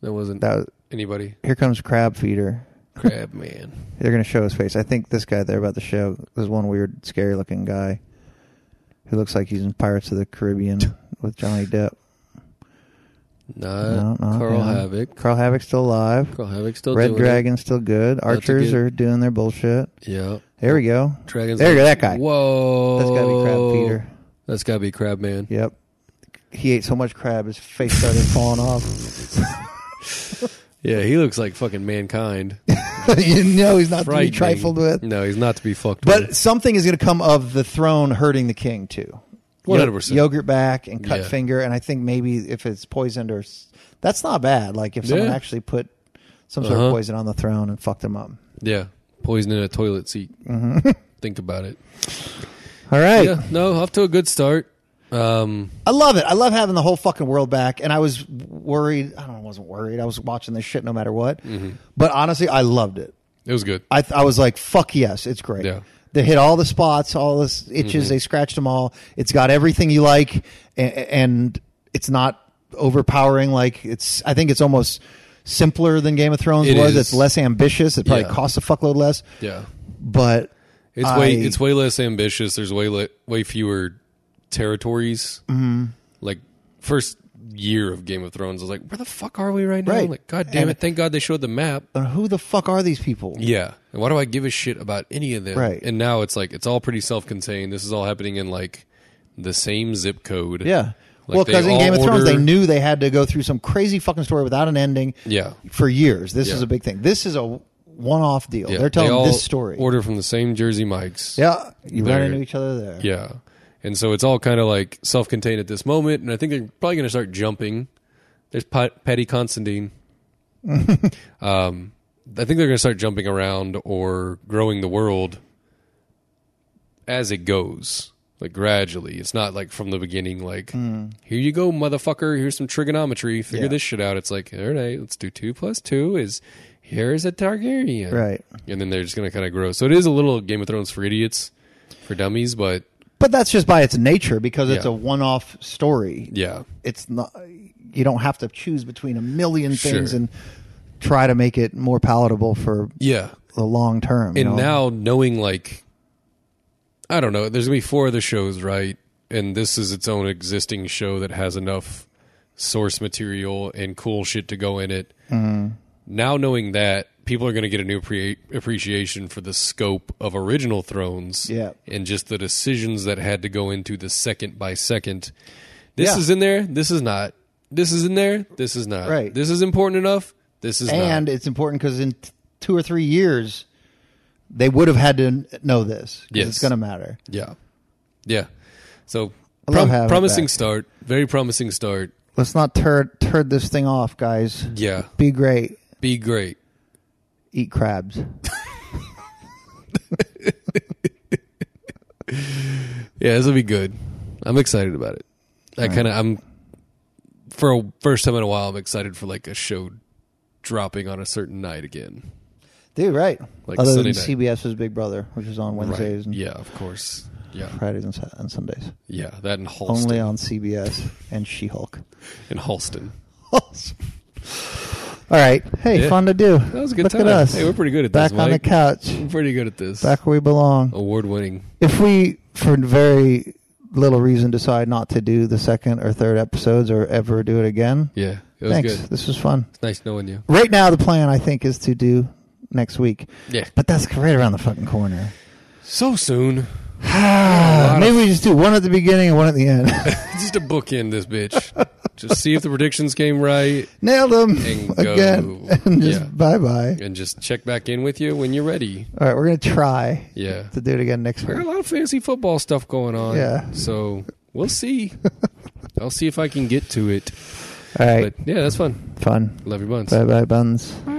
A: That wasn't
B: That was,
A: anybody.
B: here comes crab feeder.
A: Crab man.
B: They're going to show his face. I think this guy they're about to show is one weird, scary looking guy who looks like he's in Pirates of the Caribbean with Johnny Depp.
A: Not Carl
B: yeah.
A: Havoc.
B: Carl Havoc's still alive.
A: Carl Havoc still
B: Red
A: doing it.
B: Dragon's still good. Archers
A: get-
B: are doing their bullshit.
A: Yeah.
B: There we go.
A: Dragons.
B: There you go, that guy.
A: Whoa.
B: That's got to be Crab Peter.
A: That's got to be Crab Man.
B: Yep. He ate so much crab, his face started falling off.
A: Yeah, he looks like fucking mankind.
B: you know he's not to be
A: Frightening.
B: trifled with.
A: No, he's not to be fucked
B: But
A: with.
B: something is going to come of the throne hurting the king, too.
A: 100%.
B: Yogurt back and cut
A: Yeah.
B: finger. And I think maybe if it's poisoned or. s- That's not bad. Like if someone
A: Yeah.
B: actually put some sort of
A: Uh-huh.
B: poison on the throne and fucked him up.
A: Yeah, poison in a toilet seat.
B: Mm-hmm.
A: Think about it.
B: All right.
A: Yeah, no, off to a good start. Um,
B: I love it. I love having the whole fucking world back. And I was worried. I don't. know, I wasn't worried. I was watching this shit no matter what.
A: Mm-hmm.
B: But honestly, I loved it.
A: it was good.
B: I th- I was like, fuck yes, it's great.
A: Yeah. Mm-hmm.
B: They hit all the spots, all the itches. They scratched them all. It's got everything you like, and, and it's not overpowering. Like it's. I think it's almost simpler than Game of Thrones
A: It
B: was.
A: is.
B: It's less ambitious. It probably
A: Yeah.
B: costs a fuckload less,
A: Yeah,
B: but
A: it's way
B: I-
A: it's way less ambitious. There's way le- way fewer territories. Mm-hmm. Like first year of Game of Thrones, I was like, where the fuck are we right now?
B: Right.
A: Like, god damn
B: And-
A: it! Thank God they showed the map.
B: uh, who the fuck are these people?
A: Yeah. And why do I give a shit about any of them?
B: Right.
A: And now it's like it's all pretty self contained. This is all happening in like the same zip code.
B: Yeah.
A: Like
B: well,
A: they
B: because in
A: all
B: Game of Thrones, they
A: order-
B: knew they had to go through some crazy fucking story without an ending
A: Yeah.
B: for years. This
A: Yeah.
B: is a big thing. This is a one off deal.
A: Yeah,
B: They're telling
A: they all
B: this story.
A: Order from the same Jersey Mike's.
B: yeah. You run
A: They're-
B: into each other there.
A: Yeah. And so it's all kind of like self contained at this moment. And I think they're probably going to start jumping. There's Pat- Patty Constantine. um, I think they're going to start jumping around or growing the world as it goes, like gradually. It's not like from the beginning, like, here you go, motherfucker. Here's some trigonometry. Figure
B: Hmm. Yeah.
A: this shit out. It's like, all right, let's do two plus two is here is a Targaryen.
B: Right.
A: And then they're just going to kind of grow. So it is a little Game of Thrones for idiots, for dummies, but.
B: But that's just by its nature because it's
A: Yeah.
B: a one off story.
A: Yeah.
B: It's not, you don't have to choose between a million things
A: Sure.
B: and try to make it more palatable for
A: Yeah.
B: the long term. you
A: And
B: know?
A: now knowing like I don't know, there's gonna be four other shows, right? And this is its own existing show that has enough source material and cool shit to go in it.
B: Mm-hmm.
A: Now knowing that, people are gonna get a new pre- appreciation for the scope of original Thrones,
B: Yeah.
A: and just the decisions that had to go into the second by second. This
B: Yeah.
A: is in there. This is not. This is in there. This is not.
B: Right.
A: This is important enough. This is not.
B: and it's important because in t- two or three years, they would have had to n- know this. 'cause
A: Yes.
B: It's going to matter.
A: Yeah. Yeah. So
B: I love
A: prom-
B: having it
A: promising
B: back.
A: start. Very promising start.
B: Let's not turd, turd this thing off, guys.
A: Yeah.
B: Be great.
A: Be great.
B: Eat crabs.
A: Yeah, this will be good. I'm excited about it. I kind of I'm for a first time in a while I'm excited for like a show dropping on a certain night again.
B: Dude, right.
A: Like
B: Other
A: Sunday
B: than
A: night.
B: CBS's Big Brother, which is on Wednesdays and
A: Yeah, of course. Yeah.
B: Fridays and, Sa- and Sundays.
A: Yeah, that in Halston.
B: Only on CBS and She Hulk.
A: in Halston.
B: All right. Hey,
A: Yeah.
B: fun to do.
A: That was a good
B: Look
A: time.
B: At us.
A: Hey, we're pretty good at
B: Back
A: this,
B: on the
A: Mike. Oh.
B: couch.
A: I'm pretty good at this.
B: Back where we belong.
A: Award winning.
B: if we for very little reason decide not to do the second or third episodes or ever do it again
A: Yeah. It was
B: thanks
A: good.
B: this was fun
A: It's nice knowing you.
B: right now the plan i think is to do next week
A: Yeah.
B: but that's right around the fucking corner Uh,
A: So soon.
B: maybe we just do one at the beginning and one at the end
A: Just a bookend this bitch. Just see if the predictions came right.
B: nailed them
A: And go.
B: again and just
A: Yeah.
B: bye-bye
A: and just check back in with you when you're ready.
B: all right we're gonna try
A: Yeah.
B: to do it again next
A: I got
B: week
A: a lot of fantasy football stuff going on.
B: Yeah.
A: So we'll see. I'll see if I can get to it. But
B: all right
A: yeah, that's fun.
B: fun
A: Love your buns.
B: bye-bye buns